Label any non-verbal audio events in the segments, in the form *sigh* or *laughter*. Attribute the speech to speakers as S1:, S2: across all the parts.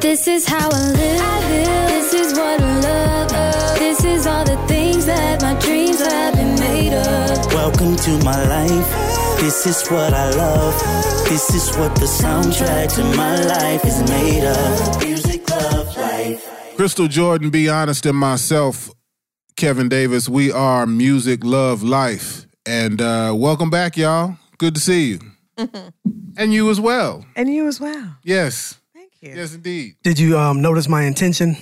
S1: This is how I live. This is what I love. This is all the things that my dreams have been made of.
S2: Welcome to my life. This is what I love. This is what the soundtrack to my life is made of. Music, love, life.
S3: Crystal Jordan, Be Honest, and myself, Kevin Davis, we are Music, Love, Life. And uh, welcome back, y'all. Good to see
S4: *laughs*
S3: you. and you as well.
S5: And you as well.
S3: Yes.
S5: Thank you.
S3: Yes, indeed.
S4: Did you um, notice my intention?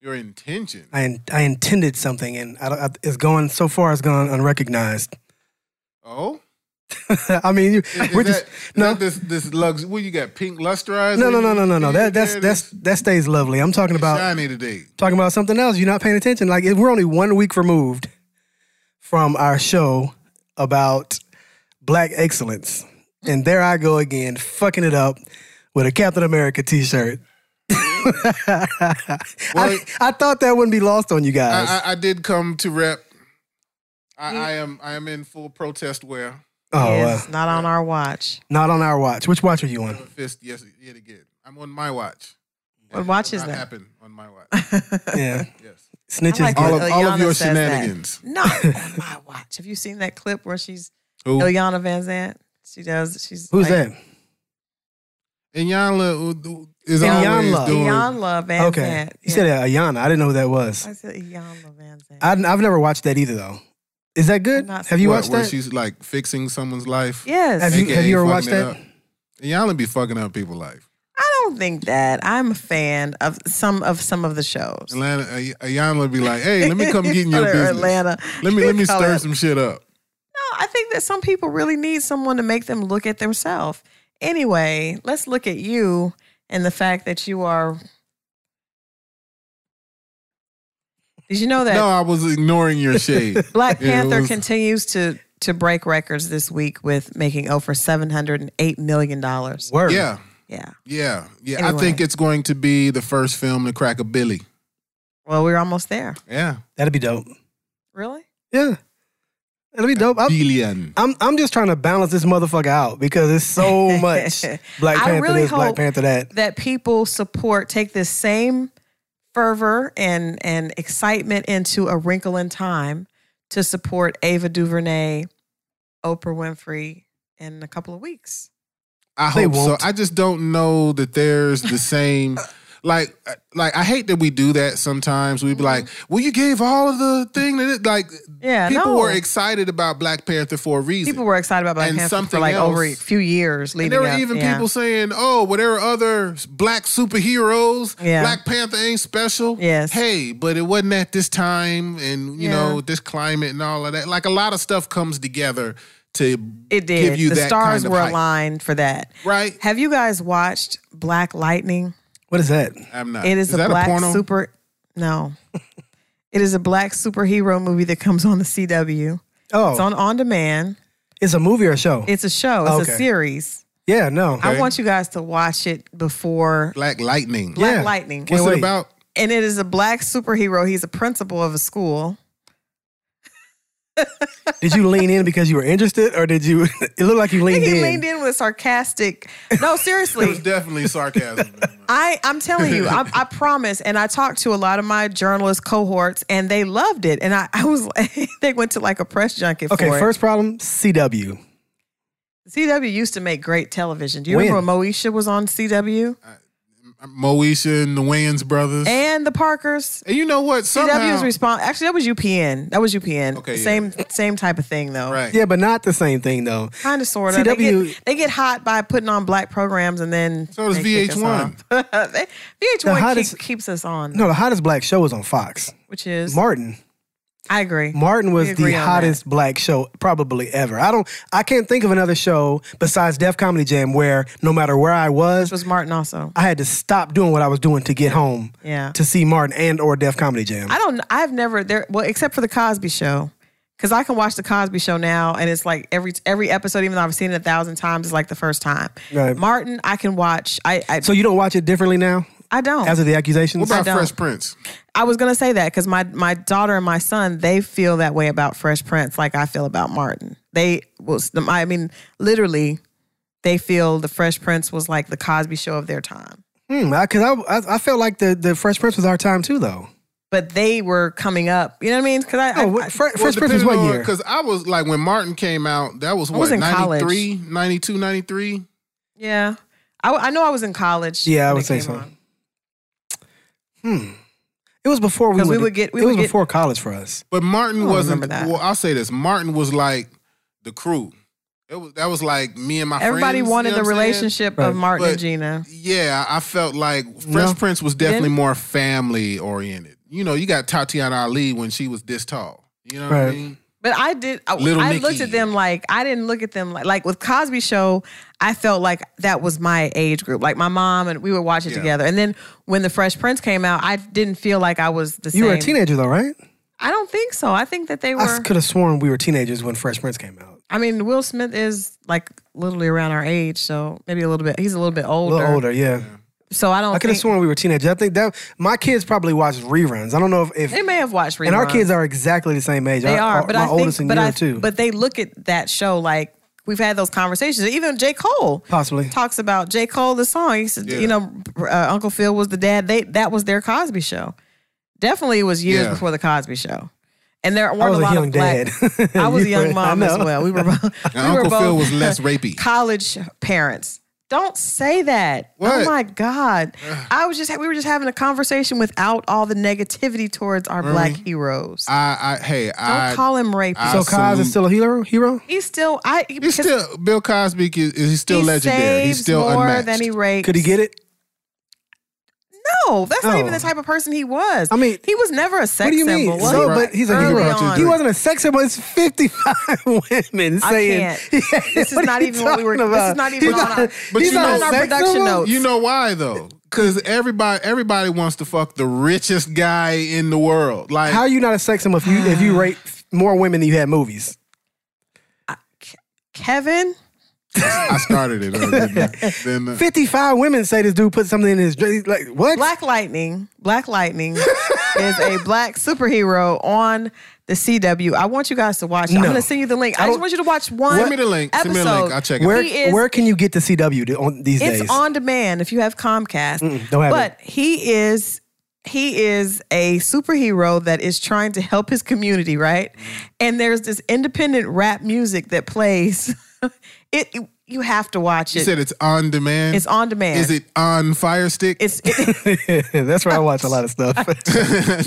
S3: Your intention.
S4: I in, I intended something, and I, don't- I, it's gone so far. It's gone unrecognized. *laughs* Uh,
S3: Oh?
S4: I mean, you,
S3: Is
S4: we're
S3: that-
S4: just
S3: is
S4: no,
S3: that this this lux what you got pink lusterizer?
S4: no, no, no, no, no, no.
S3: You
S4: That that's
S3: there?
S4: that's that stays lovely. I'm talking about
S3: shiny today.
S4: talking about something else. You're not paying attention. Like we're only one week removed from our show about black excellence, and there I go again, fucking it up with a Captain America T-shirt. I, I thought that wouldn't be lost on you guys.
S3: I, I, I did come to rep. I, I am I am in full protest wear.
S4: oh,
S5: Yes,
S4: uh,
S5: not on our watch.
S4: not on our watch. Which watch
S3: *laughs*
S4: are you on?
S3: Fist yes yet again. I'm on my watch.
S5: What watch is
S3: Not
S5: that?
S3: happen on my watch.
S4: Yeah,
S3: Yes.
S4: snitches.
S5: like
S4: get-
S3: All of
S5: Ilyana
S3: all of your
S5: says that.
S3: shenanigans. *laughs*
S5: Not on my watch. Have you seen that clip where she's
S3: Who?
S5: Ilyana Van Zant? She does. She's
S4: Who's
S5: like,
S4: that?
S3: And Yanla is
S4: Iyanla.
S3: always doing
S5: Iyanla Van
S4: Okay,
S5: Zant.
S4: you said uh, Ayana. I didn't know who that was.
S5: I said Iyanla Van Zant.
S4: I, have never watched that either, though. Is that good?
S5: I'm not
S4: Have you
S3: what,
S4: watched
S3: where
S4: that?
S3: she's like fixing someone's life.
S5: yes.
S4: Have you
S3: AKA
S4: Have you ever
S3: fucking
S4: watched
S3: it
S4: that?
S3: up. And Yanla be fucking up people's life.
S5: I don't think that. I'm a fan of some of some of the shows.
S3: Atlanta Ayanla be like, hey, let me come get in your
S5: *laughs* Or
S3: business.
S5: Atlanta.
S3: Let
S5: *laughs*
S3: me let me
S5: Call
S3: stir
S5: it-
S3: some shit up.
S5: No, I think that some people really need someone to make them look at themselves. Anyway, let's look at you and the fact that you are. Did you know that
S3: No, I was ignoring your shade.
S5: Black
S3: Yeah, it
S5: Panther
S3: was-
S5: continues to to break records this week with making over seven hundred and eight million dollars?
S4: Word.
S3: yeah,
S5: Yeah.
S3: yeah, yeah. I
S5: Anyway.
S3: think it's going to be the first film to crack a Billy.
S5: Well, we're almost there.
S3: Yeah,
S4: That'd be dope.
S5: Really?
S4: Yeah. That'd be dope. I'm,
S3: billion.
S4: I'm I'm just trying to balance this motherfucker out because
S5: *laughs*
S4: it's so much Black
S5: I
S4: Panther
S5: really
S4: this, Black
S5: hope-
S4: Panther that.
S5: that people support take this same fervor and and excitement into a wrinkle in time to support Ava DuVernay, Oprah Winfrey in a couple of weeks.
S3: I
S4: They
S3: hope so.
S4: won't.
S3: I just don't know that there's the same. *laughs* Like, uh, like I hate that we do that sometimes.
S5: Mm-hmm.
S3: We be like, "Well, you gave all of the thing that it, like."
S5: Yeah,
S3: people
S5: no.
S3: were excited about Black Panther for a reason.
S5: People were excited about Black
S3: And
S5: Panther for
S3: something
S5: like over a
S3: else.
S5: few years
S3: And
S5: leading
S3: there were
S5: up.
S3: even
S5: yeah.
S3: people saying, "Oh, well, there are other black superheroes.
S5: Yeah.
S3: Black Panther ain't special.
S5: Yes.
S3: Hey, but it wasn't at this time, and you
S5: Yeah.
S3: know this climate and all of that. Like a lot of stuff comes together to
S5: it did.
S3: give you
S5: the
S3: that
S5: stars
S3: kind of
S5: were
S3: hype.
S5: aligned for that.
S3: Right?
S5: Have you guys watched Black Lightning?
S4: What is that?
S3: I'm not.
S5: It is, a
S3: Uh, that
S5: black
S3: porno?
S5: super.
S3: *laughs*
S5: No, it is a black superhero movie that comes on the CW.
S4: Oh,
S5: It's on on demand.
S4: it's a movie or a show?
S5: It's a show. It's
S4: Okay.
S5: a series.
S4: yeah, no.
S5: I want you guys to watch it before
S3: Black Lightning.
S5: Black
S4: Yeah.
S5: Lightning.
S3: What's
S4: Can't
S3: it
S4: wait.
S3: about?
S5: And it is a black superhero. He's a principal of a school.
S4: did you lean in because you were interested, or did you? *laughs* It looked like you
S5: I
S4: leaned
S5: think *laughs* he
S4: in.
S5: leaned in with sarcastic.
S3: *laughs*
S5: No,
S3: It was
S5: seriously.
S3: definitely sarcasm. *laughs*
S5: I, I'm telling you, I, I promise. And I talked to a lot of my journalist cohorts and they loved it. And I, I was, *laughs* they went to like a press junket
S4: Okay,
S5: for it.
S4: first problem: CW.
S5: CW used to make great television. Do you
S4: When?
S5: remember when Moesha was on CW?
S3: Moesha and the Wayans brothers. And,
S5: And the Parkers.
S3: you know what?
S5: CW
S3: Somehow,
S5: is response. Actually, that was UPN. That was UPN.
S3: Okay, yeah.
S5: same same type of thing though.
S3: right?
S4: Yeah, but not the same thing though.
S5: Kind of sort of. They
S4: CW
S5: get, they get hot by putting on black programs and then
S3: So does
S5: they kick us
S3: VH1.
S5: off. *laughs* They- VH1
S4: hottest-
S5: keep, keeps us on,
S4: No, the hottest black show was on Fox.
S5: which is
S4: Martin.
S5: I agree.
S4: Martin
S5: We
S4: was the
S5: agree on that.
S4: hottest black show probably ever. I don't. I can't think of another show besides Def Comedy Jam where no matter where I was,
S5: This was Martin also.
S4: I had to stop doing what I was doing to get home
S5: Yeah.
S4: to see Martin and or Def Comedy Jam.
S5: I don't. I've never there. Well, except for the Cosby Show, because I can watch the Cosby Show now, and it's like every every episode, even though I've seen it a thousand times, is like the first time.
S4: Right.
S5: Martin, I can watch. I I,
S4: so you don't watch it differently now
S5: I don't.
S4: as of the accusations?
S3: What about
S5: don't.
S3: Fresh Prince?
S5: I was gonna say that because my my daughter and my son they feel that way about Fresh Prince, like I feel about Martin. They was I mean literally, they feel the Fresh Prince was like the Cosby Show of their time.
S4: Hmm, I, cause I, I, I felt like the, the Fresh Prince was our time too, though.
S5: But they were coming up. You know what I mean? Because I, I-
S4: Oh, what,
S5: I-
S4: Fre- Fresh Prince was what year?
S3: Because I was like, when Martin came out, that was
S5: I
S3: what,
S5: was in college.
S3: 93, 92, 93?
S5: yeah, I, I know I was in college.
S4: Yeah, I
S5: when
S4: would
S5: it
S4: say
S5: came
S4: so.
S5: on.
S4: Hmm. It was before we,
S5: 'Cause we
S4: went to-
S5: would get- we
S4: it
S5: would
S4: was
S5: get-
S4: before college for us.
S3: But Martin
S5: I don't
S3: wasn't.
S5: remember that.
S3: Well, I'll say this: Martin was like the crew. It was that was like me and my
S5: Everybody
S3: friends, you
S5: wanted
S3: know
S5: the
S3: what I'm saying?
S5: relationship
S4: Right.
S5: of Martin
S3: But-
S5: and Gina.
S3: Yeah, I felt like Fresh
S4: No.
S3: Prince was definitely
S5: Didn't-
S3: more family oriented. You know, you got Tatiana Ali when she was this tall. You know what I
S4: Right.
S3: mean?
S5: But I did. I,
S3: Little
S5: I
S3: Nicky.
S5: looked at them like I didn't look at them like like with Cosby Show. I felt like that was my age group. Like my mom and we would watch it
S3: Yeah.
S5: together. And then when the Fresh Prince came out, I didn't feel like I was the same.
S4: You were a teenager though, right?
S5: I don't think so. I think that they were.
S4: I could have sworn we were teenagers when Fresh Prince came out.
S5: I mean, Will Smith is like literally around our age, so maybe a little bit. He's a little bit
S4: A
S5: older.
S4: little older, yeah.
S5: So I don't.
S4: I could have
S5: think,
S4: sworn we were teenagers. I think that my kids probably watched reruns. I don't know if,
S5: they
S4: if
S5: may have watched reruns.
S4: and our kids are exactly the same age.
S5: They
S4: Our-
S5: are,
S4: our-
S5: but
S4: my
S5: I think,
S4: oldest and
S5: but
S4: younger
S5: I,
S4: too.
S5: but they look at that show like we've had those conversations. Even J Cole
S4: Possibly.
S5: talks about J Cole the song. He said,
S3: Yeah.
S5: you know, uh, Uncle Phil was the dad. They that was their Cosby Show. Definitely, it was years
S3: Yeah.
S5: before the Cosby Show. And there
S4: I
S5: weren't
S4: was
S5: a
S4: a
S5: lot
S4: young
S5: of black.
S4: dad.
S5: *laughs* I was a
S4: *laughs* You
S5: young
S4: were-
S5: mom
S4: I
S5: as
S4: know.
S5: well. We were
S4: *laughs*
S5: both. we
S3: And
S5: were
S3: Uncle
S5: both
S3: Phil was
S5: *laughs*
S3: less rapey.
S5: college parents. Don't say that. Oh
S3: What?
S5: my God. I was just, we were just having a conversation without all the negativity towards our black heroes.
S3: Mm-hmm. I, I hey,
S5: Don't
S3: I
S5: call him rapist.
S3: I
S4: So Cos
S3: salute-
S4: is still a hero. Hero.
S5: he's still, I,
S3: he's
S5: because
S3: still Bill Cosby is he's still
S5: he
S3: legendary. He's
S5: saves
S3: still
S5: more
S3: unmatched.
S5: than he rapes.
S4: Could he get it?
S5: No, that's not
S4: Oh.
S5: even the type of person he was.
S4: I mean,
S5: he was never a sex
S4: What do you
S5: symbol.
S4: mean?
S5: was
S4: So,
S5: he?
S4: but he's a
S5: Early
S4: hero.
S5: on.
S4: He wasn't a sex symbol. It's fifty-five *laughs* women
S5: I
S4: saying *laughs*
S5: can't. This is
S4: are
S5: not
S4: you
S5: even what we were-
S4: talking
S5: this is
S4: about?
S5: not even
S4: He's
S5: on our-
S3: But
S4: he's
S3: you know-
S4: not a
S3: on our
S4: sex
S5: production
S4: symbol?
S5: notes.
S3: You know why though? Because everybody everybody wants to fuck the richest guy in the world. Like
S4: How are you not a sex symbol if you if you rape more women than you had movies?
S5: Kevin,
S4: *laughs*
S3: I started it. uh, didn't I? Then, uh,
S4: Fifty-five women say this dude put something in his drink. Like what?
S5: Black Lightning, Black
S4: *laughs*
S5: Lightning is a black superhero on the CW. I want you guys to watch. it. I'm
S4: No. Oh.
S5: going to send you the link. I, just
S4: don't-
S5: want you to watch one.
S3: Send me the link. Send me the
S5: episode.
S3: link. I'll check it.
S4: Where
S5: He is-
S4: where can you get the CW to- on these
S5: It's
S4: days?
S5: on demand if you have Comcast.
S4: Mm-mm, don't have
S5: but he is he is a superhero that is trying to help his community, right? And there's this independent rap music that plays. *laughs* it you have to watch
S3: You
S5: it.
S3: said it's on demand.
S5: it's on demand.
S3: Is it on Fire Stick?
S5: It's it,
S4: *laughs* That's where I watch a lot
S5: *laughs*
S4: of stuff.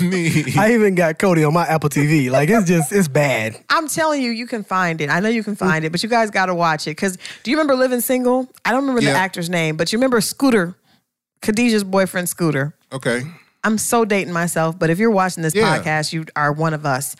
S3: *laughs* Me.
S4: I even got Cody on my Apple TV. Like it's just it's bad.
S5: I'm telling you, you can find it. I know you can find it, but you guys got to watch it. Because do you remember Living Single? I don't remember
S3: Yeah.
S5: the actor's name, but you remember Scooter, Khadijah's boyfriend, Scooter.
S3: okay.
S5: I'm so dating myself, but if you're watching this
S3: Yeah.
S5: podcast, you are one of us.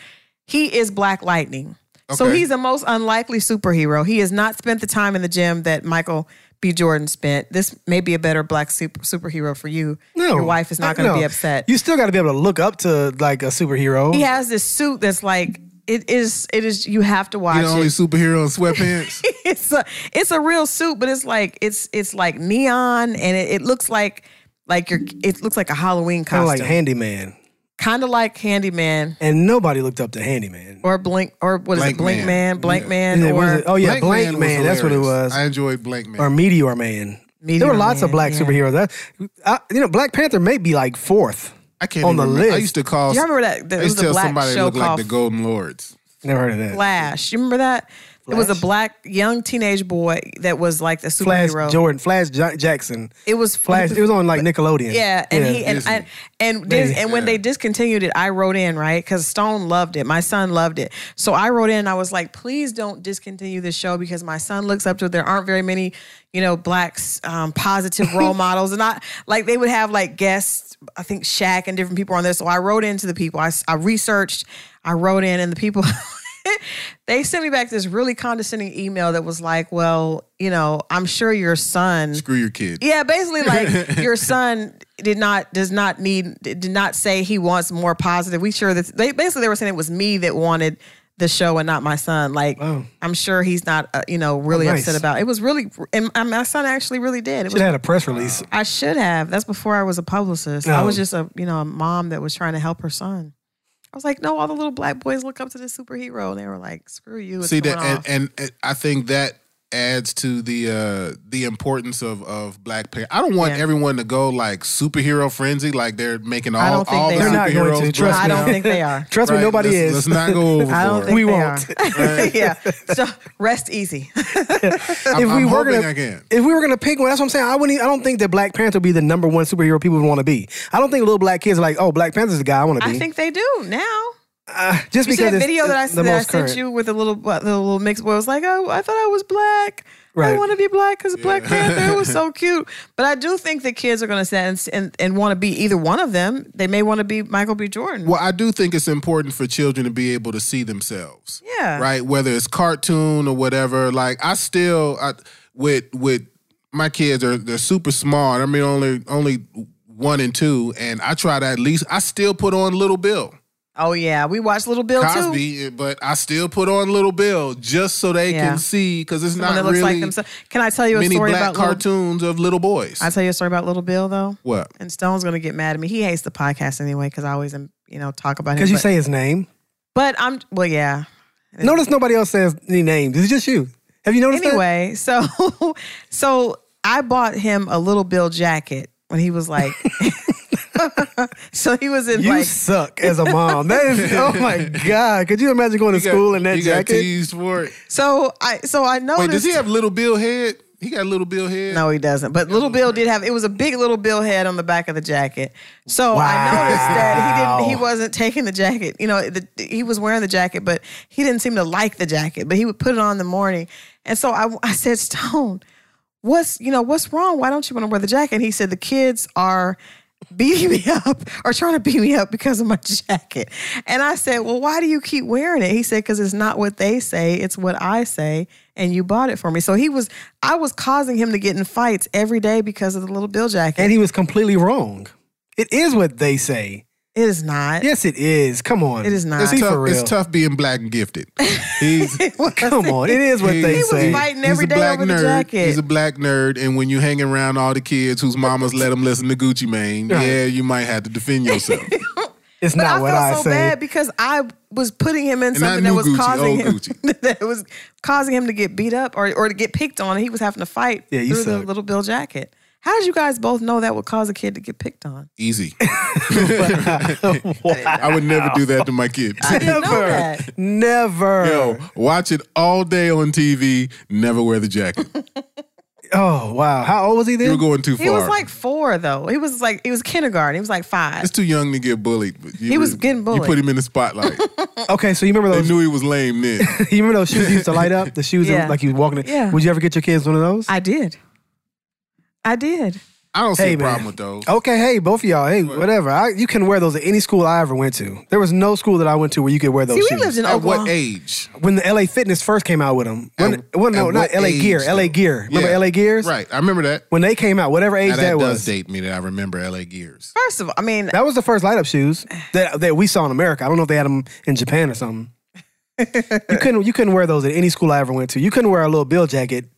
S5: He is Black Lightning. So
S3: Okay.
S5: he's the most unlikely superhero. He has not spent the time in the gym that Michael B. Jordan spent. This may be a better black super, superhero for you. Your wife is not going to
S4: No.
S5: be upset.
S4: You still got to be able to look up to like a superhero.
S5: he has this suit that's like it is. It is. You have to watch
S3: You the only
S5: it.
S3: superhero in sweatpants.
S5: *laughs* it's a it's a real suit, but it's like it's it's like neon and it, it looks like like your it looks like a Halloween
S4: kind of like
S5: costume,
S4: handyman,
S5: kind of like Handyman
S4: and nobody looked up to handyman.
S5: or Blink or what is
S3: Blank
S5: it Blink
S3: Man.
S5: Man, Blink
S3: Yeah.
S5: Man
S4: Yeah, what
S5: or
S4: is it? oh *laughs* yeah, Blank, Man.
S3: was
S4: that's what it
S3: hilarious.
S4: was.
S3: I enjoyed Blank Man.
S4: or Meteor Man. there
S5: Meteor
S4: were lots of
S5: Man,
S4: black
S5: yeah.
S4: superheroes. That, I, you know, Black Panther may be like fourth.
S3: I can't
S4: on
S3: even
S4: the
S3: remember. I
S4: list.
S3: used to call.
S5: Do you remember that- that
S3: I
S5: it
S3: used to
S5: was a
S3: tell
S5: black
S3: somebody they
S5: show
S3: looked like the
S5: called-
S3: Golden Lords.
S4: Never heard of that.
S5: Flash. You remember that? It was a
S4: Flash?
S5: black young teenage boy that was like the
S4: Flash
S5: superhero.
S4: Jordan, Flash J- Jackson,
S5: It was
S4: Flash. It was on like Nickelodeon.
S5: Yeah, and he and
S3: Disney.
S5: I, and Dis-
S4: Disney,
S5: and when
S3: yeah.
S5: they discontinued it, I wrote in right because Stone loved it. My son loved it, so I wrote in. and I was like, please don't discontinue this show because my son looks up to it. There aren't very many, you know, blacks um,
S3: *laughs*
S5: positive role models, and I like they would have like guests. I think Shaq and different people on there. So I wrote into the people. I s- I researched. I wrote in, and the people. *laughs* They sent me back this really condescending email that was like, "Well, you know, I'm sure your son
S3: Screw your kid.
S5: yeah, basically,
S4: *laughs*
S5: like your son did not does not need did not say he wants more positive. We sure that they basically they were saying it was me that wanted the show and not my son. Like I'm sure he's not uh, you know really
S4: Oh, nice.
S5: upset about. It was really and my- my son actually really did. It
S4: Should
S5: was,
S4: have had a press release.
S5: I should have. That's before I was a publicist. I
S4: No.
S5: was just a you know a mom that was trying to help her son. I was like, no, all the little black boys look up to this superhero, and they were like, screw you. It's
S3: See
S5: going
S3: that,
S5: off.
S3: and, and, and I think that adds to the uh the importance of of black parents. I don't want
S5: Yeah.
S3: everyone to go like superhero frenzy, like they're making
S5: I
S3: all
S5: don't think
S3: all the
S5: they
S4: They're not going
S3: superheroes.
S4: to. Trust
S5: I
S4: me.
S5: don't think they are.
S4: *laughs* Trust me,
S3: Right,
S4: nobody
S3: let's-
S4: is.
S3: Let's not
S4: *laughs*
S3: go over.
S5: I don't
S3: for
S5: think
S4: We
S5: they
S4: won't.
S5: Are. *laughs* yeah. So rest easy. *laughs*
S3: it. I'm,
S4: if we
S3: I'm
S4: were
S3: hoping
S4: gonna-
S3: I can.
S4: If we were gonna pick one, that's what I'm saying. I wouldn't. even- I don't think that Black Panther would be the number one superhero people would want to be. I don't think little black kids are like, oh, Black Panther's the guy I want to be.
S5: I think they do now.
S4: Uh, just
S5: You see
S4: because
S5: that
S4: it's-
S5: video that I,
S4: it's the
S5: that I
S4: most
S5: sent
S4: current.
S5: you with a little what, the little mix where it was like, oh, I thought I was black. I
S4: Right.
S5: want to be black because Black Panther it was
S3: *laughs*
S5: so cute. But I do think the kids are going to sit and, and, and want to be either one of them. They may want to be Michael B. Jordan.
S3: Well, I do think it's important for children to be able to see themselves.
S5: Yeah.
S3: Right? Whether it's cartoon or whatever. Like I still I, with with my kids are they're super small. I mean only only one and two and I try to at least I still put on Little Bill.
S5: Oh yeah, we watched Little Bill Oh, too.
S3: Cosby, but I still put on Little Bill just so they
S5: Yeah.
S3: can see because it's
S5: Someone
S3: not
S5: that looks
S3: really
S5: like themselves. Can I tell you a
S3: many
S5: story
S3: black
S5: about Lil-
S3: cartoons of little boys.
S5: I tell you a story about Little Bill though.
S3: what?
S5: And Stone's gonna get mad at me. He hates the podcast anyway because I always am, you know talk about him.
S4: because you
S5: but,
S4: say his name.
S5: but I'm well, yeah.
S4: Notice nobody else says any names. It's just you. Have you noticed that?
S5: anyway, so *laughs* so I bought him a little Bill jacket when he was like, *laughs* so he was in
S4: You
S5: like
S4: suck as a mom. That
S3: *laughs*
S4: is, oh my god! Could you imagine going to
S3: You got-
S4: school in that
S3: you got
S4: jacket?
S3: teased for it.
S5: so I so I noticed.
S3: Wait, does he have Little Bill head? He got Little Bill head.
S5: no, he doesn't. But little Bill did have. It was a big little Bill head on the back of the jacket. So I noticed that he didn't. He
S4: Wow.
S5: wasn't taking the jacket. You know, the, he was wearing the jacket, but he didn't seem to like the jacket. But he would put it on in the morning. And so I, I said, Stone, what's you know what's wrong? Why don't you want to wear the jacket? And he said the kids are beating me up or trying to beat me up because of my jacket. And I said, well, why do you keep wearing it? He said, because it's not what they say, it's what I say, and you bought it for me. So he was, I was causing him to get in fights every day because of the little Bill jacket.
S4: And he was completely wrong. It is what they say.
S5: it is not.
S4: Yes, it is. Come on.
S5: It is not.
S3: it's
S4: See,
S3: tough.
S4: for real.
S3: It's tough being black and
S5: *laughs*
S3: gifted. He's
S4: *laughs* Come on. It is what
S3: He-
S4: they
S5: He was
S4: say.
S5: fighting
S3: he's
S5: every
S3: a
S5: day
S3: black
S5: over the
S3: nerd.
S5: jacket.
S3: He's a black nerd, and when you're hanging around all the kids whose mamas let them listen to Gucci Mane,
S4: Right.
S3: yeah, you might have to defend
S5: *laughs*
S3: yourself.
S4: It's
S5: But
S4: not
S5: I
S4: what
S5: felt
S4: I
S5: so
S4: say.
S5: bad because I was putting him in
S3: I
S5: something that
S3: knew
S5: was
S3: Gucci,
S5: causing
S3: old
S5: him
S3: Gucci.
S5: *laughs* that was causing him to get beat up or, or to get picked on. He was having to fight
S4: Yeah, you
S5: through the
S4: suck.
S5: little Bill jacket. How did you guys both know that would cause a kid to get picked on? *laughs*
S3: Easy. I would never do that to my kids. *laughs*
S5: didn't know
S4: Never.
S5: that.
S4: Never.
S3: Yo, watch it all day on TV. Never wear the jacket.
S4: Oh wow. How old was he then?
S3: You're going too far.
S5: He was like four though. He was like he was kindergarten. He was like five.
S3: it's too young to get bullied. but you-
S5: He was getting
S3: You
S5: bullied.
S3: put him in the
S5: *laughs*
S3: spotlight.
S4: okay, so you remember
S3: they
S4: those
S3: knew he was lame then.
S4: you remember those shoes you used to
S3: *laughs*
S4: light up? The shoes
S5: Yeah.
S4: that, like you was walking in.
S5: Yeah.
S4: Would you ever get your kids one of those?
S5: I did. I did.
S3: I don't see
S4: Hey,
S3: a
S4: man.
S3: problem with those.
S5: Oh,
S4: Okay, hey, both of y'all, hey, whatever. I, you can wear those at any school I ever went to. There was no school that I went to where you could wear those
S5: See, we
S4: shoes.
S5: lived in
S3: At
S5: Oklahoma.
S3: what age?
S4: when the LA Fitness first came out with them. When,
S3: At-
S4: well,
S3: at
S4: no, not
S3: what
S4: LA Gear.
S3: age,
S4: LA
S3: though?
S4: Gear. Remember
S3: Yeah.
S4: LA Gears?
S3: Right. I remember that.
S4: When they came out, whatever age
S3: Now, that
S4: that
S3: does
S4: was.
S3: date me that I remember LA Gears.
S5: First of all, I mean,
S4: That was the first light up shoes that that we saw in America. I don't know if they had them in Japan or something.
S3: *laughs*
S4: you couldn't you couldn't wear those at any school I ever went to. You couldn't wear a little bill jacket.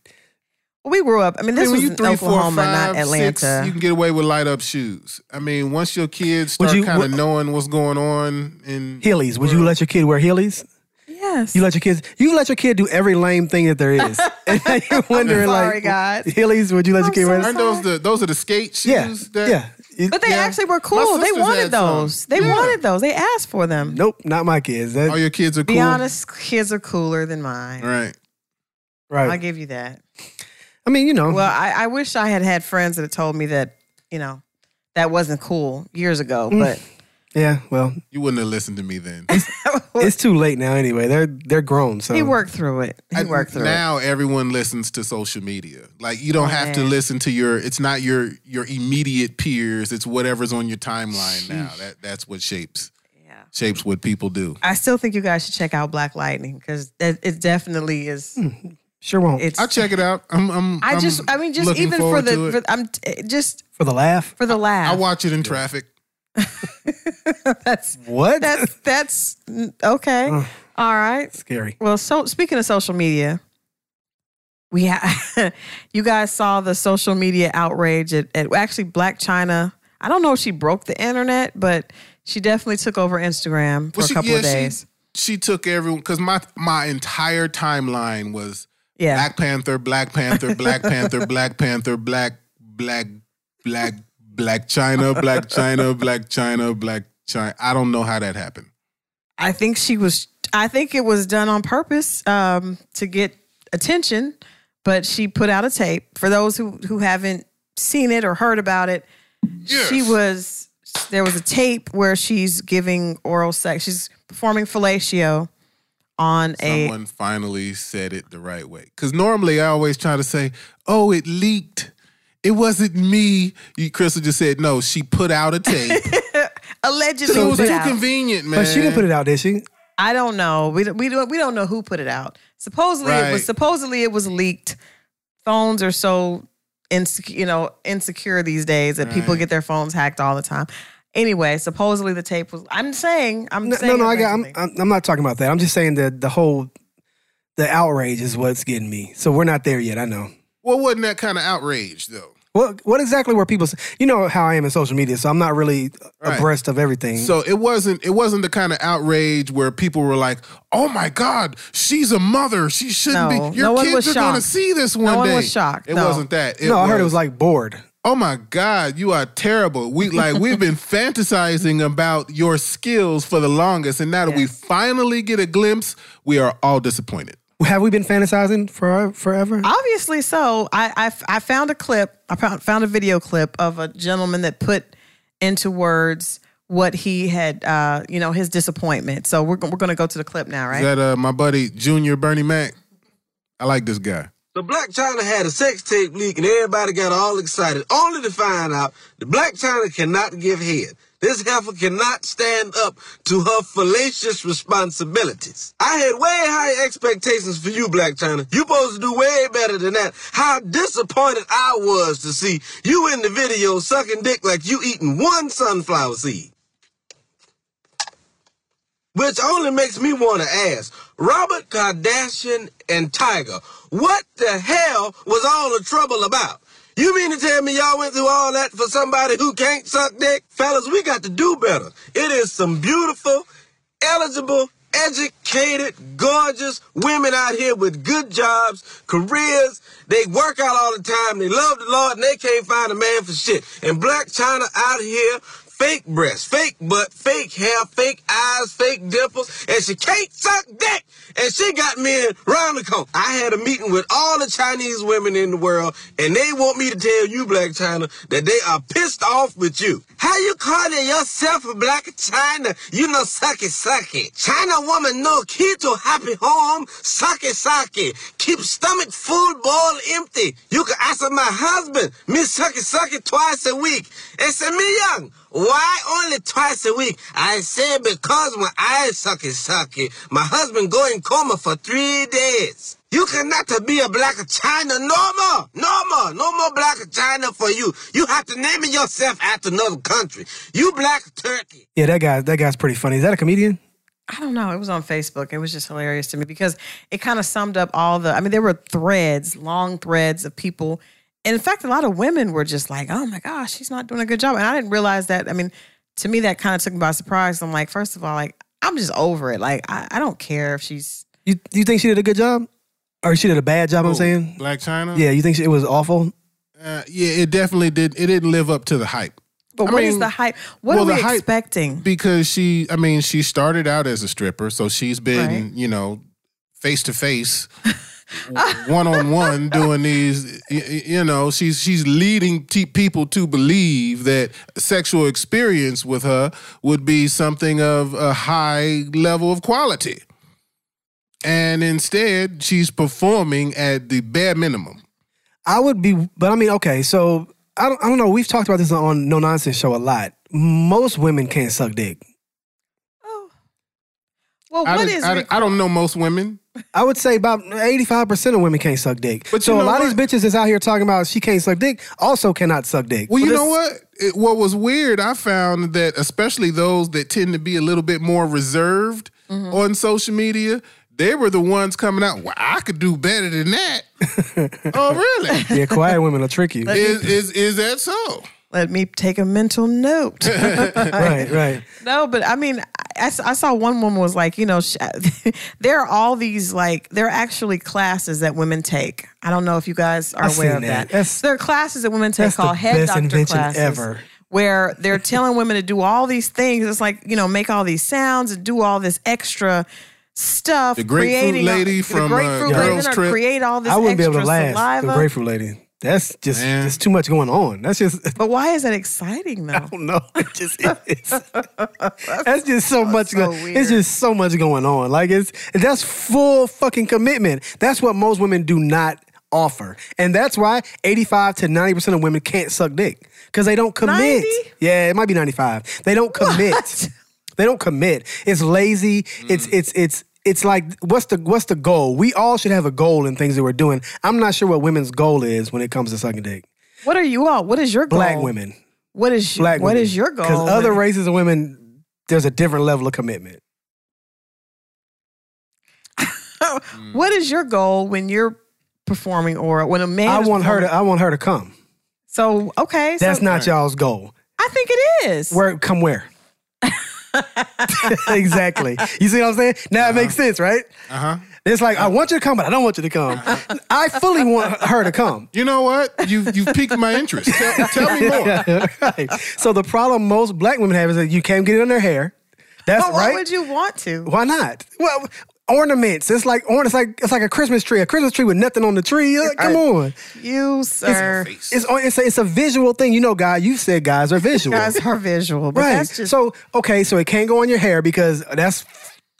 S5: we grew up. I mean, this
S3: I mean,
S5: was
S3: when
S5: in
S3: you three, four,
S5: Oklahoma,
S3: five,
S5: not
S3: six,
S5: Atlanta.
S3: you can get away with light up shoes. I mean, once your kids
S4: Would
S3: start
S4: you-
S3: kind of
S4: wha-
S3: knowing what's going on in
S4: Heelys. Would you let your kid wear heelys?
S5: yes.
S4: You let your kids you let your kid do every lame thing that there
S3: *laughs*
S4: is. and now you're wondering
S5: sorry,
S4: like
S5: guys.
S4: Heelys, would you let
S5: I'm
S4: your kid wear
S5: so
S4: this?
S3: aren't those the those are the skate shoes?
S4: Yeah.
S3: That,
S4: yeah. You-
S5: but they
S4: yeah.
S5: actually were cool. They
S3: sisters
S5: wanted
S3: had some.
S5: those. They wanted those. They asked for them.
S4: Nope, not my kids. That,
S3: All your kids are
S5: Be
S3: cool.
S5: honest, kids are cooler than mine.
S3: Right.
S5: I'll
S4: right.
S5: give you that.
S4: I mean, you know.
S5: Well, I, I wish I had had friends that had told me that, you know, that wasn't cool years ago.
S3: Mm.
S5: But *laughs*
S4: yeah, well,
S3: You wouldn't have listened to me then.
S4: it's too late now anyway. They're they're grown, so
S5: he worked through it. He
S3: And
S5: worked through it.
S3: uh, now everyone listens to social media. Like you don't have to
S5: man.
S3: listen to your. It's not your your immediate peers. It's whatever's on your timeline now. That that's what shapes
S5: Yeah.
S3: shapes what people do.
S5: I still think you guys should check out Black Lightning because it definitely is.
S4: sure won't.
S5: It's.
S3: I'll check it out. I'm. Hmm. I'm
S5: I just.
S3: I'm
S5: I mean, just
S3: looking
S5: even for
S3: forward
S5: the.
S3: to it.
S5: For, I'm t- just
S4: For the laugh.
S5: for the laugh.
S3: I watch it in traffic.
S5: *laughs* that's
S4: What?
S5: that's that's mm, okay. All right.
S4: *laughs* scary.
S5: Well, so speaking of social media, we ha- *laughs* you guys saw the social media outrage at, at actually Black China. I don't know if she broke the internet, but she definitely took over Instagram for
S3: Well,
S5: a couple of
S3: yeah,
S5: days.
S3: She, she took everyone because my my entire timeline was
S5: Yeah.
S3: Black Panther, Black Panther,
S5: *laughs*
S3: Black Panther, Black Panther, Black, Black, Black, Black China, Black China, Black China, Black China. I don't know how that happened.
S5: I think she was. I think it was done on purpose um, to get attention. But she put out a tape for those who who haven't seen it or heard about it. She was there was a tape where she's giving oral sex. She's performing fellatio on a.
S3: Someone finally said it the right way. Because normally I always try to say, oh, it leaked. It wasn't me. You, Crystal just said, no, she put out a tape.
S5: Allegedly,
S3: it was
S5: put
S3: too
S5: out.
S3: convenient, man.
S4: But she didn't put it out, did she?
S5: I don't know. We we don't we don't know who put it out. Supposedly it
S3: Right.
S5: was supposedly it was leaked. Phones are so insec- you know insecure these days that people
S3: Right.
S5: get their phones hacked all the time. Anyway, supposedly the tape was. I'm saying I'm
S4: No,
S5: saying
S4: no, no I got, I'm,
S5: allegedly.
S4: I'm, I'm not talking about that. I'm just saying that the whole, the outrage is what's getting me. So we're not there yet. I know.
S3: Well, wasn't that kind of outrage, though?
S4: What what exactly were people? s- You know how I am in social media, so I'm not really
S3: Right.
S4: abreast of everything.
S3: So it wasn't it wasn't the kind of outrage where people were like, "Oh my God, she's a mother. She shouldn't
S5: No,
S3: be.
S5: no
S3: Your
S5: one
S3: kids
S5: was
S3: are going
S5: shocked.
S3: to see this one
S5: No one
S3: day."
S5: was shocked,
S3: It
S5: no.
S3: wasn't that.
S4: no, I heard it was like bored.
S3: "Oh my God, you are terrible. We like we've
S4: *laughs*
S3: been fantasizing about your skills for the longest, and now that we
S5: Yes.
S3: finally get a glimpse, we are all disappointed."
S4: Have we been fantasizing for forever?
S5: Obviously, so I, I f- I found a clip. I found, found a video clip of a gentleman that put into words what he had, uh, you know, his disappointment. So we're go- we're going to go to the clip now, right?
S3: Is that uh, my buddy Junior Bernie Mac? I like this guy.
S6: The Black China had a sex tape leak and everybody got all excited, only to find out the Black China cannot give head. This heifer cannot stand up to her fallacious responsibilities. I had way high expectations for you, Black China. You supposed to do way better than that. How disappointed I was to see you in the video sucking dick like you eating one sunflower seed. Which only makes me want to ask Robert Kardashian and Tiger, what the hell was all the trouble about? You mean to tell me y'all went through all that for somebody who can't suck dick? Fellas, we got to do better. It is some beautiful, eligible, educated, gorgeous women out here with good jobs, careers. They work out all the time. They love the Lord and they can't find a man for shit. And Black China out here, fake breasts, fake butt, fake hair, fake eyes, fake dimples, and she can't suck dick. And she got men round the corner. I had a meeting with all the Chinese women in the world, and they want me to tell you, Black China, that they are pissed off with you. How you calling yourself a Black China? You know, sucky sucky. China woman no key to happy home, sucky sucky. Keep stomach full, bowl empty. You can ask my husband, me sucky sucky twice a week. It's a me young. Why only twice a week? I say because when I sucky sucky, my husband go in coma for three days. You cannot to be a black China no more, no more, no more black China for you. You have to name yourself after another country. You black turkey.
S4: yeah, that guy that guy's pretty funny. Is that a comedian?
S5: I don't know. It was on Facebook. It was just hilarious to me because it kind of summed up all the. I mean, there were threads, long threads of people. And in fact, a lot of women were just like, "Oh my gosh, she's not doing a good job." And I didn't realize that. I mean, to me, that kind of took me by surprise. I'm like, first of all, like I'm just over it. Like I, I don't care if she's.
S4: You you think she did a good job, or she did a bad job? I'm saying.
S3: Black China.
S4: Yeah, you think she, it was awful?
S3: uh, yeah. It definitely did. It didn't live up to the hype.
S5: But
S3: I
S5: what is
S3: mean,
S5: the hype? What
S3: well,
S5: are
S3: the
S5: we
S3: hype-
S5: expecting?
S3: because she i mean she started out as a stripper so she's been
S5: Right.
S3: you know face to
S5: *laughs*
S3: face one on one doing these y- y- you know she's she's leading t- people to believe that sexual experience with her would be something of a high level of quality and instead she's performing at the bare minimum
S4: I would be, but I mean, okay, so I don't, I don't know. We've talked about this on No Nonsense Show a lot. Most women can't suck dick.
S5: Oh. Well,
S3: I,
S5: what
S3: did-
S5: is?
S3: I,
S5: re-
S3: I don't know most women
S4: I would say about 85% of women can't suck dick.
S3: But
S4: so
S3: you
S4: a
S3: know
S4: lot of
S3: what?
S4: these bitches that's out here talking about she can't suck dick also cannot suck dick.
S3: Well, you
S4: But
S3: know
S4: it's-
S3: what? It, what was weird, I found that especially those that tend to be a little bit more reserved
S5: Mm-hmm.
S3: on social media, they were the ones coming out. Well, I could do better
S5: *laughs*
S3: than that. oh, really? *laughs*
S4: Yeah, quiet women are tricky.
S3: Is, is is that so?
S5: Let me take a mental
S3: *laughs*
S5: note.
S4: Right, right.
S5: No, but I mean, I, I saw one woman was like, you know, sh *laughs* there are all these like there are actually classes that women take. I don't know if you guys are
S4: I've
S5: aware
S4: seen
S5: of
S4: that.
S5: that.
S4: That's-
S5: there are classes that women take
S4: that's the
S5: called head
S4: best
S5: doctor
S4: invention
S5: classes
S4: ever.
S5: where they're telling women to do all these things. It's like you know, make all these sounds and do all this extra stuff.
S3: The grapefruit
S5: creating all-
S3: lady
S5: the
S3: from, uh,
S5: grapefruit lady,
S3: Girls
S5: then
S3: Trip.
S5: create all this.
S4: I wouldn't be able to
S5: extra
S4: last
S5: saliva.
S4: the grapefruit lady. That's just
S3: Man.
S4: just too much going on. That's just
S5: But why is that exciting
S4: *laughs*
S5: though?
S4: don't know. It just is. *laughs* that's just so much.
S5: so
S4: go-
S5: weird.
S4: it's just so much going on. Like it's that's full fucking commitment. That's what most women do not offer, and that's why eighty-five to ninety percent of women can't suck dick because they don't commit.
S5: 90?
S4: Yeah, it might be ninety-five. They don't commit. *laughs* They don't commit. It's lazy. It's it's it's. It's like what's the what's the goal? We all should have a goal in things that we're doing. I'm not sure what women's goal is when it comes to sucking dick.
S5: What are you all? What is your goal?
S4: Black women
S5: What is
S4: black
S5: what
S4: women.
S5: is your goal?
S4: Because other
S5: with-
S4: races of women, there's a different level of commitment.
S5: *laughs* What is your goal when you're performing or when a man?
S4: I
S5: is
S4: want her
S5: performing?
S4: to. I want her to come.
S5: So okay,
S4: That's
S5: so
S4: not y'all's goal.
S5: I think it is.
S4: Where
S5: *laughs*
S4: come where? exactly. You see what I'm saying? Now it makes sense, right?
S3: Uh huh.
S4: It's like I want you to come, but I don't want you to come. I fully want her to come. *laughs*
S3: You know what? You you've piqued my interest. Tell, tell me
S5: *laughs*
S3: more.
S4: right. So the problem most black women have is that you can't get it in their hair. That's
S5: but why
S4: right.
S5: would you want to?
S4: Why not? Well, ornaments. It's like orn- It's like it's like a Christmas tree. A Christmas tree with nothing on the tree. Like, Come on.
S5: You sir,
S4: It's on- it's a, it's a visual thing. You know, guy, you said guys are visual.
S5: guys are visual, but
S4: right.
S5: that's just
S4: so okay, so it can't go on your hair because that's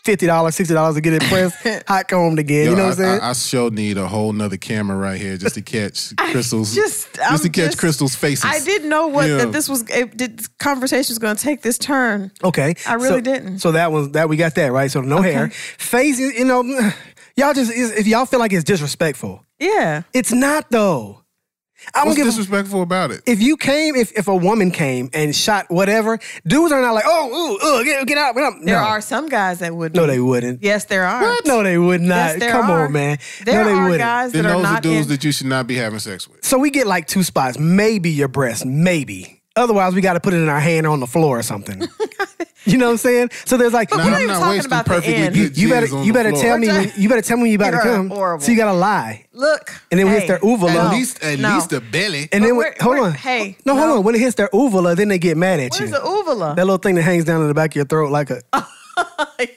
S4: fifty dollars, sixty dollars to get it
S5: *laughs*
S4: pressed, hot combed again. you know
S3: Yo,
S4: what
S3: I,
S4: I'm saying?
S3: I, I sure need a wtle nother camera right here just to
S5: *laughs*
S3: catch Crystal's
S5: just-
S3: just,
S5: I'm
S3: to catch
S5: just-
S3: Crystal's faces.
S5: I didn't know what
S3: Yeah.
S5: that this was. It, did this conversation was going to take this turn.
S4: okay,
S5: I really
S4: So-
S5: didn't.
S4: So that was that we got that right. So no hair, face. You know, *sighs* y'all just is- if y'all feel like it's disrespectful,
S5: Yeah,
S4: it's not though. I don't
S3: What's
S4: give a
S3: disrespectful about it?
S4: if you came, if, if a woman came and shot whatever, dudes are not like, oh, ooh, uh, get, get out, get out. No.
S5: there are some guys that would.
S4: No, they wouldn't.
S5: Yes, there are.
S4: No, they would not.
S5: Yes, there
S4: Come
S5: are.
S4: on, man.
S5: There
S4: no, they
S5: are
S4: wouldn't.
S5: guys
S3: Then
S5: that are
S3: those are
S5: not
S3: dudes
S5: in-
S3: that you should not be having sex with.
S4: So we get like two spots, maybe your breast, maybe. Otherwise, we got to put it in our hand or on the floor
S5: *laughs*
S4: or something. you know what I'm saying? So there's like,
S3: Now,
S5: what are
S3: I'm
S5: you
S3: not
S5: talking
S3: wasting
S5: about the
S3: perfectly
S5: end?
S3: good
S5: You-
S4: you better,
S3: jizz on
S4: you
S3: the
S4: better
S3: floor.
S4: tell me, *laughs* when, you better tell me when you about to
S5: You're
S4: come.
S5: horrible.
S4: So you got to lie,
S5: *laughs* look,
S4: and then when it
S5: hey,
S4: hits their uvula,
S5: no,
S3: At least, at
S5: no.
S3: least the belly.
S4: and then
S5: But
S4: when,
S5: we're-
S4: hold
S5: we're-
S4: on,
S5: hey,
S4: no, hold
S5: no.
S4: on. When it hits their uvula, then they get mad at
S5: What
S4: you.
S5: is the uvula?
S4: that little thing that hangs down in the back of your throat like
S5: *laughs*
S4: a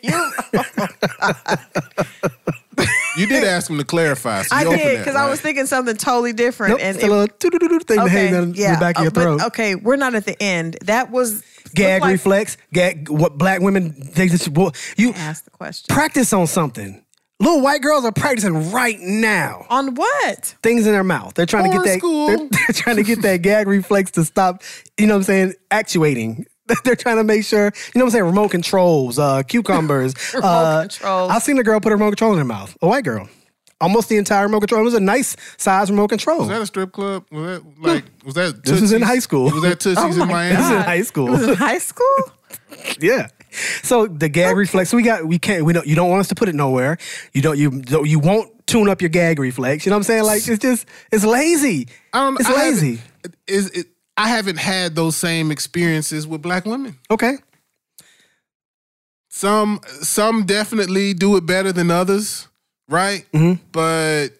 S5: you,
S3: you did ask him to clarify. So
S5: I
S3: you opened
S5: did
S3: that,
S5: because I
S3: right?
S5: was thinking something totally different,
S4: Nope,
S5: and
S4: it's a
S5: it-
S4: little doo-doo-doo-doo thing that hangs down in the back of
S5: uh,
S4: your
S5: but-
S4: throat.
S5: okay, we're not at the end. That was
S4: Gag
S5: looked like-
S4: reflex. Gag. What black women they just well, you
S5: Ask the question
S4: practice on something. Little white girls are practicing right now.
S5: on what? *laughs*
S4: Things in their mouth. They're trying to
S3: Or
S4: get that.
S3: school.
S4: They're, *laughs* they're trying to get that gag reflex to stop. You know what I'm saying? Actuating. *laughs* They're trying to make sure. You know what I'm saying? Remote controls, uh, cucumbers. remote uh,
S5: controls.
S4: I've seen a girl put a remote control in her mouth. A white girl. Almost the entire remote control. It was a nice size remote control.
S3: Was that a strip club? Was that like? Was that?
S4: This was in
S3: Tootsie's?
S4: high school.
S3: Was that Tootsie's in Miami?
S4: *laughs* This is in high school.
S5: It *laughs* was in high school.
S4: Yeah. So the gag reflex. So we got we can't we don't you don't want us to put it nowhere. You don't you don't, you won't tune up your gag reflex. You know what I'm saying? Like it's just it's lazy.
S3: I don't.
S4: It's
S3: Um, I haven't-
S4: lazy.
S3: Is it? I haven't had those same experiences with black women.
S4: Okay.
S3: Some some definitely do it better than others, right?
S4: Mm-hmm.
S3: But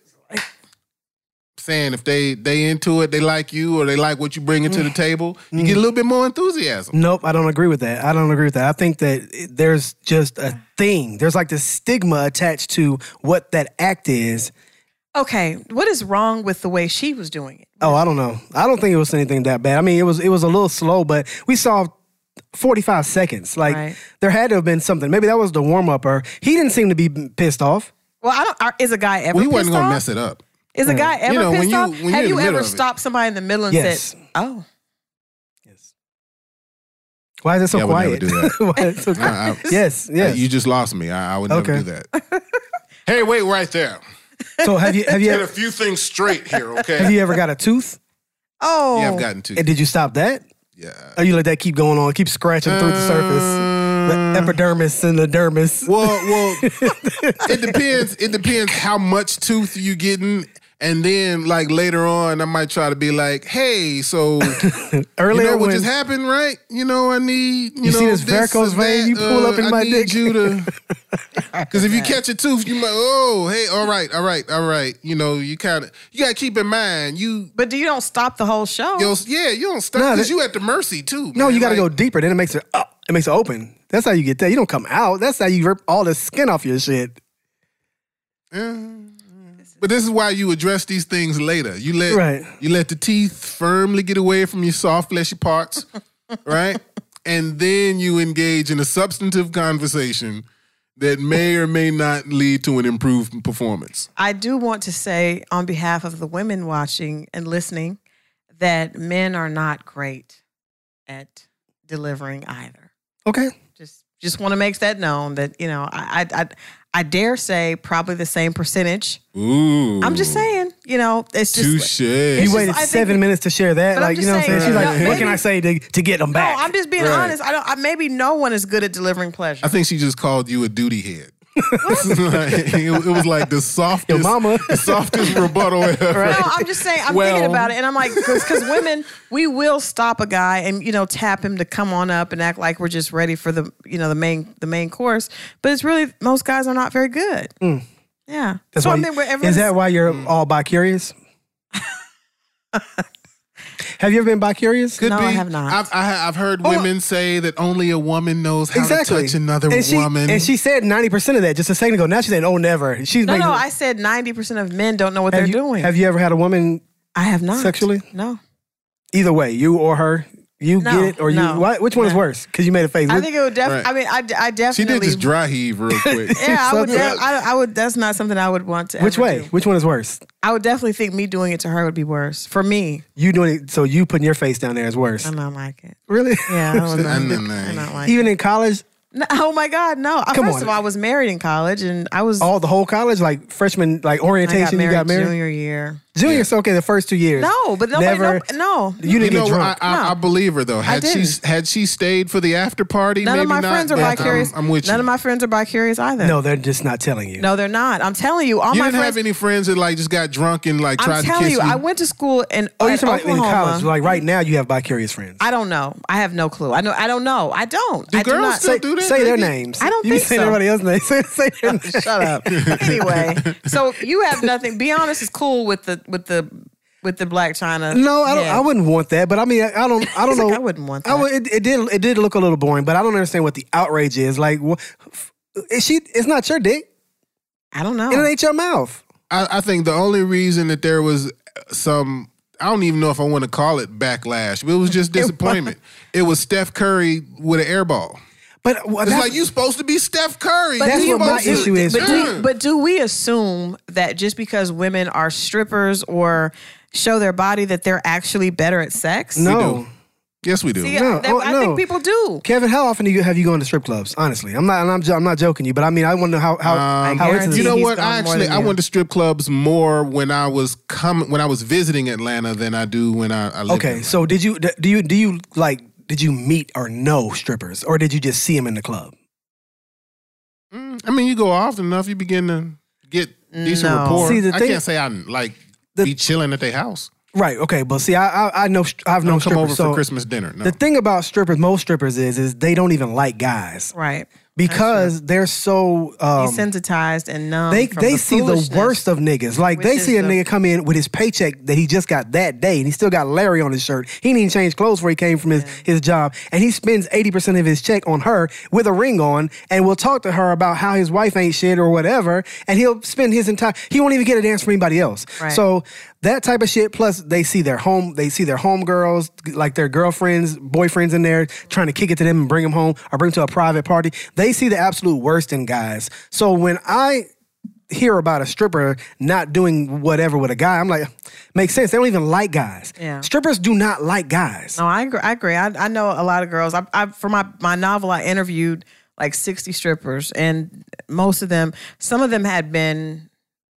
S3: saying if they they into it, they like you or they like what you bringing
S4: Mm.
S3: to the table, you get a little bit more enthusiasm.
S4: Nope, I don't agree with that. I don't agree with that. I think that it- there's just a thing. There's like this stigma attached to what that act is.
S5: Okay, what is wrong with the way she was doing it?
S4: Oh, I don't know. I don't think it was anything that bad. I mean, it was it was a little slow, but we saw 45 seconds. Like
S5: Right.
S4: there had to have been something. Maybe that was the warm up or he didn't seem to be pissed off.
S5: Well, I don't. Are, is a guy ever?
S3: Well, he wasn't
S5: pissed
S3: gonna
S5: off?
S3: mess it up.
S5: Is a guy ever
S3: know, when
S5: pissed
S3: you-
S5: off?
S3: when you're
S5: Have
S3: in
S5: you
S3: the middle
S5: ever
S3: of it.
S5: stopped somebody in the middle and
S4: Yes.
S5: said, "Oh,
S4: Yes. Why is it so
S3: Yeah, I would never
S4: quiet?
S3: do that.
S4: *laughs* Why is it so
S3: I- I-
S4: quiet? yes, yes.
S3: You just lost me. I, I would never do
S4: Okay.
S3: that. *laughs* hey, wait right there.
S4: so have you have you
S3: Get a *laughs*
S4: ever,
S3: few things straight here, okay?
S4: have you ever got a tooth?
S5: oh"?
S3: yeah, I've gotten two.
S4: And did you stop that?
S3: Yeah.
S4: Or you let that keep going on, keep scratching through the surface,
S3: Mm, Uh,
S4: the epidermis and the dermis. *laughs*
S3: Well, well, it depends. It depends how much tooth you getting And then like later on, I might try to be like, hey,
S4: *laughs*
S3: so
S4: Earlier
S3: you know what
S4: when
S3: just happened, right? You know, I need you,
S4: You
S3: know
S4: see this varicose
S3: and
S4: vein?
S3: that, uh,
S4: You pull up in
S3: I
S4: my
S3: need
S4: dick.
S3: you
S4: *laughs*
S3: to, because if you catch a tooth, you might. Oh, hey, all right, all right, all right. You know, you kind of you gotta keep in mind you.
S5: But do you don't stop the whole show?
S3: Yo, yeah, you don't stop
S4: No,
S3: because
S4: that-
S3: you at the mercy too.
S4: No,
S3: man.
S4: you got to
S3: Like,
S4: go deeper. Then it makes it up. It makes it open. That's how you get that. You don't come out. That's how you rip all the skin off your shit.
S3: But this is why you address these things later. You let
S4: Right.
S3: you let the teeth firmly get away from your soft fleshy
S4: *laughs*
S3: parts, right? And then you engage in a substantive conversation that may or may not lead to an improved performance.
S5: I do want to say, on behalf of the women watching and listening, that men are not great at delivering either.
S4: Okay.
S5: Just just want to make that known that you know I I I, I dare say probably the same percentage.
S3: Ooh.
S5: I'm just saying, you know, it's just
S3: Touche.
S4: You
S5: just-
S4: waited
S5: I think-
S4: seven minutes to share that.
S5: But I'm
S4: Like, you
S5: just
S4: know what I'm saying?
S5: saying,
S4: She's like,
S5: no,
S4: what
S5: maybe-
S4: can I say to, to get them
S5: No,
S4: back?
S5: I'm just being
S3: Right.
S5: honest. I don't. I, maybe no one is good at delivering pleasure.
S3: I think she just called you a duty head. *laughs* it, it was like the softest,
S4: mama.
S3: the softest
S4: *laughs*
S3: rebuttal ever.
S5: No, I'm just saying. I'm
S3: Well-
S5: thinking about it, and I'm like, because women, we will stop a guy and you know tap him to come on up and act like we're just ready for the you know the main the main course. But it's really most guys are not very good. Yeah.
S4: Hmm. That's
S5: so
S4: why
S5: I
S4: you-
S5: mean, wherever
S4: is that why you're
S3: Mm.
S4: all bi curious? Have you ever been bi curious?
S3: Could
S5: No,
S3: be.
S5: I have not.
S3: I've, I, have heard women say that only a woman knows how
S4: Oh, Exactly.
S3: to touch another
S4: and she,
S3: woman.
S4: And she said 90% of that just a second ago. Now she's saying, oh, never. She's
S5: no,
S4: making,
S5: no. I said ninety percent of men don't know what
S4: have
S5: they're
S4: you,
S5: doing.
S4: Have you ever had a woman,
S5: I have not
S4: sexually?
S5: No.
S4: either way, you or her? You
S5: No,
S4: get it or
S5: no,
S4: you? What, which one is
S5: no.
S4: worse? Because you made a face.
S5: I
S4: Which-
S5: think it would
S3: Right.
S5: definitely. I mean, I, d- I
S3: She
S5: definitely.
S3: did just dry heave
S4: *laughs*
S3: real quick.
S5: Yeah, I would.
S4: something.
S5: def- I, I would. That's not something I would want to.
S4: which
S5: ever
S4: way?
S5: do.
S4: Which one is worse?
S5: I would definitely think me doing it to her would be worse for me.
S4: You doing it, so you putting your face down there is worse.
S5: I don't like it.
S4: really?
S5: *laughs* Yeah,
S3: *laughs*
S5: I don't,
S3: I
S5: like it.
S3: don't know.
S5: I don't like it.
S4: *laughs* Even in college,
S5: No, oh my God, no! I-
S4: Come
S5: First
S4: on.
S5: of all, I was married in college, and I was
S4: all the whole college, like freshman, like
S5: I got
S4: orientation,
S5: married,
S4: you got married.
S5: junior year.
S4: Junior's okay the first two years.
S5: No, but nobody,
S4: Never.
S5: no, no.
S4: You didn't
S3: you
S4: get
S3: know, I,
S4: drunk.
S3: I,
S5: No.
S3: I believe her though. Had she
S5: didn't.
S3: had she stayed for the after party,
S5: None
S3: maybe
S5: of my
S3: not,
S5: friends are
S3: but I'm-
S5: bi-curious.
S3: I'm, with you.
S5: None of my friends are bi-curious either.
S4: no, they're just not telling you.
S5: no, they're not. I'm telling you, all
S3: you
S5: my
S3: didn't
S5: friends.
S3: have any friends that like just got drunk and like
S5: I'm
S3: tried to
S5: telling
S3: kiss
S5: you,
S3: you.
S5: I went to school in
S4: Oh, you're
S5: at
S4: talking about in
S5: Oklahoma.
S4: college. Like right now, you have bicurious friends.
S5: I don't know. I have no clue. I know. I don't know. I don't. I do
S3: girls
S5: not.
S3: still
S4: say
S3: do that,
S4: say their
S3: baby?
S4: names.
S5: I don't
S4: you
S5: think
S4: can say
S5: so.
S4: everybody else's *laughs* name. Say, say their
S5: *laughs*
S4: name.
S5: Shut up. anyway, so you have nothing. Be honest is cool with the with the with the Black China.
S4: No, I don't.
S5: Yeah.
S4: I wouldn't want that. But I mean, I, I don't. I don't
S5: He's
S4: know.
S5: like, "I wouldn't want
S4: I
S5: that."
S4: would, it, it did. It did look a little boring. But I don't understand what the outrage is. Like, wha- f- is she? It's not your dick.
S5: I don't know.
S4: And it ain't your mouth.
S3: I, I think the only reason that there was some I don't even know if I want to call it backlash, but it was just disappointment. it was Steph Curry with an airball.
S4: But well,
S3: It's
S4: that's,
S3: like you supposed to be Steph Curry.
S4: That's
S3: You
S4: what my
S3: supposed to-
S4: issue is.
S5: But do,
S3: Mm.
S5: but do we assume that just because women are strippers or show their body that they're actually better at sex?
S4: no.
S3: Yes, we do.
S5: See,
S4: No,
S5: that-
S4: oh,
S5: I
S4: no.
S5: think people do.
S4: Kevin, how often do you have you gone to strip clubs? Honestly, I'm not. and I'm, jo- I'm not joking you, but I mean, I want to know how how how
S5: guarantee
S4: into
S3: Um, you
S4: this.
S3: know
S5: he's
S3: what?
S5: gone
S3: I
S5: more
S3: actually
S5: than
S3: I
S5: you.
S3: went to strip clubs more when I was coming when I was visiting Atlanta than I do when I, I lived
S4: Okay,
S3: in-
S4: so did you d- do you do you like did you meet or know strippers or did you just see them in the club?
S3: Mm, I mean, you go often enough, you begin to get decent
S5: No.
S3: rapport.
S4: See, the
S3: I
S4: thing-
S3: can't say I'm like
S4: The-
S3: be chilling at their house.
S4: Right. Okay, but see, I I, I know str- I've
S3: Don't
S4: known
S3: come
S4: strippers,
S3: over
S4: so
S3: for Christmas dinner. No.
S4: The thing about strippers, most strippers is is they don't even like guys
S5: Right.
S4: because they're so um,
S5: Desensitized and numb.
S4: they
S5: from
S4: they
S5: the
S4: see the
S5: foolishness.
S4: worst of niggas. Like they
S5: which
S4: see a
S5: is the-
S4: nigga come in with his paycheck that he just got that day, and he still got Larry on his shirt. He didn't even change clothes where he came from his his job, and he spends eighty percent of his check on her with a ring on, and will talk to her about how his wife ain't shit or whatever, and he'll spend his entire. He won't even get a dance from anybody else.
S5: Right.
S4: So that type of shit. Plus, they see their home, they see their homegirls, like their girlfriends, boyfriends in there, trying to kick it to them and bring them home or bring them to a private party. They see the absolute worst in guys. So when I hear about a stripper not doing whatever with a guy, I'm like, makes sense. They don't even like guys.
S5: Yeah.
S4: Strippers do not like guys.
S5: No, I agree. I, agree. I, I know a lot of girls. I, I for my my novel, I interviewed like sixty strippers, and most of them, some of them had been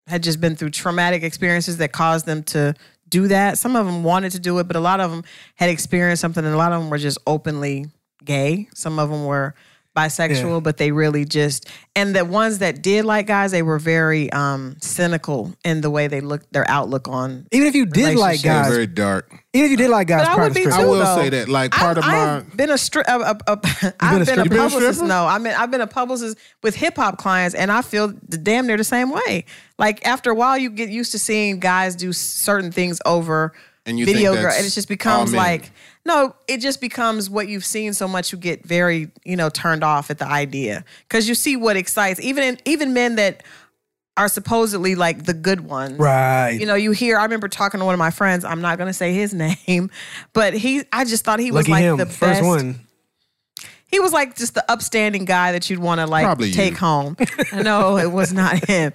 S5: had just been through traumatic experiences that caused them to do that. Some of them wanted to do it, but a lot of them had experienced something, and a lot of them were just openly gay. Some of them were bisexual, but they really just and the ones that did like guys, they were very um cynical in the way they looked their outlook on.
S4: Even if you did like
S5: Relationships.
S3: They're
S4: guys,
S3: very dark.
S4: even if you did like guys,
S5: But I
S4: prior
S5: would
S4: to
S5: be
S4: stripping,
S3: I
S5: too,
S3: will
S5: though.
S3: say that, like, part of
S5: I've
S3: my-
S5: been a stri- a, a,
S4: *laughs*
S5: a, I've been
S4: stripper?
S5: a
S4: You been
S3: a
S5: publicist.
S3: stripper?
S5: No, I mean I've been a publicist with hip hop clients, and I feel the- damn near the same way. Like after a while, you get used to seeing guys do certain things over
S3: And you
S5: video
S3: think
S5: girl,
S3: that's
S5: and it just
S3: all
S5: becomes
S3: men.
S5: like no, it just becomes what you've seen so much you get very you know turned off at the idea because you see what excites even in, even men that are supposedly like the good ones,
S4: right?
S5: you know, you hear. I remember talking to one of my friends. I'm not going to say his *laughs* name, but he. I just thought he was like
S4: Lucky him,
S5: the
S4: first
S5: best.
S4: one.
S5: He was like just the upstanding guy that you'd want to like
S3: Probably you.
S5: take home. no, it was not *laughs* him,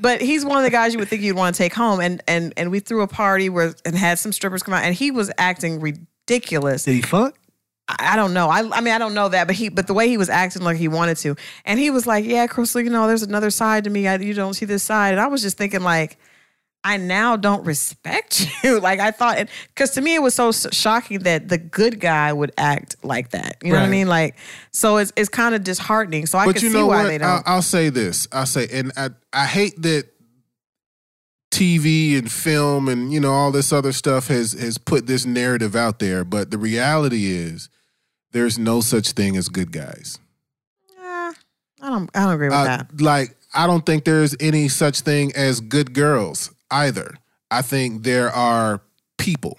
S5: but he's one of the guys you would think you'd want to take home. And and and we threw a party where and had some strippers come out, and he was acting ridiculous.
S4: Did he fuck?
S5: I I don't know. I, I mean, I don't know that, but he, but the way he was acting like he wanted to, and he was like, "Yeah, Crystal, you know, there's another side to me. I, you don't see this side." And I was just thinking, like, I now don't respect *laughs* you. like I thought, because to me it was so s- shocking that the good guy would act like that. You know what I
S4: Right.
S5: mean? Like, so it's it's kind of disheartening. So I
S3: but
S5: can
S3: you
S5: see
S3: know
S5: why
S3: what? Uh,
S5: they don't.
S3: I'll, I'll say this. I'll say, and I, I hate that TV and film and you know all this other stuff has has put this narrative out there. But the reality is, there's no such thing as good guys.
S5: Eh, I don't. I don't agree with
S3: Uh,
S5: that.
S3: like I don't think there's any such thing as good girls either. I think there are people,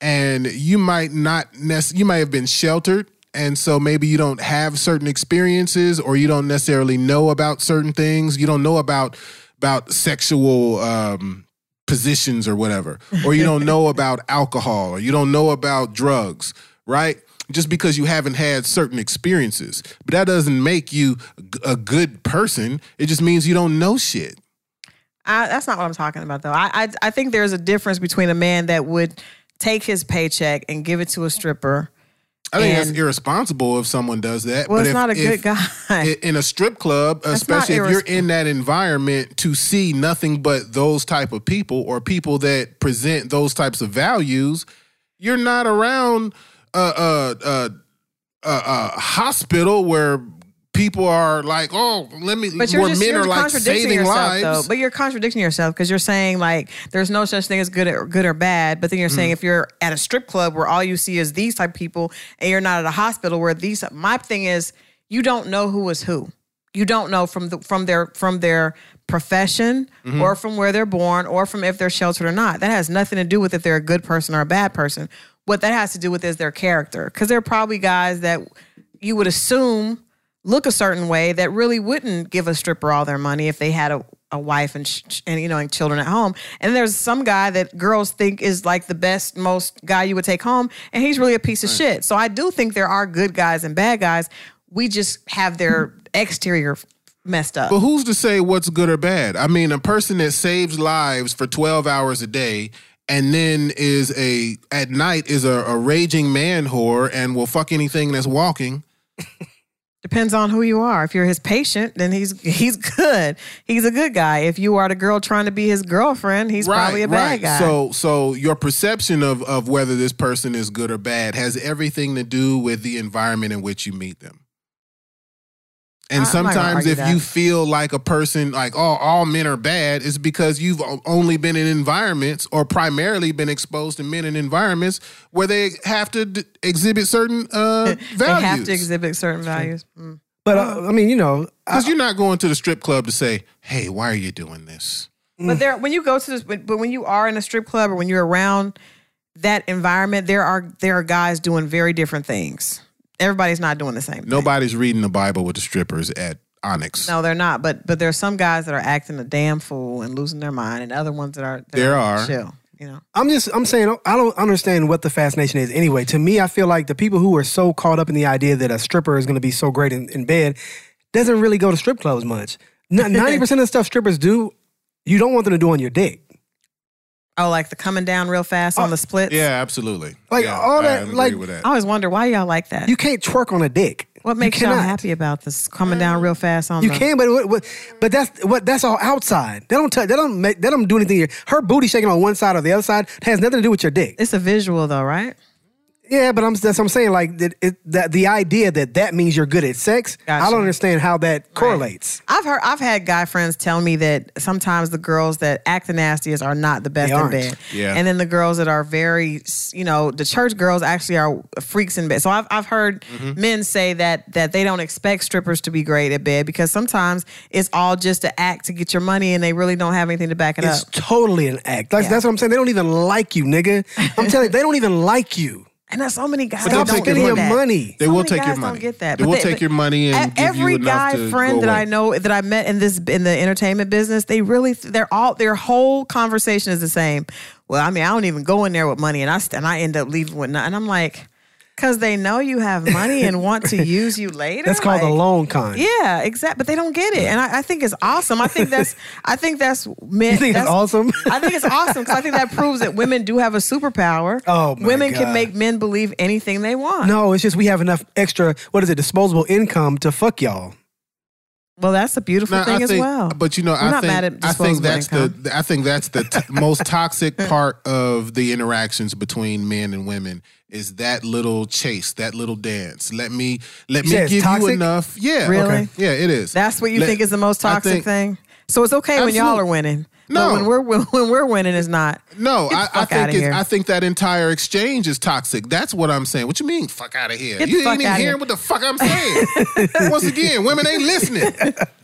S3: and you might not nec- you might have been sheltered, and so maybe you don't have certain experiences, or you don't necessarily know about certain things. You don't know about about sexual. Um, positions or whatever or you don't know about alcohol or you don't know about drugs right just because you haven't had certain experiences but that doesn't make you g- a good person it just means you don't know shit
S5: I, that's not what I'm talking about, though. I, I I think there's a difference between a man that would take his paycheck and give it to a stripper.
S3: i think that's
S5: And-
S3: irresponsible if someone does that
S5: Well,
S3: but
S5: it's
S3: if-
S5: not a
S3: if-
S5: good guy.
S3: i- in a strip club
S5: not
S3: especially if you're
S5: irresp-
S3: in that environment to see nothing but those type of people or people that present those types of values you're not around a uh, uh, uh, uh, uh, hospital where people are like oh let me
S5: But you're
S3: where
S5: just
S3: men
S5: you're
S3: are like
S5: contradicting
S3: saving
S5: yourself,
S3: lives
S5: though. But you're contradicting yourself because you're saying like there's no such thing as good or good or bad. But then you're
S3: Mm.
S5: saying if you're at a strip club where all you see is these type of people, and you're not at a hospital where these. My thing is you don't know who is who. You don't know from the, from their from their profession
S3: Mm-hmm.
S5: or from where they're born or from if they're sheltered or not. That has nothing to do with if they're a good person or a bad person. What that has to do with is their character because there are probably guys that you would assume look a certain way that really wouldn't give a stripper all their money if they had a, a wife and sh- sh- and you know and children at home. And there's some guy that girls think is like the best most guy you would take home, and he's really a piece of shit. So I do think there are good guys and bad guys. We just have their exterior f- messed up.
S3: But who's to say what's good or bad? I mean, a person that saves lives for 12 hours a day and then is a at night is a, a raging man whore and will fuck anything that's walking.
S5: Depends on who you are. If you're his patient, then he's he's good. He's a good guy. If you are the girl trying to be his girlfriend, he's probably a bad guy.
S3: So so your perception of of whether this person is good or bad has everything to do with the environment in which you meet them. And
S5: I- I'm not gonna
S3: sometimes
S5: argue
S3: if
S5: that.
S3: you feel like a person like oh all men are bad it's because you've o- only been in environments or primarily been exposed to men in environments where they have to d- exhibit certain uh values.
S5: *laughs* they have to exhibit certain values. Mm.
S4: But uh, I mean, you know, I,
S3: Cuz
S5: Uh,
S3: you're not going to the strip club to say, "Hey, why are you doing this?"
S4: Mm.
S5: But there, when you go to this, but but when you are in a strip club or when you're around that environment, there are there are guys doing very different things. Everybody's not doing the same. thing.
S3: Nobody's reading the Bible with the strippers at Onyx.
S5: No, they're not. But but there are some guys that are acting a damn fool and losing their mind, and other ones that are that
S3: There are.
S5: chill. You know,
S4: I'm just I'm saying I don't understand what the fascination is. Anyway, to me, I feel like the people who are so caught up in the idea that a stripper is going to be so great in, in bed doesn't really go to strip clubs much. Ninety percent of the stuff strippers do, you don't want them to do on your dick.
S5: oh, like the coming down real fast
S4: Oh,
S5: on the splits.
S3: Yeah, absolutely.
S4: Like,
S3: Yeah,
S4: all
S3: I
S4: that-
S3: agree
S4: like-
S3: with that.
S5: I always wonder why y'all like that.
S4: You can't twerk on a dick.
S5: what
S4: You
S5: makes y'all
S4: cannot. Mm.
S5: happy about this coming down real fast on
S4: You
S5: the-
S4: can, but what, what, but that's what that's all outside. They don't touch. They don't make. They don't do anything. Here. Her booty shaking on one side or the other side has nothing to do with your dick.
S5: It's a visual though, right?
S4: Yeah, but I'm that's what I'm saying. Like that, it, that the idea that that means you're good at sex. I
S5: Gotcha.
S4: don't understand how that correlates.
S5: I've heard I've had guy friends tell me that sometimes the girls that act the nastiest are not the best
S4: They
S5: in
S4: aren't.
S5: bed.
S3: Yeah.
S5: And then the girls that are very you know, the church girls actually are freaks in bed. So I've I've heard
S4: Mm-hmm.
S5: men say that that they don't expect strippers to be great at bed because sometimes it's all just an act to get your money and they really don't have anything to back it
S4: It's
S5: up.
S4: totally an act. That's,
S5: Yeah.
S4: that's what I'm saying. They don't even like you, nigga. I'm telling you, they don't even
S5: *laughs*
S4: like you.
S5: And there's so many guys
S4: Stop
S5: that don't
S4: spending
S5: get
S4: your
S5: that.
S4: money.
S3: They
S5: So
S3: will
S5: many
S3: take your
S5: guys
S3: money.
S5: Don't get that.
S3: They
S5: but
S3: will take your money and
S5: e-
S3: give
S5: every
S3: you enough
S5: guy
S3: to
S5: friend
S3: go
S5: that
S3: away.
S5: I know that I met in this in the entertainment business, they really they're all their whole conversation is the same. Well, I mean, I don't even go in there with money, and I st- and I end up leaving with nothing. And I'm like, because they know you have money and want
S3: *laughs*
S5: to use you later.
S4: That's called
S5: Like,
S4: a long con.
S5: Yeah, exact. But they don't get it, and I, I think it's awesome. I think
S3: *laughs*
S5: that's I think that's meant.
S4: You think it's
S5: that's-
S4: awesome?
S5: I think it's awesome because I think that proves that women do have
S3: *laughs*
S5: a superpower.
S4: Oh, my
S5: women
S4: God.
S5: can make men believe anything they want.
S4: No, it's just we have enough extra. What is it? Disposable income to fuck y'all.
S5: Well, that's a beautiful
S3: Now,
S5: thing
S3: I
S5: as
S3: think,
S5: well.
S3: But you know,
S5: We're
S3: I
S5: not
S3: think
S5: mad at
S3: I think
S5: disposable
S3: that's
S5: income.
S3: the I think that's the t- most toxic
S5: *laughs*
S3: part of the interactions between men and women is that little chase, that little dance. Let me let
S4: You
S3: me
S4: said it's
S3: give you
S4: toxic?
S3: enough. Yeah,
S5: Really?
S3: okay. Yeah, it is.
S5: that's what you
S3: Let-
S5: think is the most
S3: I
S5: toxic
S3: think-
S5: thing. So it's okay when y'all
S3: Absolute-
S5: are winning.
S3: No.
S5: but when we're *laughs* when, when we're winning, it's not.
S3: No,
S5: Get the
S3: I, I
S5: fuck
S3: think
S5: outta
S3: it's,
S5: here.
S3: I think that entire exchange is toxic. That's what I'm saying. What you mean? Fuck out of here!
S5: Get the
S3: you ain't
S5: fuck
S3: even
S5: outta
S3: hearing
S5: here.
S3: what the fuck I'm saying.
S5: *laughs*
S3: Once again, women ain't listening.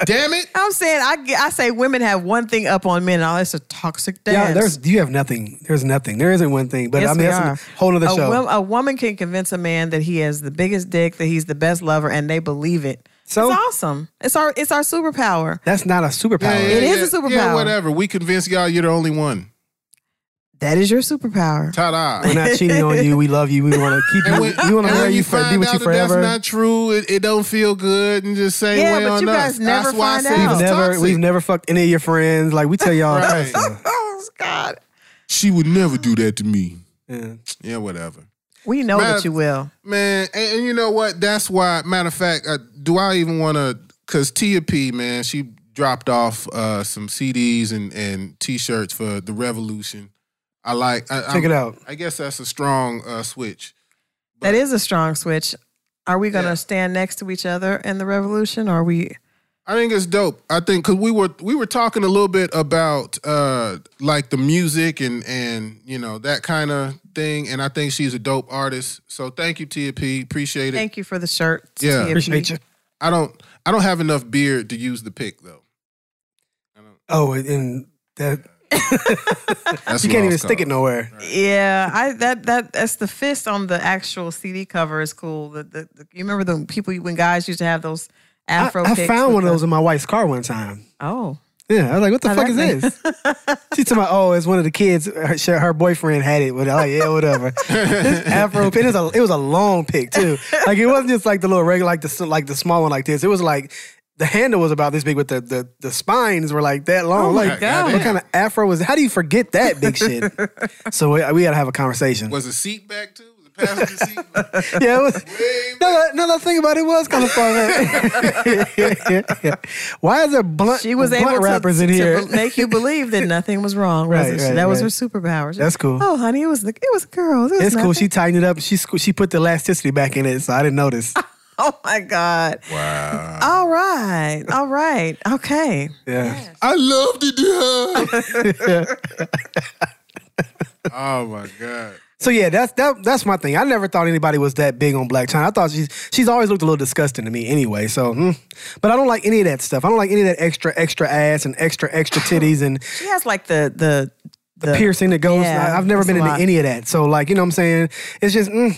S3: Damn it!
S5: I'm saying I get- I say women have one thing up on men, and all that's a toxic dance.
S4: Yeah, there's you have nothing. There's nothing. There isn't one thing. But I
S5: Yes,
S4: mean,
S5: we
S4: that's
S5: are.
S4: a whole other
S5: a,
S4: show.
S5: wo- a woman can convince a man that he has the biggest dick, that he's the best lover, and they believe it.
S4: So?
S5: it's awesome. It's our it's our superpower.
S4: that's not a superpower.
S5: It is a
S3: Yeah,
S5: superpower.
S3: whatever. We convinced y'all you're the only one.
S5: That is your superpower.
S3: Ta
S5: *laughs*
S3: da!
S4: We're not cheating on you. We love you. We want to keep you.
S3: And when,
S4: we want to
S3: and
S4: marry
S3: when
S4: you,
S3: you
S4: for, be
S3: find
S4: with
S3: out
S4: you
S3: that that's
S4: forever.
S3: not true, it, it don't feel good, and just same
S5: Yeah,
S3: way
S5: but
S3: on
S5: you
S3: us.
S5: guys never
S3: that's why I
S5: find
S3: said
S5: out.
S4: We've
S3: it's
S4: never
S3: toxic.
S4: we've never fucked any of your friends. Like we tell y'all,
S3: Right.
S4: all
S5: Oh God,
S3: She would never do that to me.
S4: yeah.
S3: Yeah, whatever.
S5: we know
S3: Matter-
S5: that you will.
S3: Man, and, and you know what? That's why. Matter of fact, uh, do I even want to? Because Tia P, man, she dropped off uh, some CDs and and T-shirts for the Revolution. I like. I,
S4: check
S3: I'm-
S4: it out.
S3: I guess that's a strong uh, switch.
S5: That is a strong switch. Are we going to
S3: Yeah.
S5: stand next to each other in the revolution? Or are we?
S3: I think it's dope. I think because we were we were talking a little bit about uh like the music and and you know that kind of thing, and I think she's a dope artist. So thank you, Tia P. Appreciate it.
S5: Thank you for the shirt.
S3: Yeah.
S5: TFG.
S4: Appreciate you.
S3: I don't I don't have enough beard to use the pick though.
S4: Oh, and- and that
S3: That's
S4: you
S3: what I
S4: can't even
S3: was
S4: stick it
S3: called.
S4: nowhere.
S5: Yeah, I that that that's the fist on the actual CD cover is cool. The, the, the- you remember the people you- when guys used to have those
S4: I,
S5: Afro.
S4: I
S5: picks
S4: found
S5: with
S4: one of
S5: the-
S4: those in my wife's car one time.
S5: Oh,
S4: Yeah, I was like, "What the
S5: I
S4: fuck
S5: like
S4: is
S5: that.
S4: this?"
S5: *laughs*
S4: She told me, "Oh, it's one of the kids. Her, she- her boyfriend had it." With like, yeah, whatever. this Afro pick. It was a it was a long pick too. Like it wasn't just like the little regular, like the s- like the small one like this. It was like the handle was about this big, but the the, the spines were like that long.
S5: Oh my
S4: like,
S5: God.
S4: what kind of Afro was? How do you forget that big
S5: *laughs*
S4: shit? so we, we got to have a conversation.
S3: Was the seat back too? Was the passenger seat?
S4: *laughs* yeah, it was.
S3: Way
S4: No, that- no, that thing about it was kind of
S5: *laughs*
S4: fun. *laughs* Why is there blunt?
S5: she was
S4: blunt
S5: able
S4: rappers
S5: to,
S4: in
S5: to
S4: here.
S5: be- make you believe that nothing was wrong.
S4: Right,
S5: wasn't she?
S4: right,
S5: that was her
S4: right.
S5: superpower. She-
S4: That's cool.
S5: Oh, honey, it was the it was girls. It was
S4: It's cool.
S5: nothing.
S4: She tightened it up. She squ- she put the elasticity back in it, so I
S5: *laughs*
S4: didn't notice.
S5: Oh my God. Wow. All right. All right. Okay.
S4: Yeah.
S3: I love to do her. *laughs* oh my god.
S4: So yeah, that's that, that's my thing. I never thought anybody was that big on Black China. I thought she's she's always looked a little disgusting to me anyway. So, mm. but I don't like any of that stuff. I don't like any of that extra extra ass and extra extra titties and
S5: She has like the the the,
S4: piercing that
S5: *laughs*
S4: goes.
S5: Yeah,
S4: I, have never
S5: that's
S4: been
S5: a
S4: into
S5: lot.
S4: any of that. So like you know what I'm saying? It's just mm,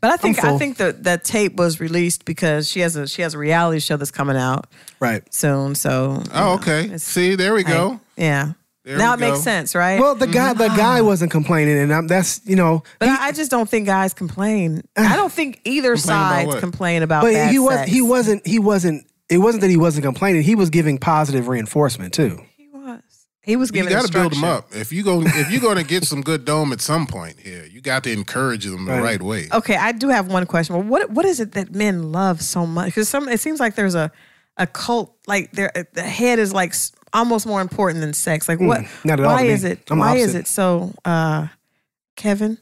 S5: But I think I
S4: full.
S5: think that that tape was released because she has a she has a reality show that's coming out
S4: right.
S5: soon. So
S3: Oh okay. See, there we go.
S5: yeah,
S3: There
S5: now
S3: we
S5: it makes
S3: go.
S5: sense, right?
S4: Well, the guy the guy wasn't complaining, and I'm, that's you know.
S5: Mm-hmm. but I, I just don't think guys
S4: *sighs*
S5: complain. I don't think either
S3: about
S5: side
S3: what?
S5: complain about.
S4: But
S5: bad
S4: he was
S5: sex.
S4: he wasn't he wasn't. It wasn't that he wasn't complaining. He was giving positive reinforcement too.
S5: he was he was
S3: You
S5: giving.
S3: got to build them up.
S5: instruction.
S3: If you go, if you're gonna get some good dome at some point here, you got to encourage them the
S4: Right.
S3: right, way.
S5: Okay, I do have one question. Well, what what is it that men love so much? Because some it seems like there's a a cult like there the head is like s- almost more important than sex. Like what?
S3: Mm,
S4: not at all
S5: why
S4: to me.
S5: is it? uh,
S4: I'm the
S5: why is
S4: opposite.
S5: it so? uh Kevin,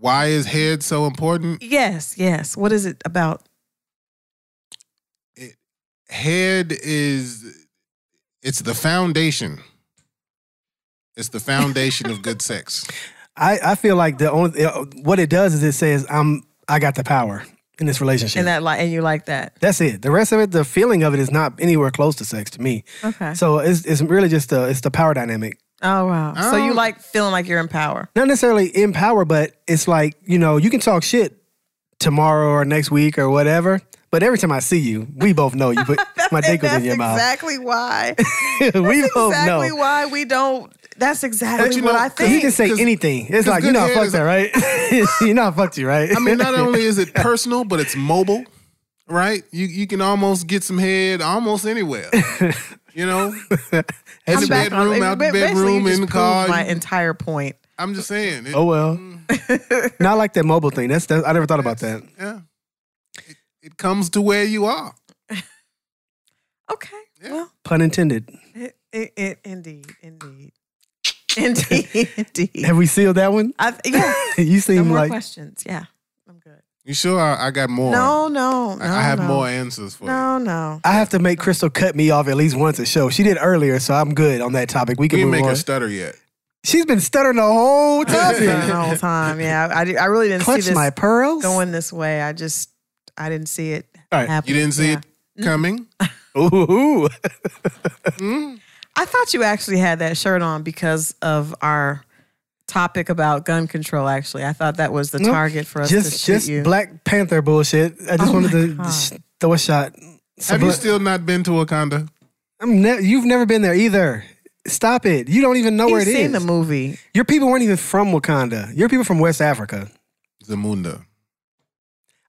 S3: Why is head so important?
S5: Yes, yes. What is it about?
S3: Head is it's the foundation. It's the foundation of good sex.
S4: I, I feel like the only uh, what it does is it says I'm I got the power in this relationship.
S5: And that like and you like that.
S4: That's it. The rest of it, the feeling of it, is not anywhere close to sex to me.
S5: Okay.
S4: So it's it's really just the it's the power dynamic.
S5: oh wow. So you
S3: Um,
S5: like feeling like you're in power.
S4: Not necessarily in power, but it's like you know you can talk shit tomorrow or next week or whatever. But every time I see you, we both
S5: *laughs*
S4: know you put my
S5: And
S4: dick was in
S5: that's
S4: your
S5: exactly *laughs* why.
S4: mouth. *laughs* we
S5: That's
S4: both
S5: exactly
S4: know.
S5: why we don't. That's exactly
S3: you
S5: what
S3: know,
S5: I
S4: 'Cause
S5: think.
S4: He can say
S3: 'Cause-
S4: anything.
S3: 'cause
S4: It's like you
S3: good
S4: know I
S3: head
S4: fucked
S3: is-
S4: that, right? *laughs* you know I fucked you, right?
S3: I mean, not only is
S5: *laughs*
S3: it personal, but it's mobile, right? You you can almost get some head almost
S5: *laughs*
S3: anywhere. You know, in the
S5: back on-
S3: bedroom, out the
S5: ba- basically, you
S3: bedroom,
S5: just
S3: in the
S5: proved
S3: car.
S5: My entire point.
S3: I'm just saying. It,
S4: oh well.
S5: Mm. *laughs*
S4: not like that mobile thing. That's that, I never thought about that.
S3: Yeah, it, it comes to where you are.
S5: Okay. Well,
S4: Pun intended.
S5: it, it, it indeed, indeed, *laughs* indeed, indeed.
S4: Have we sealed that one? *laughs*
S5: I, th- yeah.
S4: you
S5: No
S4: seem
S5: more
S4: like
S5: questions. Yeah, I'm good.
S3: You sure? I, I got more.
S5: No, no, no.
S3: I, I have
S5: no.
S3: more answers for you.
S5: No,
S4: *laughs*
S5: no.
S4: I have to make Crystal cut me off at least once a show. She did earlier, so I'm good on that topic. We
S3: We
S4: can
S3: didn't
S4: move
S3: make
S4: on.
S3: her stutter yet.
S4: She's been stuttering
S5: *laughs*
S4: the whole
S5: I've been doing it
S4: topic.
S5: the whole time. Yeah, I, I really didn't
S4: Clutch
S5: see this
S4: my
S5: *laughs*
S4: pearls.
S5: going this way. I just, I didn't see it
S4: All right.
S5: happen.
S3: You didn't see
S5: Yeah.
S3: it
S5: *laughs*
S3: coming.
S4: Ooh.
S5: I thought you actually had that shirt on because of our topic about gun control. Actually, I thought that was the *laughs* target for us to
S4: just
S5: shoot
S4: just
S5: you.
S4: Black Panther bullshit. I just
S5: Oh
S4: wanted
S5: my
S4: to
S5: God.
S4: sh- throw a shot. So
S3: Have you
S4: bla-
S3: still not been to Wakanda?
S4: I'm ne- you've never been there either. Stop it. You don't even know
S5: You've
S4: where it is.
S5: seen the movie.
S4: Your people weren't even from Wakanda. Your people from West Africa.
S3: Zamunda.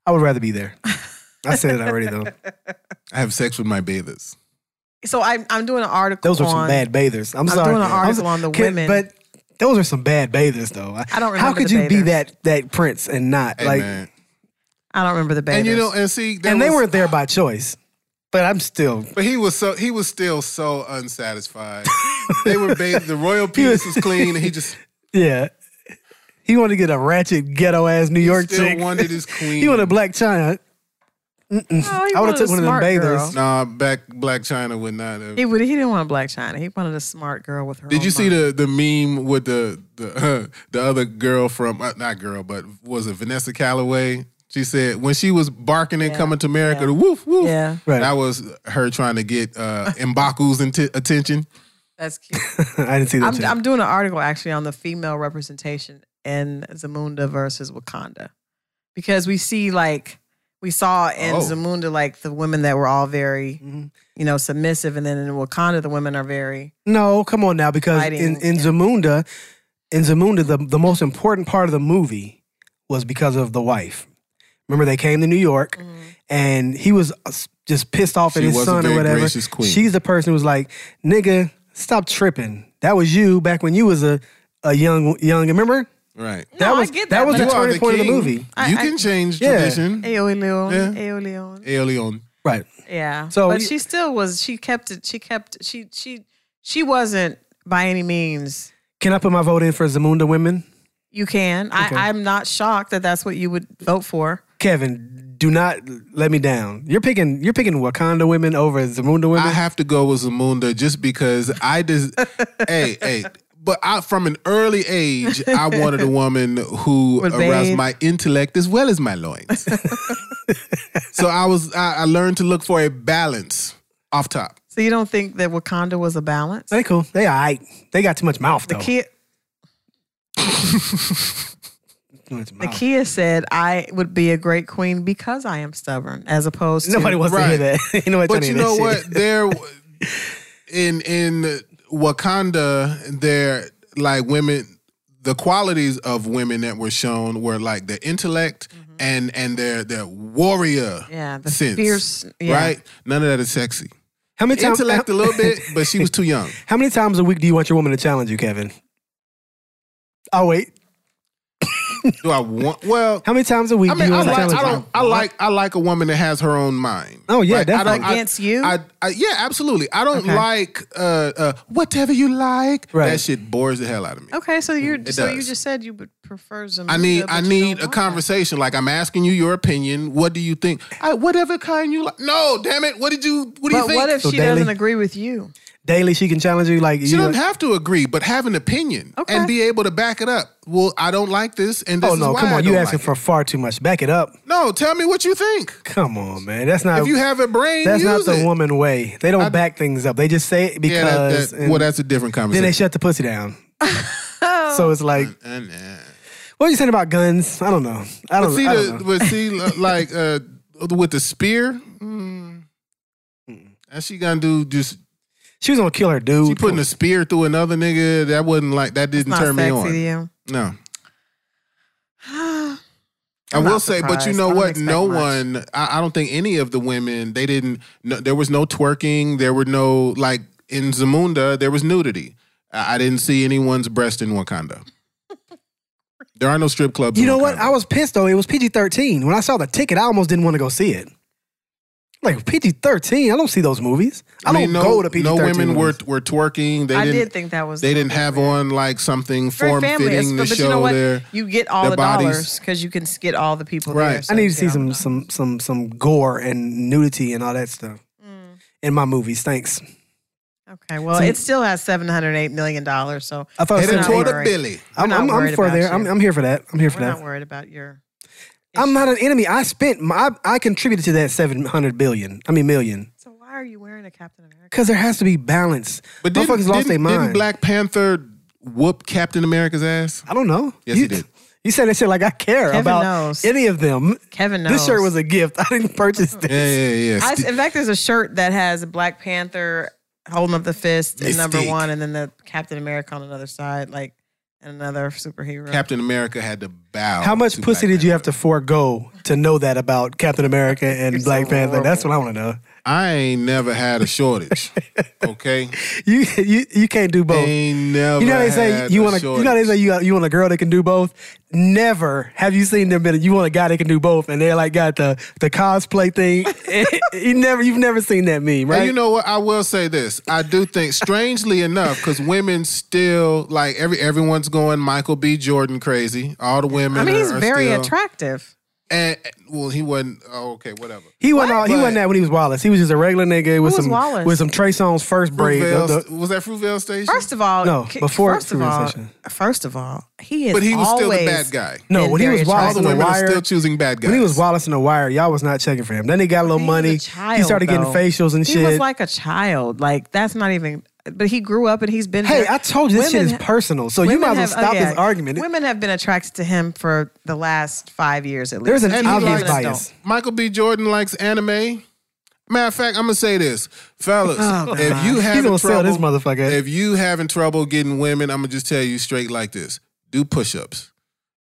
S4: I would rather be there. I said it
S5: *laughs*
S4: already though.
S3: I have sex with my bathers.
S5: So I'm I'm doing an article.
S4: Those were some
S5: on-
S4: bad bathers. I'm,
S5: I'm
S4: sorry.
S5: doing an
S4: I'm
S5: article
S4: so-
S5: on the
S4: Can-
S5: women.
S4: But those are some bad bathers, though.
S5: I don't
S4: How
S5: remember
S4: could
S5: the
S4: you be
S5: bathers.
S4: that that prince and not
S3: Hey,
S4: like?
S3: man.
S5: I don't remember the bathers.
S3: And you know, and see, that
S4: And they
S3: was-
S4: weren't there by choice. But I'm still.
S3: But he was so he was still so unsatisfied. they were bathed. The
S4: *laughs*
S3: royal penis was clean, and he just
S4: Yeah. He wanted to get a ratchet ghetto ass New York
S3: still
S4: chick.
S3: wanted his queen.
S4: *laughs* He wanted black China.
S5: Oh, he
S4: I would
S5: wanted
S4: have
S5: a
S4: took one of them
S5: smart
S4: bathers.
S5: girl.
S3: nah, back Black China would not have.
S5: He would. He didn't want a black China. He wanted a smart girl with her.
S3: Did
S5: own
S3: you see
S5: mind.
S3: the the meme with the the *laughs* the other girl from uh, not girl, but was it Vanessa Calloway? She said when she was barking and
S5: Yeah,
S3: coming to America,
S5: yeah.
S3: the woof woof.
S5: Yeah,
S4: Right.
S3: That was her trying to get
S5: *laughs*
S3: uh, Mbaku's inti- attention. *laughs*
S5: that's cute.
S4: *laughs* I didn't see that.
S5: I'm
S4: shit.
S5: I'm doing an article actually on the female representation in Zamunda versus Wakanda, because we see like we saw in
S3: Oh. Mm-hmm.
S5: Zamunda like the women that were all very
S4: Mhm.
S5: you know submissive, and then in Wakanda the women are very
S4: No, come on now, because in,
S5: Fighting,
S4: in
S5: yeah.
S4: Zamunda, in Zamunda, the, the most important part of the movie was because of the wife. Remember, they came to New York,
S5: Mm-hmm.
S4: and he was uh, just pissed off at
S3: She
S4: his
S3: was a
S4: son or
S3: very
S4: whatever.
S3: gracious queen.
S4: She's the person who was like, "Nigga, stop tripping. That was you back when you was a, a young young. Remember
S3: Right.
S4: that
S5: No, I
S4: was
S5: get
S4: that
S5: that,
S4: was
S5: but
S4: the
S5: I-
S3: You are
S4: turning
S3: the
S4: point of the
S3: king.
S4: movie,
S5: I-
S3: you
S5: I-
S3: can change
S4: Yeah.
S3: tradition.
S5: Aoi Leon,
S3: Yeah.
S5: Aoi Leon.
S3: Early on.
S4: right?
S5: Yeah.
S4: So
S5: but
S4: you-
S5: she still was. She kept it. She kept. She she she wasn't by any means.
S4: Can I put my vote in for Zamunda women?
S5: You can.
S4: Okay.
S5: I, I'm not shocked that that's what you would vote for.
S4: Kevin, do not let me down. You're picking you're picking Wakanda women over Zamunda women.
S3: I have to go with Zamunda just because I just hey hey. But I, from an early age, I wanted a woman who
S5: Would
S3: aroused
S5: bathe.
S3: my intellect as well as my loins. so I was I, I learned to look for a balance off top.
S5: So you don't think that Wakanda was a balance?
S4: They cool. They all right. They got too much mouth though.
S5: The kid,
S4: Too much mouth.
S5: Nakia said, "I would be a great queen because I am stubborn," as opposed to
S4: Nobody wants to hear
S3: Right.
S4: that. *laughs* you know what?
S3: But you know what?
S4: shit.
S3: There in in Wakanda, there like women, the qualities of women that were shown were like their intellect
S4: Mm-hmm.
S3: and and their their warrior
S5: Yeah, the
S3: sense,
S5: fierce- yeah.
S3: right? None of that is sexy.
S4: How many times?
S3: Intellect a little bit, but she was too young.
S4: *laughs* How many times a week do you want your woman to challenge you, Kevin? I'll wait.
S3: Do I want? Well,
S4: Oh, How many times a week
S3: I mean,
S4: do you
S3: I
S4: want to
S3: like, I,
S4: challenge
S3: don't, I like, I like a woman that has her own mind.
S4: Oh, yeah,
S3: Like, I don't-
S4: definitely.
S3: I-
S5: Against you?
S3: I, I, yeah, absolutely. I don't
S4: Okay.
S3: like uh, uh, whatever you like.
S4: Right.
S3: That shit bores the hell out of me.
S5: Okay, so you're so you
S3: Mm, does.
S5: just said you would prefer Zamuda.
S3: I need, I
S5: Mm-hmm. but you
S3: need
S5: don't
S3: a
S5: want that.
S3: conversation. Like I'm asking you your opinion. What do you think? I, whatever kind you like. No, damn it. What did you? What do you
S5: But
S3: think?
S5: what if
S4: So
S5: she
S4: daily-
S5: doesn't agree with you?
S4: daily? She can challenge you like
S3: She
S4: you
S3: doesn't have to agree, but have an opinion
S5: Okay.
S3: and be able to back it up. Well, I don't like this, and this
S4: Oh
S3: is
S4: no,
S3: why
S4: come
S3: I
S4: on! You
S3: don't
S4: asking
S3: like
S4: for far too much. Back it up.
S3: it. No, tell me what you think.
S4: Come on, man. That's not
S3: If you have a brain,
S4: that's not
S3: use
S4: the
S3: it.
S4: woman way. They don't back things up. They just say it because
S3: Yeah, that, that,
S4: and
S3: well, that's a different
S4: then
S3: conversation.
S4: they shut the
S3: *laughs*
S4: pussy down. so it's like,
S3: And, uh,
S4: what are you saying about guns? I don't know. I
S3: but
S4: don't,
S3: see,
S4: I don't
S3: the,
S4: know.
S3: but see,
S4: *laughs*
S3: li- like uh, with the spear, mm, and she gonna do just
S4: She was gonna kill her dude.
S3: she putting a spear through another nigga. That wasn't like that didn't
S5: Not
S3: turn me
S5: sexy
S3: on.
S5: to you.
S3: No,
S5: I'm
S3: I
S5: not
S3: will say, but you
S5: surprised.
S3: know
S5: I don't
S3: what?
S5: expect
S3: No
S5: much.
S3: one. I, I don't think any of the women. They didn't. No, there was no twerking. There were no like in Zamunda. There was nudity. I, I didn't see anyone's breast in
S5: *laughs*
S3: Wakanda. there are no strip clubs.
S4: You
S3: in
S4: know what?
S3: Wakanda.
S4: I was pissed though. It was PG thirteen. When I saw the ticket, I almost didn't want to go see it. Like PG thirteen, I don't see those movies. I,
S3: mean,
S4: don't
S3: no,
S4: go to PG
S3: No
S4: thirteen.
S3: women were were twerking. They
S5: I
S3: didn't.
S5: did think that was.
S3: they didn't have on like something
S5: Very
S3: form
S5: family, it's-
S3: fitting to
S5: but you know
S3: show
S5: what?
S3: their.
S5: You get all
S3: their
S5: the
S3: bodies.
S5: dollars because you can get all the people
S3: Right.
S5: there.
S4: I
S5: so
S4: need to
S5: you
S4: see
S5: get all
S4: some
S5: the
S4: some some some gore and nudity and all that stuff
S5: Mm.
S4: in my movies. Thanks.
S5: dollars. Okay, well,
S4: some-
S5: it still has seven hundred eight million dollars, so
S4: I thought it
S3: Headed
S4: was
S5: not
S3: toward a
S5: worried.
S3: Billy.
S4: I'm,
S5: not
S4: I'm, I'm
S5: worried
S4: for
S5: about
S4: there. I'm,
S5: you.
S4: I'm here for that. I'm here for
S5: we're
S4: that.
S5: not worried about your.
S4: I'm not an enemy. I spent my I contributed to that 700 billion. I mean million.
S5: So why are you wearing a Captain America?
S4: Cuz there has to be balance.
S3: But didn't,
S4: Motherfuckers lost
S3: didn't-
S4: their
S3: didn't
S4: mind.
S3: Black Panther whoop Captain America's ass?
S4: I don't know.
S3: Yes,
S4: you,
S3: he did.
S4: You said that shit like I care
S5: Kevin
S4: about
S5: knows.
S4: any of them.
S5: Kevin knows.
S4: This shirt was a gift. *laughs* I didn't purchase this.
S3: Yeah, yeah, yeah.
S5: I,
S4: *laughs*
S3: Sti-
S5: in fact, there's a shirt that has a Black Panther holding up the fist and number
S3: Mystique.
S5: one, and then the Captain America on another side, like and another superhero.
S3: Captain America had to bow.
S4: How much
S3: to
S4: pussy
S3: Black
S4: did you have to forego to know that about Captain America and
S5: so
S4: Black Panther?
S5: horrible.
S4: That's what I want to know.
S3: Panther. I ain't never had a
S4: *laughs*
S3: shortage. okay,
S4: You you you can't do both.
S3: ain't never.
S4: Oh. You know they say
S3: had
S4: you
S3: a
S4: want to. You
S3: shortage.
S4: know they say you got, you want a girl that can do both. Never have you seen them. Been, you want a guy that can do both, and they're like got the the cosplay thing. *laughs* you never you've never seen that meme, right?
S3: And you know what? I will say this. I do think, strangely enough, because women still like every everyone's going Michael B. Jordan crazy. All the women.
S5: I mean,
S3: are-
S5: he's
S3: are
S5: very
S3: still-
S5: attractive.
S3: And well, he wasn't. Oh, okay, whatever.
S4: he wasn't all, he
S3: But-
S4: wasn't that when he was Wallace. He was just a regular nigga with
S5: was
S4: some
S5: Wallace?
S4: with some Trey Songz first braid.
S3: Fruitvale,
S4: The- the-
S3: was that Fruitvale Station?
S5: First of all,
S4: No,
S5: ki-
S4: before
S5: first of
S4: Korean
S5: all,
S4: Session.
S5: first of all, he is.
S3: but he was still the
S5: always
S3: bad guy.
S4: no,
S5: been
S4: when he
S5: very
S4: was
S3: All
S4: Wallace
S3: the
S4: in the
S3: women are
S4: wire.
S3: still choosing bad guys.
S4: When he was Wallace in the wire, y'all was not checking for him. Then he got a little
S5: He was a
S4: money. he
S5: child,
S4: started getting
S5: though.
S4: facials and
S5: He
S4: shit.
S5: was like a child. Like that's not even. But he grew up and he's been.
S4: hey,
S5: very-
S4: I told you this shit
S5: Women
S4: is
S5: ha-
S4: personal, so you
S5: women
S4: might as well
S5: have- oh,
S4: stop
S5: yeah.
S4: this argument.
S5: Women have been attracted to him for the last five years at least.
S4: There's an
S5: Since he was
S4: obvious
S5: an adult.
S4: bias.
S3: Michael B. Jordan likes anime. Matter of fact, I'm gonna say this, fellas. if you having
S4: Oh, gonna
S3: trouble,
S4: sell this motherfucker.
S3: If you having trouble getting women, I'm gonna just tell you straight like this: do push-ups.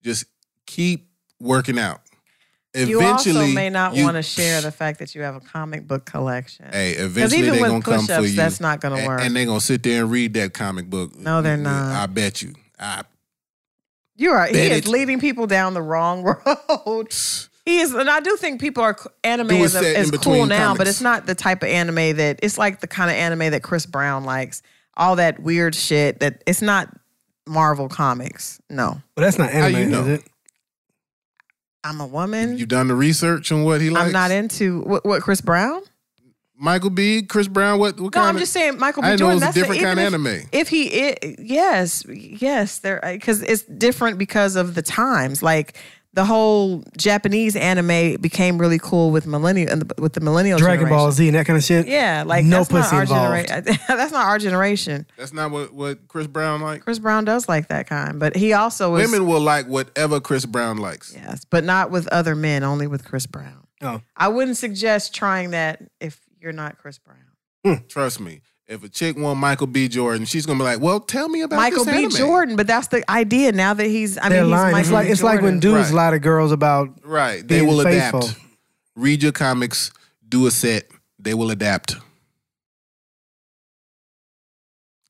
S3: Just keep working out.
S5: You
S3: Eventually,
S5: also may not
S3: you-
S5: want to share the fact that you have a comic book collection.
S3: Hey,
S5: Because
S3: eventually
S5: even
S3: they're gonna
S5: with
S3: come
S5: push
S3: for
S5: ups,
S3: you.
S5: that's not going to
S3: and,
S5: work.
S3: and they're gonna sit there and read that comic book.
S5: No, they're not.
S3: I bet you. I
S5: you are, he
S3: bet
S5: is
S3: it-
S5: leading people down the wrong *laughs* road. He is, and I do think people are anime
S3: Do a
S5: is,
S3: set in
S5: is
S3: between
S5: cool now, but
S3: comics.
S5: it's not the type of anime that it's like the kind of anime that Chris Brown likes. All that weird shit that it's not Marvel comics. No,
S4: But that's not anime,
S3: you know?
S4: is it?
S5: I'm a woman.
S3: you done the research on what he likes.
S5: I'm not into what, what Chris Brown.
S3: Michael B. Chris Brown. What? what
S5: No,
S3: kind
S5: I'm
S3: of,
S5: just saying Michael B.
S3: I didn't know
S5: Jordan.
S3: it was a
S5: that's the-
S3: different
S5: even
S3: kind of
S5: if-
S3: anime.
S5: If he, i yes, yes, there because it's different because of the times. Like the whole Japanese anime became really cool with millennial and the- with the millennial
S4: Dragon
S5: generation.
S4: Ball Z and that kind of shit.
S5: Yeah, like
S4: No
S5: that's
S4: pussy
S5: not our
S4: involved.
S5: generation. *laughs* that's not our generation.
S3: That's not what what Chris Brown like.
S5: Chris Brown does like that kind, but he also is
S3: Women will like whatever Chris Brown likes.
S5: yes, but not with other men, only with Chris Brown.
S4: Oh.
S5: I wouldn't suggest trying that if you're not Chris Brown.
S3: Trust me. If a chick want Michael B. Jordan, she's gonna be like, "Well, tell me about
S5: Michael
S3: this
S5: B.
S3: anime."
S5: Jordan, but that's the idea now that he's. I
S4: They're
S5: mean, he's
S4: lying.
S5: Michael
S4: It's like
S5: B.
S4: it's like when
S5: Jordan.
S4: dudes
S3: Right.
S4: lie to girls about
S3: Right? They
S4: being
S3: will
S4: faithful.
S3: adapt. Read your comics. Do a set. They will adapt.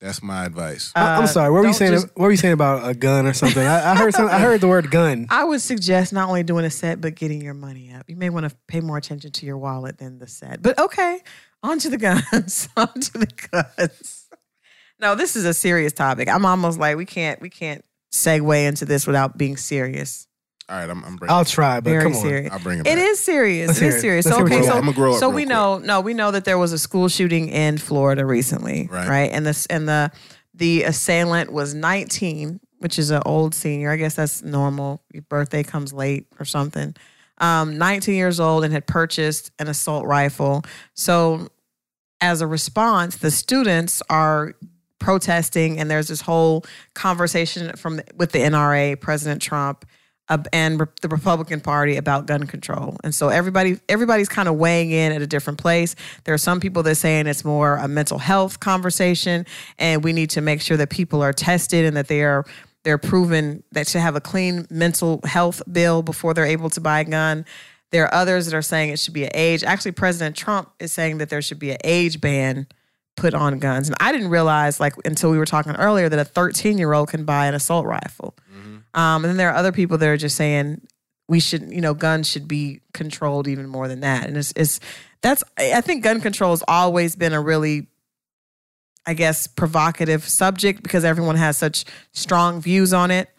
S3: That's my advice.
S4: I- I'm sorry. What were you
S5: Uh, don't
S4: saying?
S5: just-
S4: what were you saying about a gun or something? I, I heard. Some, I heard the word gun.
S5: *laughs* I would suggest not only doing a set, but getting your money up. You may want to pay more attention to your wallet than the set. But okay, on to the guns. *laughs* on to the guns. No, this is a serious topic. I'm almost like we can't we can't segue into this without being serious.
S3: All right, I'm, I'm bringing.
S4: I'll try, but
S5: Very
S4: come on.
S5: serious.
S3: I'll bring it
S5: It
S3: back.
S5: is serious.
S4: Let's
S5: it
S4: hear
S5: is
S4: it.
S5: serious. So
S4: Let's hear what
S5: okay,
S4: you
S5: so
S4: got.
S3: I'ma grow up
S5: so
S3: real
S5: we
S3: quick.
S5: know no, we know that there was a school shooting in Florida recently,
S3: Right.
S5: right? And this and the the assailant was 19, which is an old senior. I guess that's normal. Your birthday comes late or something. Um, 19 years old and had purchased an assault rifle. So as a response, the students are protesting, and there's this whole conversation from with the NRA, President Trump, uh, and re- the Republican Party about gun control. And so everybody everybody's kind of weighing in at a different place. There are some people that are saying it's more a mental health conversation, and we need to make sure that people are tested and that they are they're proven that should have a clean mental health bill before they're able to buy a gun. There are others that are saying it should be an age. Actually, President Trump is saying that there should be an age ban put on guns. And I didn't realize, like, until we were talking earlier, that a 13 year old can buy an assault rifle. Um, and then there are other people that are just saying we should, you know, guns should be controlled even more than that. And it's, it's that's, I I think gun control has always been a really, I guess, provocative subject because everyone has such strong views on it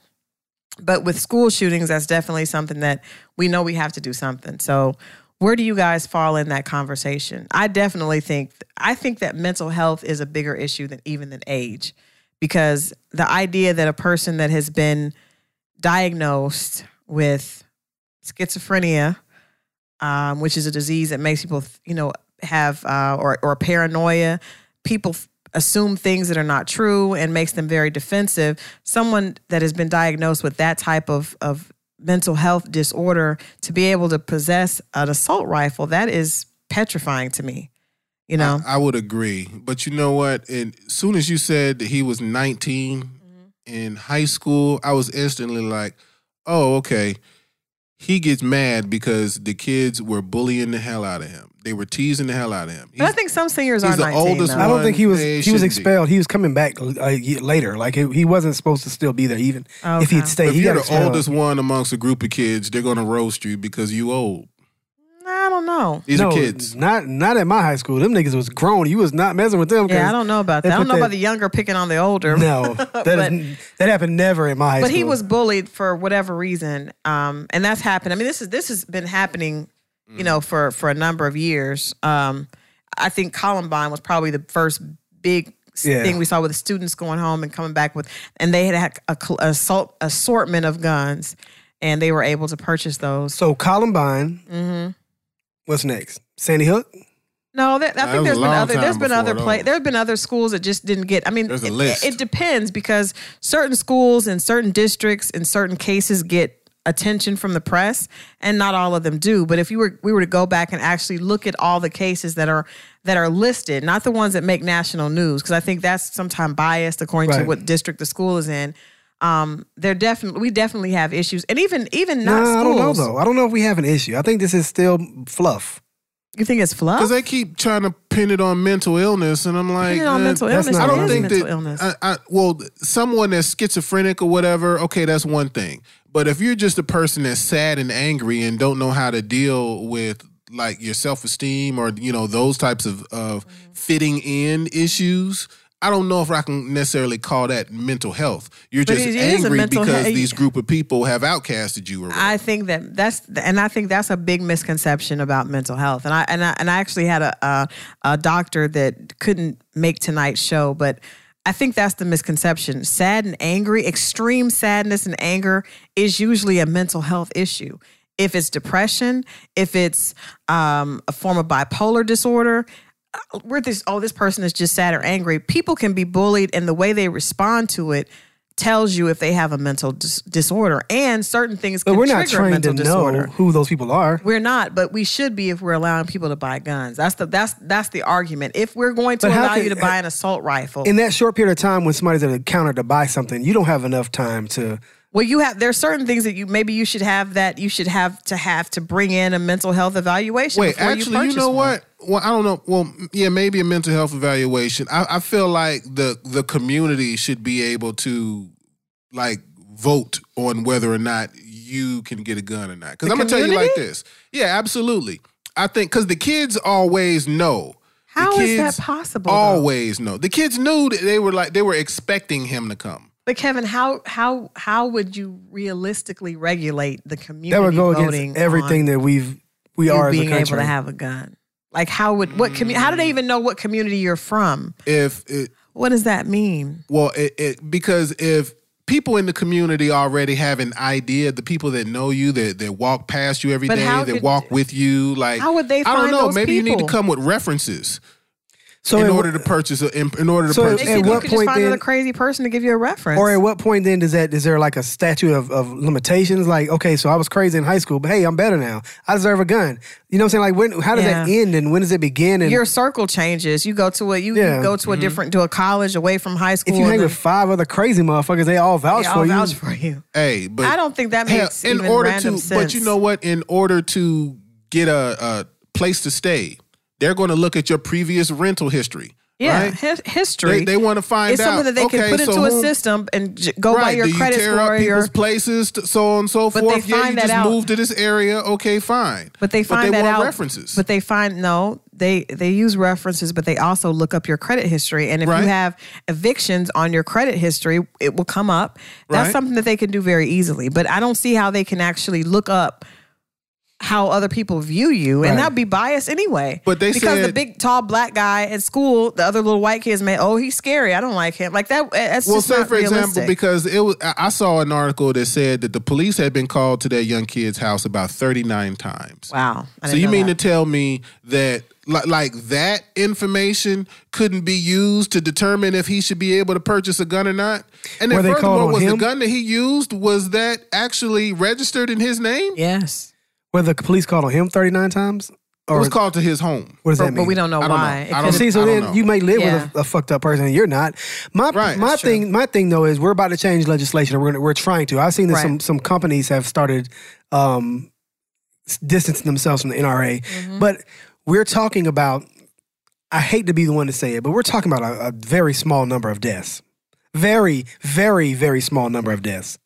S5: but with school shootings that's definitely something that we know we have to do something so where do you guys fall in that conversation i definitely think i think that mental health is a bigger issue than even than age because the idea that a person that has been diagnosed with schizophrenia um, which is a disease that makes people you know have uh, or, or paranoia people f- assume things that are not true and makes them very defensive someone that has been diagnosed with that type of, of mental health disorder to be able to possess an assault rifle that is petrifying to me you know
S3: I, I would agree, but you know what? And soon as you said that he was 19
S5: Mm-hmm.
S3: in high school, I was instantly like, "Oh, okay." He gets mad because the kids were bullying the hell out of him. They were teasing the hell out of him.
S5: but i
S3: He's-
S5: think some seniors
S3: he's
S5: are
S3: the
S5: 19
S3: oldest
S5: though.
S4: I don't
S3: one
S4: think he was.
S3: they
S4: He was
S3: shouldn't be.
S4: expelled. He was coming back uh, ye- later. Like he, he wasn't supposed to still be there, even if
S5: Okay.
S4: he'd stayed.
S3: if
S4: He
S3: you're the
S4: got expelled.
S3: oldest one amongst a group of kids, they're gonna roast you because you old.
S5: i don't know
S3: These
S4: no,
S3: are kids.
S4: Not not at my high school. Them niggas was grown. You was not messing with them. 'cause
S5: yeah i don't know about
S4: they
S5: that i don't
S4: put
S5: know about the younger picking on the older *laughs*
S4: No, that is- that happened never at my high
S5: but
S4: school.
S5: he was bullied for whatever reason um and that's happened i mean this is this has been happening
S4: Mm.
S5: you know for for a number of years um i think columbine was probably the first big s-
S4: Yeah.
S5: thing we saw with the students going home and coming back with and they had had a cl- assault assortment of guns and they were able to purchase those
S4: so Columbine.
S5: Mm-hmm.
S4: What's next? Sandy Hook.
S5: No, that, I
S3: Nah, it was
S5: think
S3: a
S5: there's been
S3: long
S5: other
S3: time
S5: there's been
S3: before
S5: other
S3: those.
S5: play there's been other schools that just didn't get. I mean,
S3: There's a
S5: it-
S3: list.
S5: It, depends because certain schools and certain districts and certain cases get attention from the press, and not all of them do. But if you were we were to go back and actually look at all the cases that are that are listed, not the ones that make national news, because I think that's sometimes biased according to
S4: Right.
S5: what district the school is in. Um, they're definitely we definitely have issues, and even even not
S4: Nah, I don't know
S5: schools.
S4: though. I don't know if we have an issue. I think this is still fluff.
S5: You think it's fluff?
S3: Because they keep trying to pin it on mental illness, and I'm like,
S5: Depending on
S3: eh,
S5: mental
S4: that's
S5: illness.
S4: not
S3: I
S5: it
S3: don't
S5: is
S3: think
S5: mental
S3: that.
S5: illness.
S3: I, I, well, someone that's schizophrenic or whatever, okay, that's one thing. But if you're just a person that's sad and angry and don't know how to deal with like your self esteem or you know those types of of
S5: Mm-hmm.
S3: fitting in issues. I don't know if I can necessarily call that mental health. You're
S5: But
S3: just
S5: it is a
S3: angry
S5: mental
S3: because
S5: he-
S3: these group of people have outcasted you. Or whatever.
S5: I think that that's and I think that's a big misconception about mental health. And I and I and I actually had a a, a doctor that couldn't make tonight's show, but I think that's the misconception. Sad and angry, extreme sadness and anger is usually a mental health issue. If it's depression, if it's um, a form of bipolar disorder, uh, we're this oh this person is just sad or angry. People can be bullied, and the way they respond to it tells you if they have a mental dis- disorder. And certain things
S4: But
S5: can
S4: we're not
S5: trigger a
S4: trained to
S5: mental
S4: know
S5: disorder.
S4: who those people are.
S5: We're not, but we should be if we're allowing people to buy guns. That's the that's that's the argument. If we're going to
S4: But how
S5: allow
S4: can- uh,
S5: you to buy an assault rifle,
S4: in that short period of time when somebody's at a counter to buy something, you don't have enough time to
S5: Well, you have there's certain things that you maybe you should have that you should have to have to bring in a mental health evaluation.
S3: Wait,
S5: before
S3: actually, you,
S5: you,
S3: know
S5: one.
S3: what? Well, I don't know. Well, m- yeah, maybe a mental health evaluation. I, I feel like the the community should be able to like vote on whether or not you can get a gun or not. Because I'm gonna tell you like
S5: community?
S3: this. Yeah, absolutely. I think because the kids always know.
S5: How
S3: the
S5: is that
S3: kids
S5: possible, though?
S3: Always know. The kids knew that they were like they were expecting him to come.
S5: But Kevin, how how how would you realistically regulate the community
S4: That would go
S5: voting
S4: against everything
S5: on
S4: that we've we
S5: you
S4: are as a
S5: being
S4: country.
S5: able to have a gun? Like how would what commu- how do they even know what community you're from?
S3: If it,
S5: What does that mean?
S3: Well, it, it because if people in the community already have an idea, the people that know you, that that walk past you every day,
S5: But how
S3: that
S5: could-
S3: walk with you, like
S5: How would they
S3: I don't
S5: find
S3: know.
S5: those
S3: maybe you need to
S5: people?
S3: come with references
S4: so
S3: in
S4: at
S3: order to
S4: what-
S3: purchase. A, in, in order to
S4: So
S3: purchase.
S4: at
S3: a
S5: you
S3: gun.
S4: what
S5: could just
S4: point
S5: find
S4: then-
S5: another crazy person to give you a reference.
S4: or at what point then does that is there like a statute of, of limitations? Like, okay, so I was crazy in high school, but hey, I'm better now. I deserve a gun. You know what I'm saying? Like when how does that
S5: Yeah.
S4: end and when does it begin? And
S5: your circle changes. You go to a you,
S4: Yeah.
S5: you go to a different to a college away from high
S4: if
S5: school.
S4: you hang
S5: and
S4: with five other crazy motherfuckers, they all
S5: then
S4: vouch
S5: they
S4: for
S5: all
S4: you.
S5: vouch for you.
S3: hey, but
S5: I don't think that
S3: hell,
S5: makes
S3: in
S5: even
S3: order
S5: random
S3: to.
S5: sense.
S3: But you know what? In order to get a, a place to stay, they're going to look at your previous rental history.
S5: yeah,
S3: right?
S5: hi- history.
S3: They, they want to find
S5: it's
S3: out.
S5: something that they
S3: okay,
S5: can put
S3: so
S5: into a
S3: whom-
S5: system and j- go by your
S3: Do you
S5: credit
S3: tear
S5: score.
S3: up
S5: your-
S3: people's places, t- so on and so
S5: But
S3: forth.
S5: they
S3: yeah, you
S5: find that
S3: just
S5: out-
S3: moved to this area. Okay, fine.
S5: but they find
S3: they
S5: that
S3: want
S5: out.
S3: References.
S5: But they find no. They they use references, but they also look up your credit history. And if
S3: Right.
S5: you have evictions on your credit history, it will come up. That's
S3: Right.
S5: something that they can do very easily. But I don't see how they can actually look up how other people view you, and
S4: Right.
S5: that'd be biased anyway.
S3: But they
S5: because the
S3: said-
S5: big tall black guy at school, the other little white kids may oh he's scary. I don't like him. Like that. eh, That's
S3: well,
S5: just
S3: say
S5: not
S3: for example,
S5: realistic.
S3: because it was, I I saw an article that said that the police had been called to that young kid's house about thirty nine times.
S5: wow. I
S3: So
S5: didn't
S3: you
S5: know
S3: mean
S5: that.
S3: to tell me that li- like that information couldn't be used to determine if he should be able to purchase a gun or not? And then
S4: Were they called
S3: furthermore,
S4: on
S3: was the
S4: him?
S3: gun that he used was that actually registered in his name?
S5: yes.
S4: Where the police called on him 39 times?
S3: It
S4: Or
S3: was called to his home.
S4: what does
S5: But,
S4: that mean?
S5: but we don't know
S3: I don't know.
S5: why. It
S3: I don't
S5: could-
S4: And see, so
S3: I don't
S4: then
S3: know.
S4: you may live
S5: Yeah.
S4: with a, a fucked up person, and you're not. My
S3: Right,
S4: my
S3: that's true.
S4: thing, my thing though is we're about to change legislation. We're gonna, we're trying to. I've seen that
S5: Right.
S4: some some companies have started um, s- distancing themselves from the NRA,
S5: Mm-hmm.
S4: but we're talking about. I hate to be the one to say it, but we're talking about a, a very small number of deaths. Very, very, very small number of deaths.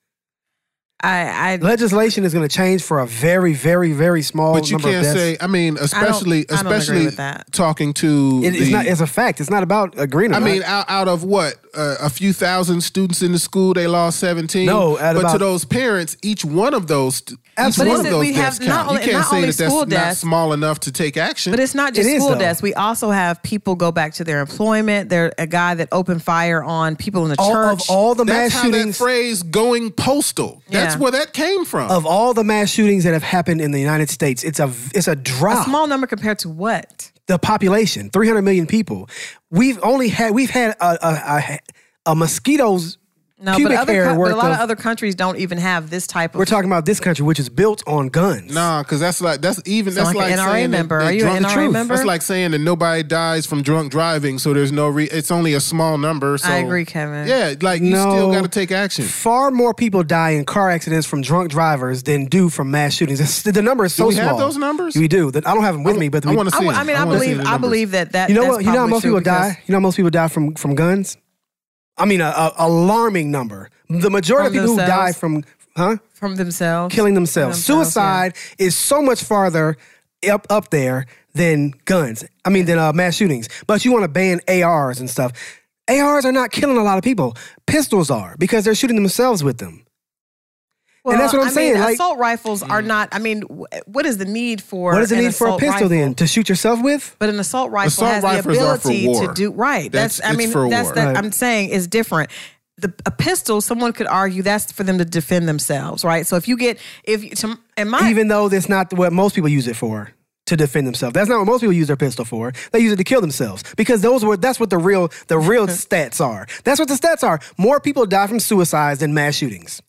S5: I, I
S4: Legislation is going to change for a very, very, very
S5: Oh,
S4: small
S3: But you
S4: number
S3: can't
S4: of deaths.
S3: say. I mean, especially
S5: I don't agree
S3: especially
S5: with that.
S3: talking to.
S4: It- it's
S3: the-
S4: not. It's a fact. It's not about agreeing. or
S3: I
S4: not.
S3: mean, out, out of what uh, a few thousand students in the school, they lost seventeen.
S4: No,
S3: but
S4: at
S3: to
S4: about-
S3: those parents, each one of those, stu- each
S4: Absolutely.
S3: one of
S4: But
S5: it's-
S3: those
S5: we have
S3: deaths
S5: not
S3: count.
S5: only-
S3: you can't
S5: not
S3: say
S5: only
S3: that that's
S5: school
S3: not
S5: deaths.
S3: small enough to take action.
S5: but it's not just
S4: It is,
S5: school
S4: though.
S5: deaths. We also have people go back to their employment. There a guy that opened fire on people in the
S4: all,
S5: church.
S4: of all the
S3: that's how
S4: mass shootings
S3: that phrase "going postal." That's
S5: Yeah.
S3: where that came from.
S4: of all the mass shootings that have happened in the United States, it's a it's a
S5: a
S4: drop.
S5: small number compared to what?
S4: the population, three hundred million people. We've only had we've had a a, a, a mosquitoes.
S5: No,
S4: pubic
S5: but other
S4: hair
S5: coun- but
S4: worth
S5: a lot of,
S4: of-
S5: other countries don't even have this type of.
S4: We're talking about this country, which is built on guns.
S3: Nah, because that's like that's even
S5: Sound
S3: that's
S5: like
S3: like,
S5: an NRA
S3: saying that-
S5: member.
S3: that
S5: Are you an
S3: drunk-
S5: NRA
S3: Truth.
S5: member?
S3: That's like saying that nobody dies from drunk driving, so there's no. Re- it's only a small number. So
S5: I agree, Kevin.
S3: Yeah, like you
S4: No.
S3: still got to take action.
S4: Far more people die in car accidents from drunk drivers than do from mass shootings. It's- the number is so
S3: we have
S4: small.
S3: those numbers?
S4: We do. That I don't have them with me, but
S3: I
S4: we,
S3: wanna
S5: I,
S3: see
S5: w-
S3: them.
S5: I mean, I,
S3: wanna see the
S5: believe, I
S3: numbers.
S5: believe that that.
S4: You know
S5: that's
S4: what? You know how
S5: probably
S4: most
S5: true
S4: people
S5: because-
S4: die. You know how most people die from from guns. I mean, a, a alarming number. The majority
S5: From
S4: of people who die
S5: themselves?
S4: from huh
S5: from themselves,
S4: killing themselves.
S5: Themselves,
S4: Suicide is so much farther up up there than guns. I mean, than uh, mass shootings. But you want to ban ARs and stuff. ARs are not killing a lot of people. Pistols are because they're shooting themselves with them.
S5: Well,
S4: that's what I'm
S5: I mean,
S4: saying, like- Mm.
S5: assault rifles are not. I mean, wh- what is the need for?
S4: what is the
S5: an
S4: need for a
S5: assault
S4: pistol
S5: rifle?
S4: then to shoot yourself with?
S5: But an assault rifle
S3: Assault
S5: has the
S3: rifles are for
S5: ability
S3: war.
S5: to do right. That's,
S3: That's-
S5: I
S3: it's
S5: mean
S3: for
S5: that's
S3: war.
S5: that
S4: Right.
S5: I'm saying is different. The a pistol, someone could argue that's for them to defend themselves, right? So if you get if you- to, in my
S4: Even though that's not what most people use it for. To defend themselves. That's not what most people use their pistol for. They use it to kill themselves because those were that's what the real
S5: *laughs*
S4: the real stats are. That's what the stats are. More people die from suicides than mass shootings.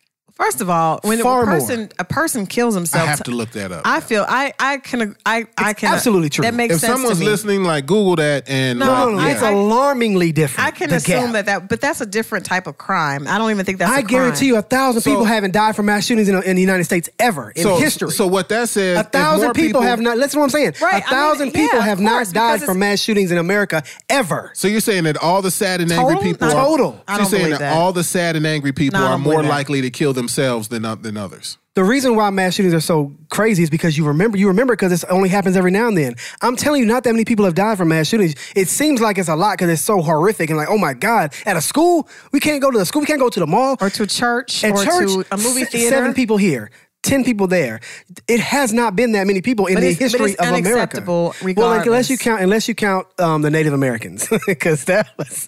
S5: First of all, when a
S4: Far more.
S5: person a person kills
S3: I
S5: himself,
S3: have to look that up.
S5: I feel I I can I I
S4: It's
S5: can
S4: absolutely true.
S5: That makes
S3: if
S5: sense
S3: someone's
S5: to me.
S3: listening, like Google that and
S4: No,
S3: like,
S4: no, no.
S5: Um, I-
S4: it's
S5: I-
S4: alarmingly different.
S5: I can
S4: the
S5: assume
S4: gap.
S5: that that, but that's a different type of crime. I don't even think that's.
S4: I
S5: a crime.
S4: guarantee you, a thousand people haven't died from mass shootings in, in the United States ever in
S3: so,
S4: history.
S3: So what that says,
S4: a
S3: if
S4: thousand
S3: more
S4: people, have not. Listen, to what I'm saying.
S5: Right, I mean,
S4: a thousand
S5: yeah,
S4: people
S5: of
S4: have
S5: course,
S4: not died
S5: because
S4: from
S5: it's-
S4: mass shootings in America ever.
S3: So you're saying that all the sad and angry
S5: Total?
S3: people
S5: Not-
S3: are
S4: Total.
S5: I
S3: She's
S5: don't
S3: saying
S5: believe
S3: that,
S5: that.
S3: all the sad and angry people
S5: No, I
S3: are
S5: don't believe
S3: more
S5: that.
S3: likely to kill themselves than oth- than others.
S4: The reason why mass shootings are so crazy is because you remember. You remember because it only happens every now and then. I'm telling you, not that many people have died from mass shootings. It seems like it's a lot because it's so horrific and like, oh my god, at a school we can't go to the school, we can't go to the mall
S5: or to a church
S4: at
S5: or
S4: church.
S5: to a movie
S4: se-
S5: theater.
S4: seven people here. Ten people there. It has not been that many people in
S5: But
S4: the
S5: it's- but
S4: history
S5: it's
S4: of America.
S5: unacceptable
S4: Well, like, unless you
S5: regardless.
S4: count, unless you count um, the Native Americans, *laughs* because that was *laughs*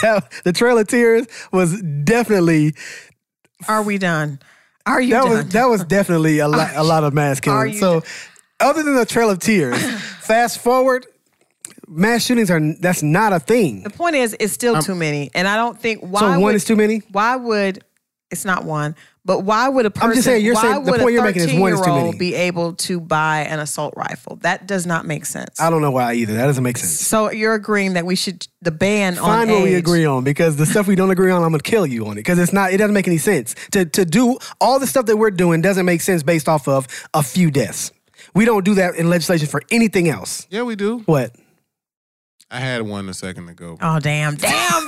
S4: that, the Trail of Tears was definitely
S5: Are we done? Are you
S4: that
S5: done?
S4: was that was definitely a lot a lot of mass
S5: Are
S4: killings.
S5: you
S4: So, other than the Trail
S5: *laughs*
S4: of Tears, fast forward, mass shootings are that's not a thing.
S5: the point is, it's still too many, and I don't think why
S4: Um, So one
S5: would,
S4: is too many?
S5: Why would it's not one? But why would a person?
S4: saying, you're
S5: why
S4: saying- the
S5: would
S4: point
S5: a
S4: you're making is one is too
S5: 13-year-old
S4: many.
S5: Be able to buy an assault rifle that does not make sense.
S4: I don't know why either. That doesn't make sense.
S5: so you're agreeing that we should the ban on
S4: Find what
S5: age.
S4: we agree on because the stuff we don't agree on, I'm gonna kill you on it because it's not. It doesn't make any sense to to do all the stuff that we're doing doesn't make sense based off of a few deaths. We don't do that in legislation for anything else.
S3: Yeah, we do.
S4: What?
S3: I had one a second ago.
S5: Oh damn!
S4: *laughs*
S5: Damn!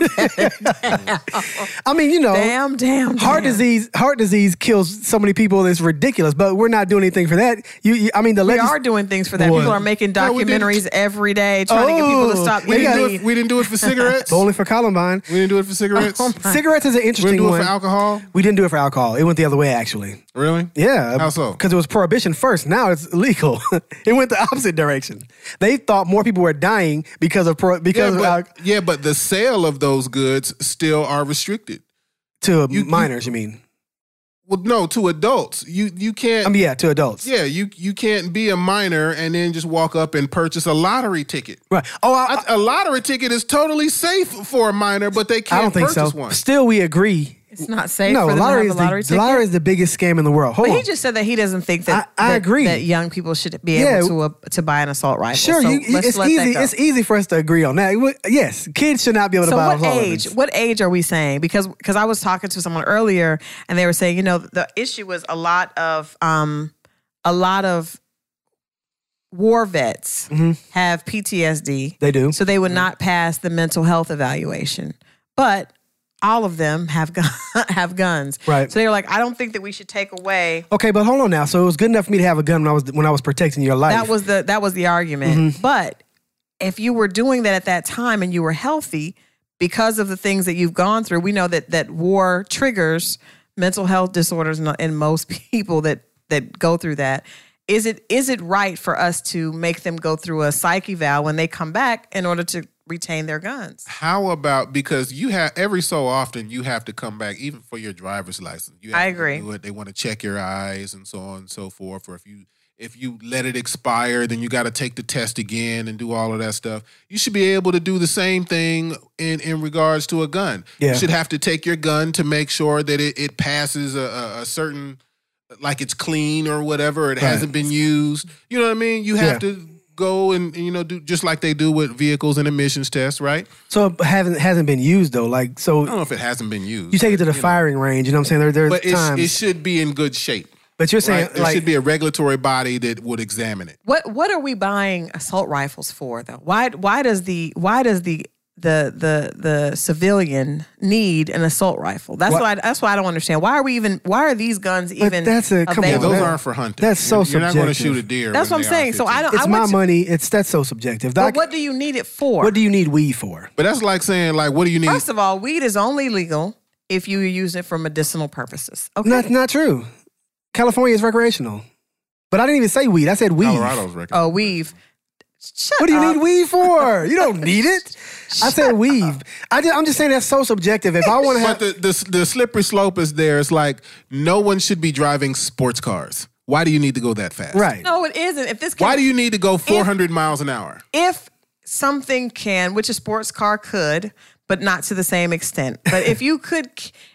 S4: I mean, you know,
S5: damn! Damn!
S4: Oh. Heart
S5: damn.
S4: disease, heart disease kills so many people. It's ridiculous, but we're not doing anything for that. You, you I mean, the
S5: We
S4: legis-
S5: are doing things for that.
S4: What?
S5: People are making
S3: No, we didn't.
S5: documentaries every day trying to get people to
S4: Oh,
S5: stop
S4: we
S3: We
S4: Yeah.
S3: didn't, do
S5: eating.
S3: it, we didn't do it
S5: *laughs*
S3: for cigarettes. we
S4: only for Columbine.
S3: didn't do it for
S4: *laughs*
S3: cigarettes.
S5: Oh
S4: Cigarettes is an
S3: we
S4: interesting
S3: didn't do
S4: one.
S3: it for alcohol.
S4: we didn't do it for alcohol. It went the other way, actually.
S3: Really?
S4: Yeah.
S3: How so?
S4: Because it was prohibition first. Now it's legal. *laughs* it went the opposite direction. They thought more people were dying because of pro-
S3: Yeah
S4: because of
S3: but,
S4: al-
S3: yeah, but the sale of those goods still are restricted.
S4: to
S3: you-
S4: minors. You mean?
S3: Well, no, to adults, you you can't.
S4: I mean, yeah, to adults.
S3: yeah, you you can't be a minor and then just walk up and purchase a lottery ticket.
S4: Right. Oh, I,
S3: A lottery ticket is totally safe for a minor, but they
S4: I
S3: can't
S4: don't think so.
S3: purchase one.
S4: Still, we agree.
S5: It's not safe
S4: no,
S5: for them
S4: lottery
S5: to
S4: is
S5: have a lottery
S4: the
S5: ticket.
S4: lottery is the biggest scam in the world. Hold
S5: but
S4: on.
S5: he just said that he doesn't think that
S4: I- I
S5: that-
S4: agree.
S5: that young people should be
S4: Yeah.
S5: able to uh, to buy an assault rifle.
S4: Sure,
S5: so
S4: you,
S5: let's
S4: it's
S5: let that
S4: easy.
S5: go.
S4: It's easy for us to agree on that. We- Yes, kids should not be able to
S5: So
S4: buy
S5: what
S4: assault
S5: age?
S4: weapons.
S5: What age are we saying? Because because I was talking to someone earlier and they were saying, you know, the issue was a lot of um a lot of war vets have PTSD.
S4: Mm-hmm. They do. Mm-hmm.
S5: So they would not pass the mental health evaluation. But all of them have gun, *laughs* have guns.
S4: Right.
S5: So they were like, I don't think that we should take away
S4: Okay, but hold on now. So it was good enough for me to have a gun when I was when I was protecting your life.
S5: that was the that was the argument. But if you were doing that at that time and you were healthy because of the things that you've gone through, we know that that war triggers mental health disorders in, in most *laughs* people that that go through that. Is it is it right for us to make them go through a psyche eval when they come back in order to retain their guns?
S3: How about because you have every so often you have to come back even for your driver's license. You have
S5: I
S3: to
S5: agree.
S3: do it. They want to check your eyes and so on and so forth. Or if you if you let it expire, then you got to take the test again and do all of that stuff. You should be able to do the same thing in in regards to a gun.
S4: Yeah.
S3: You should have to take your gun to make sure that it, it passes a, a, a certain like it's clean or whatever. It hasn't been used. You know what I mean? You have
S4: Yeah.
S3: to go and you know do just like they do with vehicles and emissions tests, right?
S4: so it hasn't hasn't been used though. Like
S3: I don't
S5: Oh,
S4: so,
S3: know if it hasn't been used.
S4: you take it to the firing range. You know what I'm saying? There, there's
S3: but it,
S4: times,
S3: it should be in good shape.
S4: but you're saying
S3: Right? There
S4: like
S3: should be a regulatory body that would examine it.
S5: What what are we buying assault rifles for though? Why why does the why does the the the the civilian need an assault rifle? That's what, I that's why I don't understand. Why are we even why are these guns even
S4: that's a-
S3: Yeah,
S4: come on, Well,
S5: available?
S3: those
S4: that-
S3: aren't for hunting.
S4: that's so
S3: you're, You're not going to
S4: subjective.
S3: shoot a deer.
S5: That's what
S3: when
S5: I'm
S3: they are
S5: saying. So
S3: 15.
S5: I don't I
S4: it's my
S5: want to-
S4: money. It's that's so subjective. Doc,
S5: But what do you need it for?
S4: what do you need weed for?
S3: But that's like saying like, what do you need?
S5: First of all, weed is only legal if you use it for medicinal purposes. Okay.
S4: Not not true. California is recreational, but I didn't even say weed. I said weed.
S3: Colorado's record.
S5: oh, weave. Shut
S4: What do you
S5: up.
S4: need weed for?
S5: *laughs*
S4: You don't need it. I said weave. I just, I'm just saying that's so subjective. If I want to
S3: But
S4: have,
S3: the, the the slippery slope is there. It's like no one should be driving sports cars. Why do you need to go that fast?
S4: right.
S5: No, it isn't. If this can,
S3: Why do you need to go 400 miles an hour?
S5: if something can, which a sports car could, but not to the same extent. But if you could,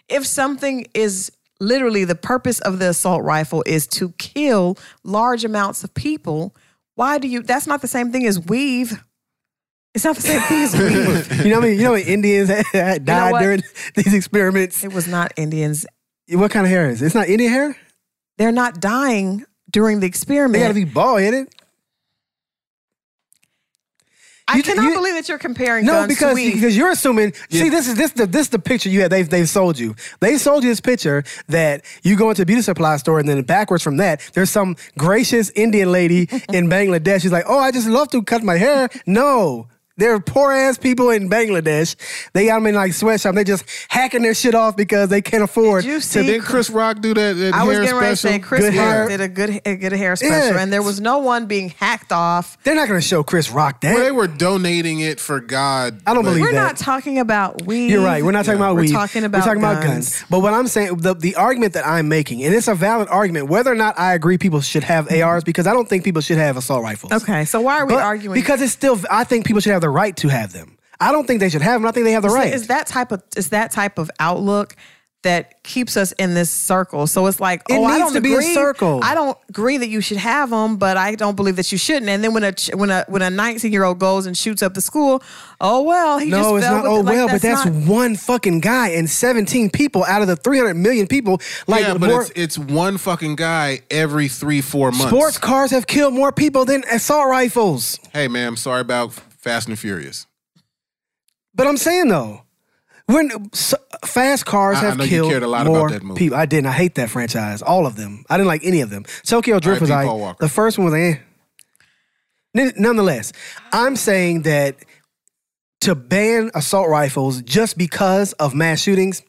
S5: if something is literally the purpose of the assault rifle is to kill large amounts of people. Why do you? That's not the same thing as weave. It's not the same thing as
S4: *laughs*
S5: weave.
S4: You know what I mean? You know what Indians *laughs* had- had died
S5: what?
S4: during *laughs* these experiments?
S5: It was not Indians.
S4: What kind of hair is it? It's not Indian hair?
S5: They're not dying during the
S4: They
S5: experiment.
S4: gotta be bald headed.
S5: I
S4: you-
S5: cannot
S4: you-
S5: believe that you're comparing
S4: No,
S5: guns to
S4: because
S5: weave.
S4: because you're assuming. See, this is this the this the picture you had. They've they've sold you. They sold you this picture that you go into a beauty supply store and then backwards from that, there's some gracious Indian
S5: *laughs*
S4: lady in Bangladesh. She's like, oh, I just love to cut my hair. No. They're poor ass people in Bangladesh. They got them in like sweatshop. They just hacking their shit off because they can't afford.
S5: Did you
S4: to-
S5: see
S3: Didn't Chris Rock do that, that
S5: I was
S3: hair
S5: getting ready to
S3: special?
S5: say Chris
S4: Good hair.
S5: Rock did a good a good hair special,
S4: Yeah.
S5: and there was no one being hacked off.
S4: They're not going to show Chris Rock that.
S3: Well, they were donating it for God.
S4: I don't
S3: but-
S4: believe
S5: We're
S4: that.
S5: not talking about weave.
S4: You're right. We're not talking about
S5: We're
S4: weed.
S5: talking about
S4: we're talking about
S5: guns.
S4: guns. But what I'm saying, the, the argument that I'm making, and it's a valid argument, whether or not I agree people should have ARs, because I don't think people should have assault rifles.
S5: Okay, so why are we
S4: But-
S5: arguing?
S4: Because it's still, I think people should have the right to have them. I don't think they should have them. I think they have the
S5: So
S4: right.
S5: It's that type of it's that type of outlook that keeps us in this circle. So it's like,
S4: It
S5: oh, I
S4: needs
S5: don't
S4: to be a
S5: agree.
S4: circle.
S5: I don't agree that you should have them, but I don't believe that you shouldn't. And then when a ch- when a when a 19 year old goes and shoots up the school, oh well, he just
S4: no, it's
S5: fell
S4: not.
S5: with
S4: Oh
S5: it. Like,
S4: well, but that's
S5: not-
S4: one fucking guy and 17 people out of the 300 million people. Like
S3: yeah, but
S4: more,
S3: it's, it's one fucking guy every three, four months.
S4: sports cars have killed more people than assault rifles.
S3: Hey, man, I'm sorry about Fast and Furious.
S4: But I'm saying though, when s fast cars
S3: I- I
S4: have
S3: know you
S4: killed
S3: cared a lot about
S4: more
S3: that movie.
S4: people. I didn't. I hate that franchise. All of them. I didn't like any of them. Tokyo Drift was
S3: R.I.P.
S4: like
S3: Paul Walker.
S4: the first one was like. Eh. N- Nonetheless, I'm saying that to ban assault rifles just because of mass shootings,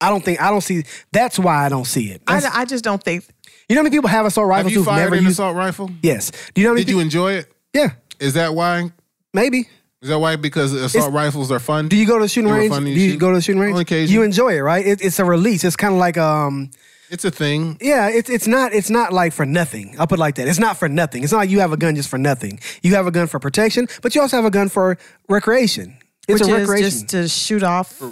S4: I don't think I don't see. That's why I don't see it. That's-
S5: I, I just don't think.
S4: you know how many people have assault
S3: Have
S4: rifles
S3: you
S4: who've
S3: fired
S4: never
S3: an
S4: used?
S3: assault rifle?
S4: Yes. Do you know how many?
S3: Did you
S4: people,
S3: enjoy it?
S4: yeah,
S3: Is that why?
S4: maybe.
S3: Is that why? Because assault rifles are fun.
S4: Do you go to the shooting
S3: They were
S4: range?
S3: fun
S4: Do
S3: to
S4: you
S3: shoot.
S4: go to the shooting range?
S3: On occasion.
S4: You enjoy it, right? It, it's a release. It's kind of like um,
S3: It's a thing.
S4: Yeah, it's it's not it's not like for nothing. I'll put it like that. It's not for nothing. It's not like you have a gun just for nothing. You have a gun for protection, but you also have a gun for recreation. It's
S5: which
S4: a
S5: is
S4: recreation.
S5: just to shoot off.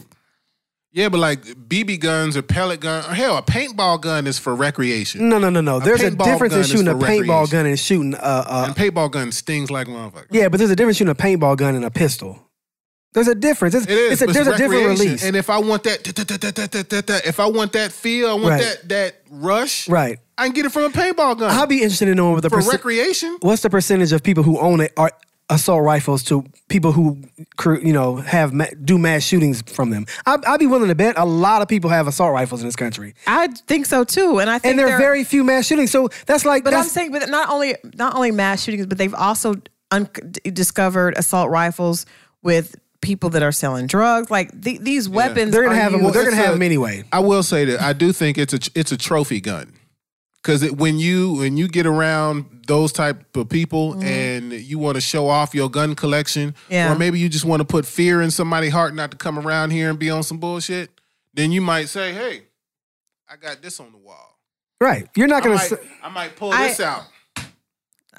S3: Yeah, but like BB guns or pellet gun, or hell, a paintball gun is for recreation.
S4: no, no, no, no. There's a
S3: paintball
S4: difference in
S3: gun is
S4: shooting a
S3: for
S4: paintball
S3: recreation.
S4: gun and shooting a.
S3: And
S4: Uh,
S3: paintball gun stings like a motherfucker.
S4: yeah, but there's a difference between a paintball gun and a pistol. There's a difference. It's,
S3: It is.
S4: it's a,
S3: but
S4: there's a different
S3: recreation.
S4: release.
S3: And if I want that, da- da- da- da- da- da- da- if I want that feel, I want
S4: Right.
S3: that that rush.
S4: Right.
S3: I can get it from a paintball gun
S4: I'll be interested in knowing what the
S3: for
S4: perce-
S3: recreation.
S4: what's the percentage of people who own it are assault rifles to people who cre- you know have ma- do mass shootings from them. I, I'd be willing to bet a lot of people have assault rifles in this country,
S5: I think so too, and I think
S4: and there
S5: they're
S4: are very few mass shootings. So that's like
S5: But I'm
S4: that's,
S5: saying, but not only not only mass shootings, but they've also un- d- discovered assault rifles with people that are selling drugs. Like the- these weapons,
S4: they're gonna
S5: are
S4: have them.
S5: used-
S4: They're gonna
S3: it's
S4: have
S3: a-
S4: them anyway.
S3: I will say that I do think it's a it's a trophy gun because when you when you get around those type of people and you want to show off your gun collection,
S5: Mm-hmm. Yeah.
S3: or maybe you just want to put fear in somebody's heart not to come around here and be on some bullshit, then you might say, "Hey, I got this on the wall.
S4: Right? You're not
S3: I
S4: gonna.
S3: might,
S4: s-
S3: I might pull
S5: I-
S3: this out."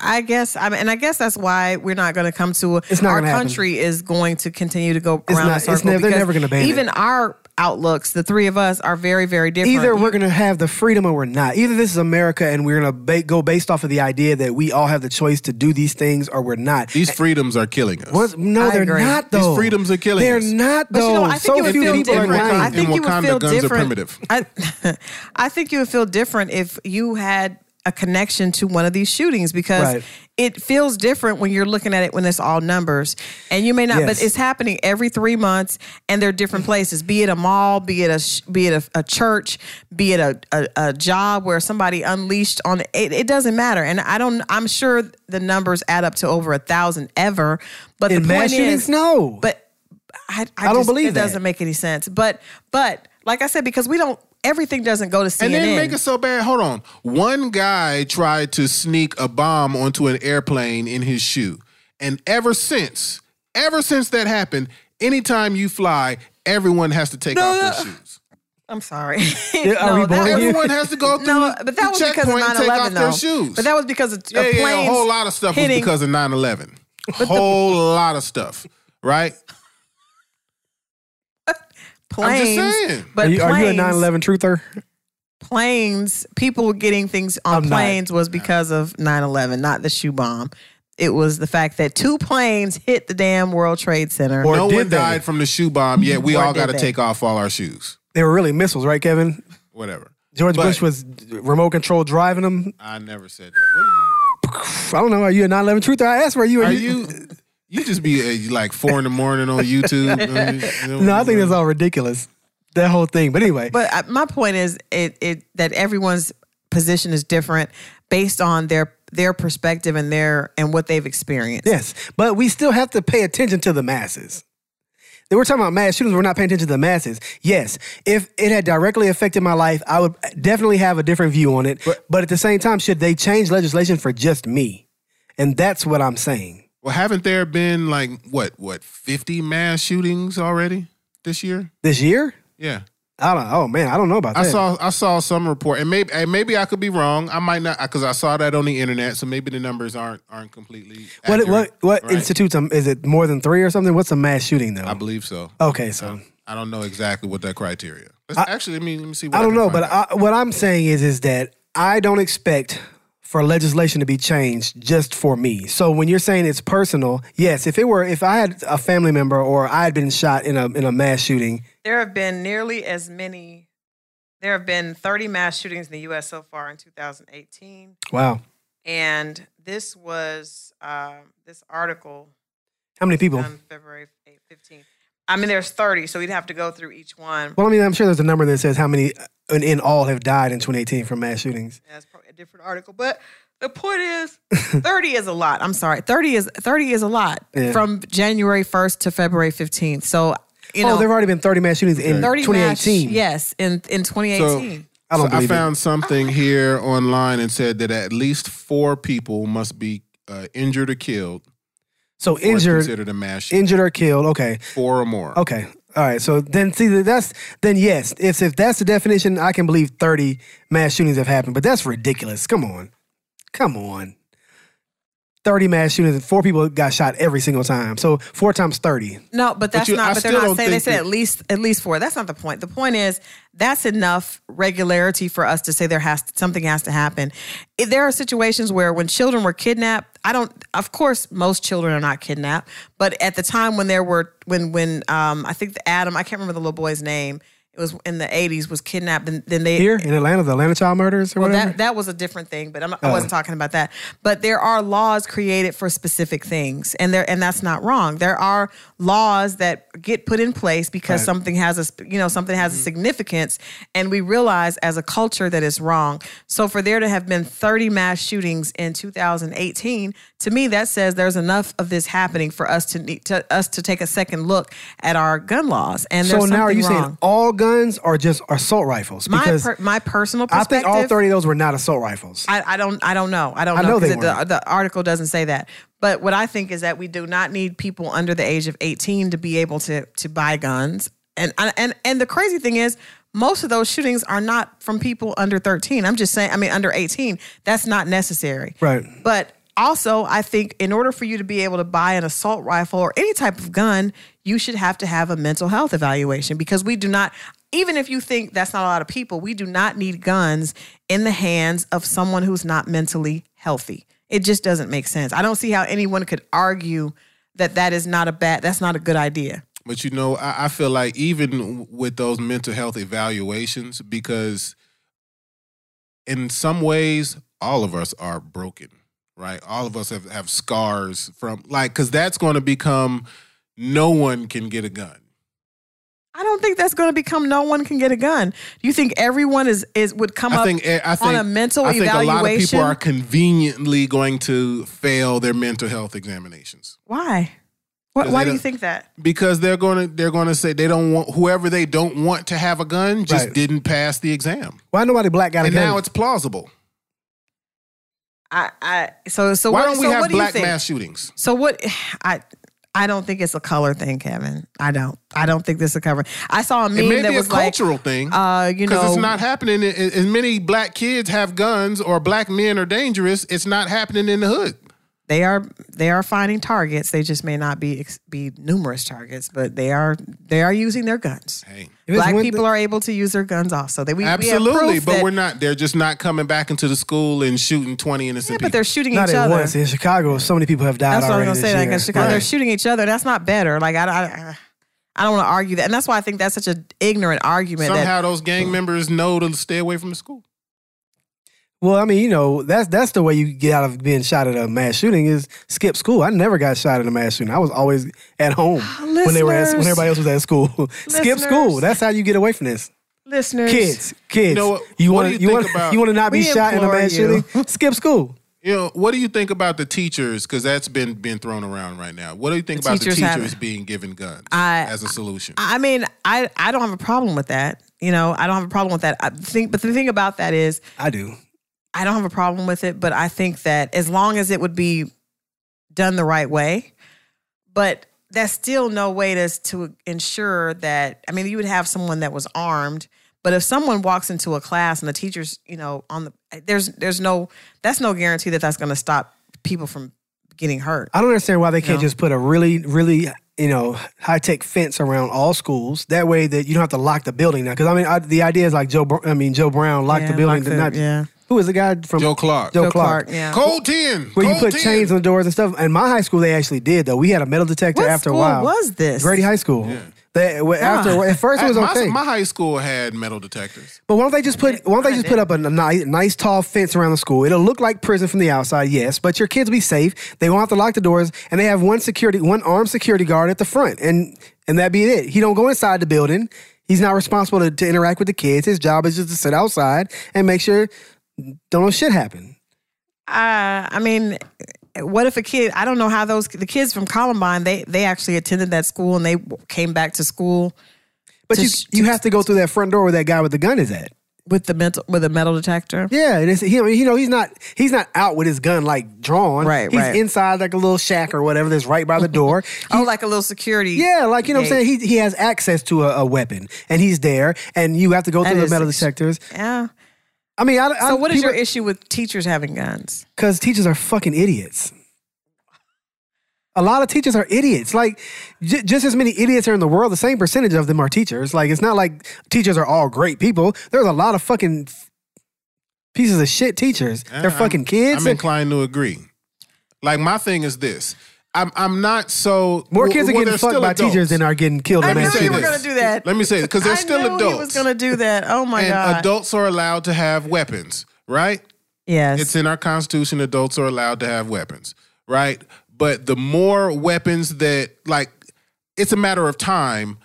S5: I guess, I mean, and I guess that's why we're not going to come to. A,
S4: It's not
S5: our
S4: gonna happen.
S5: country is going to continue to go
S4: It's
S5: around
S4: not-
S5: the
S4: it's
S5: circle.
S4: never- they're
S5: because
S4: never gonna ban it.
S5: even our outlooks. The three of us are very, very different.
S4: Either we're going to have the freedom or we're not. Either this is America and we're going to ba- go based off of the idea that we all have the choice to do these things or we're not.
S3: These freredoms are killing us.
S4: Once- no,
S5: I
S4: they're
S5: agree.
S4: not
S3: These
S4: though.
S3: freedoms are killing
S4: They're
S3: us.
S4: not
S5: But you know,
S4: though.
S5: I think
S4: so
S5: you would
S4: few
S5: feel
S4: people
S5: different.
S4: are dying.
S5: I think
S3: In
S5: you would
S3: Wakanda,
S5: feel
S3: guns are
S5: different.
S3: primitive.
S5: I, *laughs* I think you would feel different if you had a connection to one of these shootings because
S4: Right.
S5: it feels different when you're looking at it when it's all numbers. And you may not,
S4: Yes.
S5: but it's happening every three months and they're different places, be it a mall, be it a, sh- be it a, a church, be it a, a, a job where somebody unleashed on, it, it doesn't matter. And I don't, I'm sure the numbers add up to over a thousand ever, but
S4: In
S5: the
S4: mass
S5: point
S4: shootings,
S5: is,
S4: no.
S5: but I, I,
S4: don't
S5: just-
S4: believe
S5: it
S4: that.
S5: doesn't make any sense. But but like I said, because we don't everything doesn't go to CNN.
S3: And then make it so bad. Hold on. One guy tried to sneak a bomb onto an airplane in his shoe. And ever since, ever since that happened, anytime you fly, everyone has to take off their shoes.
S5: I'm sorry. *laughs*
S4: are we boring
S5: that was-
S4: you?
S3: Everyone has to go through
S5: *laughs* No, but that
S3: the
S5: was because of
S3: checkpoint and
S5: 9
S3: take off
S5: 11, though.
S3: their shoes.
S5: But that was because of
S3: yeah,
S5: of
S3: yeah,
S5: planes
S3: a whole lot of stuff
S5: hitting.
S3: was because of 9 11. A whole lot of stuff, right?
S5: planes.
S3: saying.
S5: But
S4: are you,
S5: planes,
S4: are you a 9/11 truther?
S5: planes, people getting things on
S4: I'm not-
S5: planes was because of 9 11, not the shoe bomb. It was the fact that two planes hit the damn World Trade Center.
S4: Or
S3: no
S4: did
S3: one
S4: they?
S3: died from the shoe bomb yet. We
S5: Or
S3: all
S5: did
S3: got to
S5: they?
S3: take off all our shoes.
S4: They were really missiles, right, Kevin?
S3: Whatever.
S4: George
S3: But-
S4: Bush was remote control driving them.
S3: I never said that. What are
S4: I don't know. Are you a 9 11 truther? I asked, were you?
S3: you? Are you? You just be uh, like four in the morning on
S4: *laughs*
S3: YouTube.
S4: No, I think that's all ridiculous. That whole thing. But anyway,
S5: But uh, my point is, it it that everyone's position is different based on their their perspective and their and what they've experienced.
S4: yes. But we still have to pay attention to the masses. They were talking about mass shootings. We're not paying attention to the masses. Yes, if it had directly affected my life, I would definitely have a different view on it. But, at the same time, should they change legislation for just me? And that's what I'm saying.
S3: Well, haven't there been like what what fifty mass shootings already this year?
S4: This year?
S3: Yeah,
S4: I don't. Oh man, I don't know about
S3: I
S4: that.
S3: saw I saw some report, and maybe and maybe I could be wrong. I might not because I saw that on the internet, so maybe the numbers aren't aren't completely.
S4: What
S3: accurate,
S4: what what
S3: right?
S4: institutes um, is it more than three or something? What's a mass shooting though?
S3: I believe so.
S4: okay, so
S3: I don't know exactly what that criteria. Let's- actually, I mean, let me see. What
S4: I don't
S3: can
S4: know,
S3: find
S4: but
S3: out.
S4: I, what I'm saying is is that I don't expect for legislation to be changed just for me. So when you're saying it's personal, yes, if it were if I had a family member or I had been shot in a in a mass shooting,
S5: There have been nearly as many. There have been 30 mass shootings in the U.S. so far in 2018,
S4: wow.
S5: and this was um, this article
S4: How many people?
S5: on February 15th. I mean, there's 30, so we'd have to go through each one.
S4: Well, I mean, I'm sure there's a number that says how many in, in all have died in 2018 from mass shootings.
S5: That's probably a different article. But the point is, thirty is a lot. I'm sorry, thirty is thirty is a lot
S4: Yeah.
S5: from January first to February fifteenth. So you know,
S4: oh, there've already been 30 mass shootings in
S5: thirty
S4: 2018.
S5: mash- yes, in in 2018.
S4: I don't
S3: So I
S4: believe it.
S3: found something here online and said that at least four people must be uh, injured or killed.
S4: So
S3: or it's
S4: injured
S3: considered a mass shooting.
S4: injured or killed. Okay.
S3: Four or more.
S4: Okay. All right. So then, see, that's then yes. If if that's the definition, I can believe thirty mass shootings have happened. But that's ridiculous. Come on, come on. Thirty mass shootings and four people got shot every single time. So four times thirty.
S5: no, but that's
S3: you-
S5: not.
S3: I
S5: but they're
S3: still
S5: not
S3: don't
S5: saying they
S3: think
S5: said
S3: that-
S5: at least at least four. That's not the point. The point is that's enough regularity for us to say there has to, something has to happen. If there are situations where when children were kidnapped, I don't. Of course, most children are not kidnapped, but at the time when there were when when um I think the Adam I can't remember the little boy's name. It was in the 80s was kidnapped. Then, then they
S4: Here in Atlanta, the Atlanta child murders or
S5: Well,
S4: whatever. Oh.
S5: that, that was a different thing, but I'm, I wasn't talking about that. But there are laws created for specific things, and there and that's not wrong. There are laws that get put in place because something has a sp- you know something has
S4: Mm-hmm.
S5: a significance, and we realize as a culture that it's wrong. So for there to have been 30 mass shootings in 2018, to me that says there's enough of this happening for us to need to us to take a second look at our gun laws. And
S4: so
S5: there's
S4: now, are
S5: something
S4: you saying
S5: wrong.
S4: all guns or just assault rifles?
S5: my
S4: Because
S5: per, my personal
S4: I
S5: perspective?
S4: think all thirty of those were not assault rifles.
S5: I, I don't I don't know. I don't
S4: I know
S5: 'cause
S4: they
S5: it- the,
S4: weren't.
S5: the article doesn't say that. But what I think is that we do not need people under the age of 18 to be able to to buy guns. And and and the crazy thing is most of those shootings are not from people under 13. I'm just saying I mean under 18. That's not necessary.
S4: Right.
S5: But also, I think in order for you to be able to buy an assault rifle or any type of gun, you should have to have a mental health evaluation because we do not, even if you think that's not a lot of people, we do not need guns in the hands of someone who's not mentally healthy. It just doesn't make sense. I don't see how anyone could argue that that is not a bad, that's not a good idea.
S3: But you know, I, I feel like even w- with those mental health evaluations, because in some ways, all of us are broken, right? All of us have, have scars from, like, because that's going to become no one can get a gun.
S5: I don't think that's going to become no one can get a gun. Do you think everyone is is would come
S3: I
S5: up
S3: think, eh, I think,
S5: on a mental
S3: I think
S5: evaluation?
S3: a lot of people are conveniently going to fail their mental health examinations.
S5: Why? What,
S3: 'Cause
S5: why
S3: they
S5: do you
S3: don't-
S5: think that?
S3: because they're going to they're going to say they don't want whoever they don't want to have a gun just
S4: Right.
S3: didn't pass the exam
S4: Why nobody black got a
S3: and
S4: gun?
S3: now it's plausible
S5: I, I so so
S3: why
S5: what,
S3: don't we
S5: so
S3: have
S5: what do you
S3: black
S5: think?
S3: mass shootings
S5: So what *sighs* I I don't think it's a color thing, Kevin. I don't. I don't think this is a cover. I saw a meme
S3: it may
S5: that
S3: be a
S5: was like
S3: cultural thing
S5: uh, you
S3: because
S5: know
S3: it's not happening in- as many black kids have guns or black men are dangerous it's not happening in the hood
S5: They are they are finding targets. They just may not be ex- be numerous targets, but they are they are using their guns.
S3: Hey.
S4: It is
S5: Black
S4: one
S5: people
S4: thing-
S5: are able to use their guns also. They we we have
S3: Absolutely,
S5: proof
S3: but
S5: that-
S3: we're not. They're just not coming back into the school and shooting twenty
S5: yeah,
S3: innocent
S5: but
S3: people.
S5: they're shooting
S4: not
S5: each
S4: at
S5: other.
S4: once. In Chicago, so many people have died
S5: That's what I was
S4: already
S5: gonna say.
S4: this
S5: Like,
S4: year.
S5: in Chicago,
S4: Right.
S5: they're shooting each other. That's not better. Like I, I, I don't want to argue that, and that's why I think that's such an ignorant argument. that,
S3: Somehow those gang members know to stay away from the school.
S4: Well, I mean, you know, that's that's the way you get out of being shot at a mass shooting is skip school. I never got shot at a mass shooting. I was always at home when they were
S5: Ah,
S4: at, when
S5: Listeners.
S4: everybody else was at school. *laughs* skip
S5: Listeners.
S4: school. That's how you get away from this.
S5: listeners,
S4: Kids, kids. You,
S3: know what- what
S4: want
S3: do you
S4: you
S3: think
S4: want
S3: about-
S4: *laughs* you want to not be
S5: We
S4: shot in a
S5: implore
S4: mass
S5: you.
S4: shooting? Skip school.
S3: You know, what do you think about the teachers? Because that's been being thrown around right now. What do you think
S5: The
S3: about
S5: teachers
S3: the
S5: have-
S3: teachers being given guns
S5: I-
S3: as a solution?
S5: I mean, I, I don't have a problem with that. You know, I don't have a problem with that. I think, but the thing about that is,
S4: I do.
S5: I don't have a problem with it. But I think that as long as it would be done the right way, but that's still no way to to ensure that. I mean, you would have someone that was armed, but if someone walks into a class and the teacher's, you know, on the there's there's no that's no guarantee that that's going to stop people from getting hurt.
S4: I don't understand why they can't
S5: No.
S4: just put a really, really, you know, high tech fence around all schools. That way that you don't have to lock the building now. Because I mean, I, the idea is like Joe. Br- I mean, Joe Brown locked
S5: Yeah,
S4: the building.
S5: lock
S4: to
S5: the-
S4: not,
S5: yeah.
S4: Who is the guy from
S3: Joe Clark.
S4: Joe,
S5: Joe
S4: Clark.
S5: Clark, yeah.
S3: Cold ten.
S4: Where you
S3: Cold
S4: put
S3: 10.
S4: chains on the doors and stuff. In my high school, they actually did though. We had a metal detector
S5: What
S4: after
S5: school
S4: a while.
S5: was this? Ah.
S4: Grady High School? They, well, after at first it was
S3: At my,
S4: okay,
S3: my high school had metal detectors.
S4: but why don't they just put why don't they just put up a nice, nice tall fence around the school? It'll look like prison from the outside, yes, but your kids will be safe. They won't have to lock the doors, and they have one security, one armed security guard at the front, and and that be it. He don't go inside the building. He's not responsible to, to interact with the kids. His job is just to sit outside and make sure don't know shit happen.
S5: Uh, I mean, what if a kid? I don't know how those the kids from Columbine they they actually attended that school and they came back to school
S4: But
S5: To
S4: you
S5: sh-
S4: you have to go through that front door where that guy with the gun is at.
S5: with the mental with a metal detector.
S4: Yeah, and it's, he, you know, he's not he's not out with his gun like drawn.
S5: Right,
S4: He's
S5: right.
S4: inside like a little shack or whatever that's right by the
S5: *laughs*
S4: door.
S5: Oh, like a little security.
S4: yeah, like you know, what I'm saying he he has access to a, a weapon and he's there, and you have to go
S5: That
S4: through the
S5: is
S4: metal
S5: ex-
S4: detectors.
S5: Yeah.
S4: I mean, I,
S5: So, what is your issue with teachers having guns?
S4: Because teachers are fucking idiots. A lot of teachers are idiots. Like, j- just as many idiots are in the world, the same percentage of them are teachers. Like, it's not like teachers are all great people. There's a lot of fucking f- pieces of shit teachers. They're
S3: I'm-
S4: fucking kids.
S3: Uh-uh. I'm inclined to agree. Like my thing is this. I'm I'm not so
S4: More
S3: well,
S4: kids are
S3: well,
S4: getting
S3: they're
S4: fucked
S3: still
S4: by
S3: adults.
S4: teachers than are getting killed
S5: I
S4: in
S3: me
S4: mass
S5: knew you were
S4: shootings.
S3: this.
S5: going to do that.
S3: Let me say because they're still
S5: I knew
S3: adults.
S5: He was going to do that. Oh my
S3: and
S5: god.
S3: adults are allowed to have weapons, right?
S5: yes.
S3: It's in our constitution adults are allowed to have weapons, right? But the more weapons that like it's a matter of time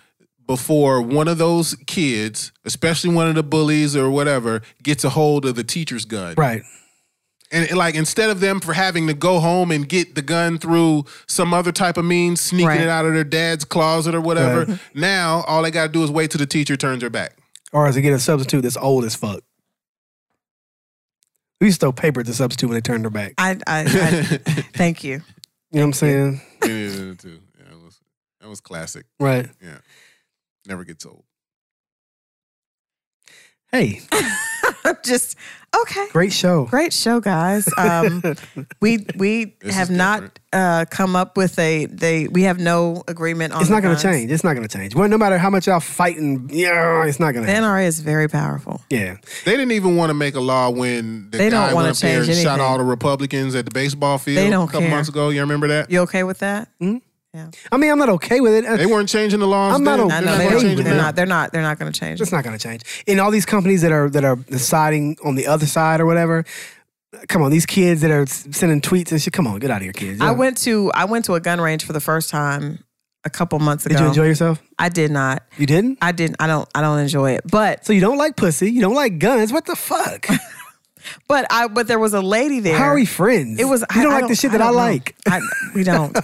S3: before one of those kids, especially one of the bullies or whatever, gets a hold of the teacher's gun.
S4: Right.
S3: And and, like instead of them for having to go home and get the gun through some other type of means, sneaking
S5: Right.
S3: it out of their dad's closet or whatever, *laughs* now all they got to do is wait till the teacher turns her
S5: *laughs*
S3: back.
S4: Or as they get a substitute that's old as fuck. We used to throw paper at the substitute when they turned their back.
S5: I, I, I thank you. *laughs*
S4: You know what I'm saying?
S3: Yeah, yeah, too. Yeah, that was that was classic.
S4: Right.
S3: Yeah, never gets old.
S4: Hey,
S5: Just okay.
S4: great show.
S5: Great show, guys.
S3: *laughs*
S5: Um, we we
S3: This
S5: have
S3: is
S5: not
S3: different.
S5: uh, come up with a they. We have no agreement on.
S4: It's
S5: the
S4: not going to
S5: guns.
S4: change. It's not going to change. Well, no matter how much y'all fighting, yeah, it's not going
S5: The
S4: to. happen.
S5: NRA is very powerful.
S4: Yeah.
S3: They didn't even want to make a law when the
S5: They don't
S3: guy went
S5: wanna
S3: up there and
S5: change
S3: shot
S5: anything.
S3: all the Republicans at the baseball field
S5: They don't
S3: a couple
S5: care.
S3: months ago. You remember that?
S5: You okay with that?
S4: Mm-hmm. I mean, I'm not okay with it.
S3: They
S4: Uh,
S3: weren't changing the laws.
S4: I'm not
S3: then.
S4: okay
S5: I
S4: They're
S5: know
S4: not
S5: they
S4: gonna
S5: don't,
S4: change it
S5: they're
S4: now.
S5: not. They're not. They're not going to change.
S4: It's not going to change. And all these companies that are that are deciding on the other side or whatever. Come on, these kids that are s- sending tweets and shit. Come on, get out of here, kids.
S5: I
S4: Yeah.
S5: went to I went to a gun range for the first time a couple months ago.
S4: Did you enjoy yourself?
S5: I did not.
S4: You didn't.
S5: I didn't. I don't. I don't enjoy it. But
S4: So you don't like pussy. You don't like guns. What
S5: *laughs*
S4: the fuck?
S5: but I but there was a lady there.
S4: How are we friends?
S5: It was.
S4: You don't
S5: I,
S4: like the shit that I,
S5: don't know.
S4: like.
S5: I, we
S4: *laughs*
S5: don't.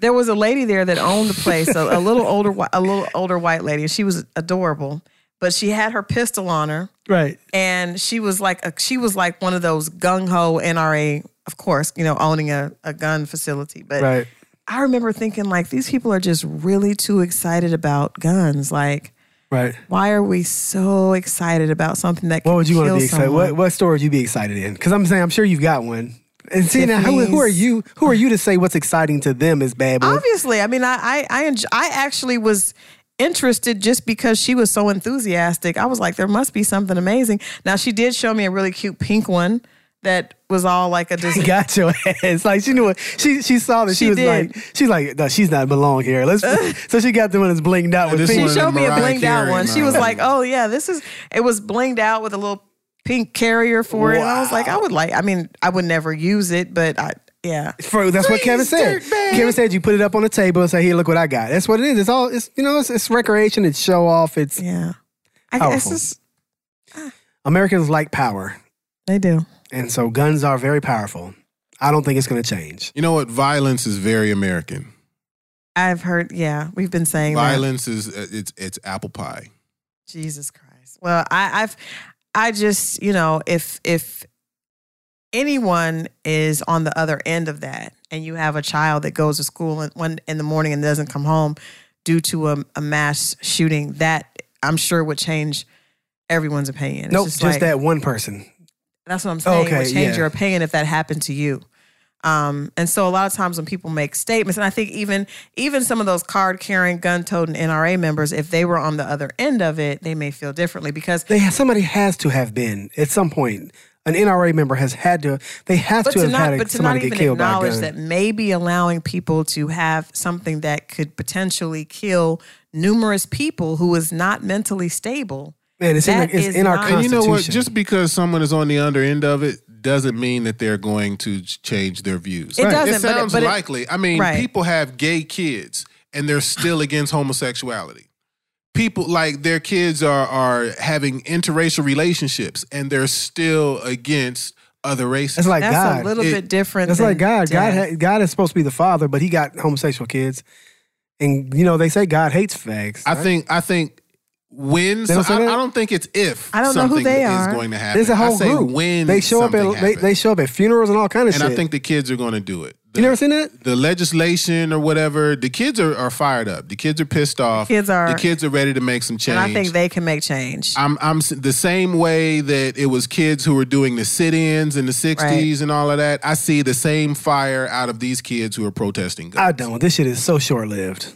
S5: there was a lady there that owned the place. A, a little older. whi- A little older white lady. She was adorable, but she had her pistol on her.
S4: Right.
S5: and she was like a, she was like one of those gung ho NRA, of course, you know, owning a, a gun facility. But
S4: Right.
S5: I remember thinking like these people are just really too excited about guns. Like,
S4: Right.
S5: why are we so excited about something that?
S4: What
S5: can
S4: would you want to
S5: kill
S4: be excited?
S5: someone?
S4: What what story would you be excited in? Because I'm saying I'm sure you've got one. And see now, who, who are
S5: Tiffany's.
S4: you? Who are you to say what's exciting to them is bad? Boy?
S5: Obviously, I mean, I I I, enj- I actually was interested just because she was so enthusiastic. I was like, there must be something amazing. Now she did show me a really cute pink one that was all like a design.
S4: *laughs* got your ass. Like she knew it. She she saw that. She,
S5: She
S4: was
S5: did.
S4: like, she's like, no, she's not belong here.
S5: *laughs*
S4: Let's. *laughs* so she got the one that's blinged out with
S3: this
S5: *laughs*
S4: pink.
S5: She
S3: one-
S5: showed me a
S3: Mariah
S5: blinged out
S3: Carey,
S5: one. She was
S3: Mariah.
S5: like, "Oh yeah, this is." It was blinged out with a little pink carrier for it. And I was like, "I would like." I mean, I would never use it, but I yeah.
S4: For, that's what Kevin said. Kevin said you put it up on the table and say, "Here, look what I got." That's what it is. It's all. It's you know, it's, it's recreation. It's show off. It's
S5: Yeah. I guess
S4: Powerful.
S5: it's,
S4: Americans like power,
S5: they do.
S4: and so guns are very powerful. I don't think it's going to change.
S3: You know what? Violence is very American.
S5: I've heard. Yeah, we've been saying that.
S3: Violence is it's it's apple pie.
S5: Jesus Christ. Well, I, I've, I just you know if if anyone is on the other end of that, and you have a child that goes to school in, one in the morning and doesn't come home due to a, a mass shooting, that I'm sure would change everyone's opinion. It's
S4: nope, just,
S5: like-
S4: that one person.
S5: That's what I'm saying. it
S4: Okay,
S5: would change
S4: yeah.
S5: your opinion if that happened to you. Um, and so a lot of times when people make statements, and I think even even some of those card carrying, gun toting NRA members, if they were on the other end of it, they may feel differently because
S4: They ha somebody has to have been at some point. An NRA member has had to. They have
S5: but
S4: to
S5: to
S4: have
S5: not
S4: had
S5: but to
S4: somebody
S5: not
S4: get
S5: even
S4: killed by a
S5: acknowledge
S4: gun.
S5: that maybe allowing people to have something that could potentially kill numerous people who is not mentally stable.
S4: Man, it's in,
S5: that
S4: the- it's
S5: is
S4: in our
S5: not-
S4: constitution.
S3: And you know what? Just because someone is on the under end of it doesn't mean that they're going to ch- change their views.
S5: It doesn't,
S3: It
S5: but it-
S3: sounds
S5: but it-
S3: likely. I mean,
S5: Right.
S3: people have gay kids and they're still against homosexuality. People like their kids are are having interracial relationships and they're still against other races.
S4: It's like
S5: That's
S4: God.
S5: a little
S3: It-
S5: bit different.
S4: That's
S5: than
S4: like God. God.
S5: death.
S4: Ha- God is supposed to be the father, but he got homosexual kids, and you know they say God hates fags.
S3: I think I think when
S4: They
S3: so
S4: don't
S3: I,
S4: say
S3: I
S4: that?
S3: don't think it's if
S5: I don't know who
S3: something
S5: they
S3: is
S5: are.
S3: going to happen.
S4: there's a whole
S3: I say
S4: group.
S3: when
S4: they show up
S3: something
S4: at they,
S3: happens.
S4: they show up at funerals and all kind of
S3: and
S4: shit.
S3: I think the kids are going to do it. The,
S4: you never seen that?
S3: the legislation or whatever, the kids are, are fired up. The kids are pissed off.
S5: Kids are-
S3: The kids are ready to make some change.
S5: and I think they can make change.
S3: I'm I'm s- the same way that it was kids who were doing the sit-ins in the '60s and all of that. I see the same fire out of these kids who are protesting. guns.
S4: I don't. This shit is so short lived.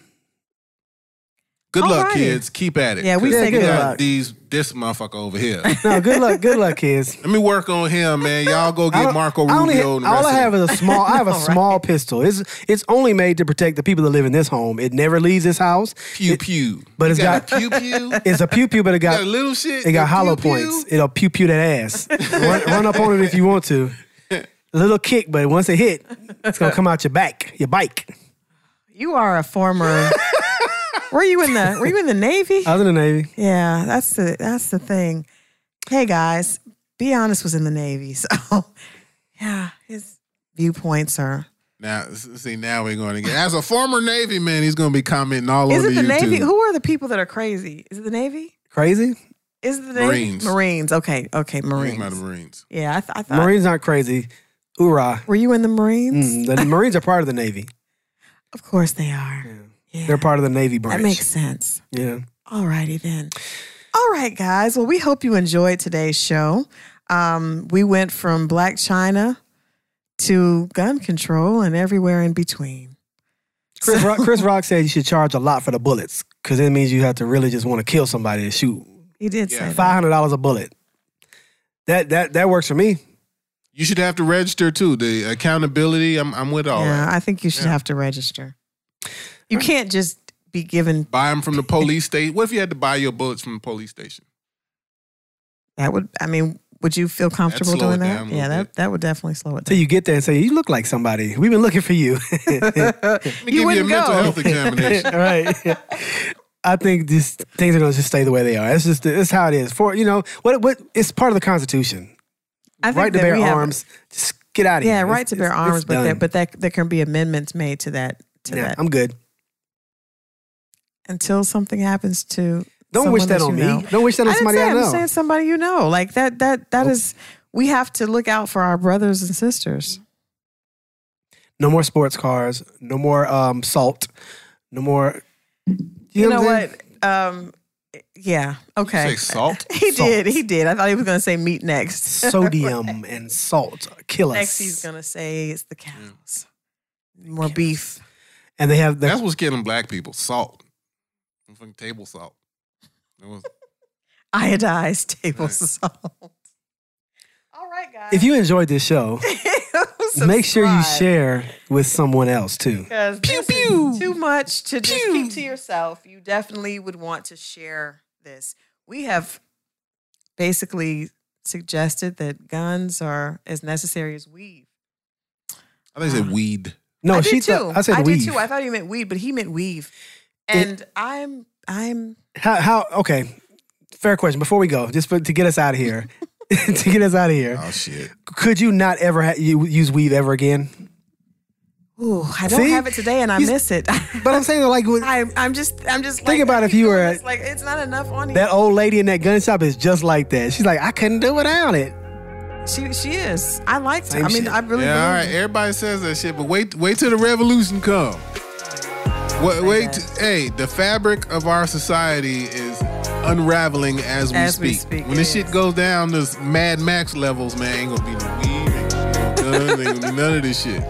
S3: Good luck,
S5: Alrighty.
S3: kids. Keep at it.
S5: Yeah, we
S3: 'Cause
S4: say good
S3: got
S4: luck.
S3: These this motherfucker over here.
S4: No, good luck. Good luck, kids.
S3: Let me work on him, man. Y'all go
S4: *laughs* I
S3: get
S4: don't-
S3: Marco
S4: I only
S3: Rubio.
S4: ha-
S3: and the
S4: all
S3: rest
S4: I
S3: of
S4: have
S3: them.
S4: is a small. I
S3: *laughs*
S4: have a small pistol. It's it's only made to protect the people that live in this home. It never leaves this house.
S3: pew pew.
S4: But
S3: You
S4: it's
S3: got,
S4: got- *laughs*
S3: a pew pew.
S4: It's a pew pew, but
S3: *laughs*
S4: it
S3: Got a
S4: got
S3: little shit.
S4: It got
S3: Pew,
S4: hollow
S3: pew.
S4: points. It'll pew pew that ass. run, run up on it if you want
S3: *laughs*
S4: to. A little kick, but once it hit, it's gonna come out your back, your bike.
S5: You are a former. were you in the Were you in the *laughs* Navy?
S4: I was in the Navy.
S5: yeah, that's the that's the thing. Hey guys, be honest was in the Navy, *laughs* so yeah, his viewpoints are.
S3: Now, s- see, now we're going to get. As a former Navy man, he's going to be commenting all
S5: Is
S3: over
S5: it the
S3: YouTube.
S5: Navy? Who are the people that are crazy? Is it the Navy?
S4: Crazy?
S5: Is it the Navy?
S3: Marines.
S5: Marines. Okay. Okay.
S3: Think about the
S5: Marines.
S3: Marines.
S5: Yeah, I, th- I thought.
S4: Marines aren't crazy. Hoorah.
S5: Were you in the Marines?
S4: Mm, the Marines are part of the Navy.
S5: Of course they are. Yeah.
S4: They're part of the Navy branch.
S5: that makes sense.
S4: Yeah.
S5: Alrighty then. All right, guys. Well, we hope you enjoyed today's show. Um, we went from Black China to gun control and everywhere in between.
S4: Chris, Rock, Chris Rock said you should charge a lot for the bullets because it means you have to really just want to kill somebody and shoot
S5: He did say
S3: Yeah.
S4: five
S5: that.
S4: hundred dollars a bullet. That that that works for me.
S3: You should have to register too. The accountability. I'm, I'm with all
S5: yeah,
S3: that.
S5: I think you should have to register. You can't just be given.
S3: Buy them from the police station. What if you had to buy your bullets from the police station?
S5: That would. I mean, would you feel comfortable
S3: slow it
S5: doing
S3: down
S5: that?
S3: a
S5: Yeah,
S3: little
S5: that, that would definitely slow it
S4: Till
S5: down.
S4: you get there and say, You look like somebody. We've been looking for you.
S3: Let me
S5: You
S3: give you a
S5: wouldn't
S3: mental
S5: go.
S3: health examination.
S4: All *laughs* right. I think these things are going to just stay the way they are. That's just that's how it is. For you know what what it's part of the Constitution.
S5: I think
S4: Right to
S5: that
S4: bear
S5: we have-
S4: arms. Just get out of
S5: Yeah,
S4: here.
S5: right to bear arms, but there,
S4: that
S5: but that there can be amendments made to that to
S4: yeah,
S5: that
S4: I'm good.
S5: until something happens to.
S4: Don't wish
S5: someone
S4: that on
S5: you
S4: me.
S5: know.
S4: Don't wish that on
S5: I didn't
S4: somebody
S5: say,
S4: I know.
S5: I'm saying somebody you know. Like that. That that is. We have to look out for our brothers and sisters.
S4: no more sports cars. No more um, salt. No more.
S5: You,
S4: You,
S5: know
S4: I'm saying?
S5: what? Um, Yeah. *laughs* Okay.
S3: Say salt?
S5: *laughs* He
S4: Salt.
S5: did. He did. I thought he was going to say meat next. *laughs*
S4: Sodium and salt kill us.
S5: Next, he's going to say it's the cows. More beef.
S4: and they have
S3: That's
S5: *laughs*
S4: the,
S3: what's killing black people. Salt. Fucking table salt. It was-
S5: Iodized table
S3: Right.
S5: salt. All right, guys. *laughs*
S4: if you enjoyed this show, make sure you
S5: Subscribe.
S4: share with someone else too.
S5: because pew pew too much to just keep to yourself. You definitely would want to share this. We have basically suggested that guns are as necessary as weave.
S3: I think they said weed.
S4: No,
S5: I
S4: she
S5: did too.
S4: thought I said weave.
S5: did too. I thought he meant weed, but he meant weave. And I'm I'm
S4: how, how? Okay, fair question. Before we go, just for, to get us out of here, *laughs* to get us out of here,
S3: Oh shit.
S4: could you not ever ha- you, use weave ever again?
S5: ooh, I don't
S4: See?
S5: have it today and I
S4: He's-
S5: miss it.
S4: But I'm saying like with,
S5: *laughs* I'm I'm just I'm just
S4: Think
S5: like,
S4: about
S5: I
S4: if
S5: keep
S4: you
S5: doing
S4: were
S5: this,
S4: at-
S5: like it's not enough on here.
S4: that old lady in that gun shop is just like that. She's like, I couldn't do without it.
S5: she she is. I liked her.
S4: Same
S5: I mean
S4: shit.
S5: I really
S3: Yeah, all
S5: believe
S3: right. Everybody says that shit, but wait, wait till the revolution come. Wait, wait.
S5: that.
S3: t- hey, the fabric of our society is unraveling as we
S5: As
S3: speak.
S5: we speak,
S3: when this
S5: it
S3: shit
S5: is.
S3: goes down to Mad Max levels, man, ain't gonna be no weed, ain't gonna be none, ain't gonna be none of this shit.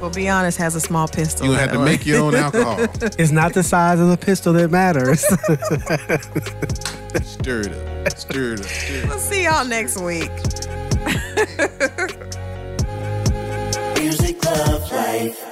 S5: Well, be honest, has a small pistol.
S3: You gonna have to make your own
S5: *laughs*
S3: alcohol.
S4: It's not the size of the pistol that matters. *laughs*
S3: Stir it up. Stir it up. Stir it up.
S5: We'll see y'all next week.
S2: Music, love, life.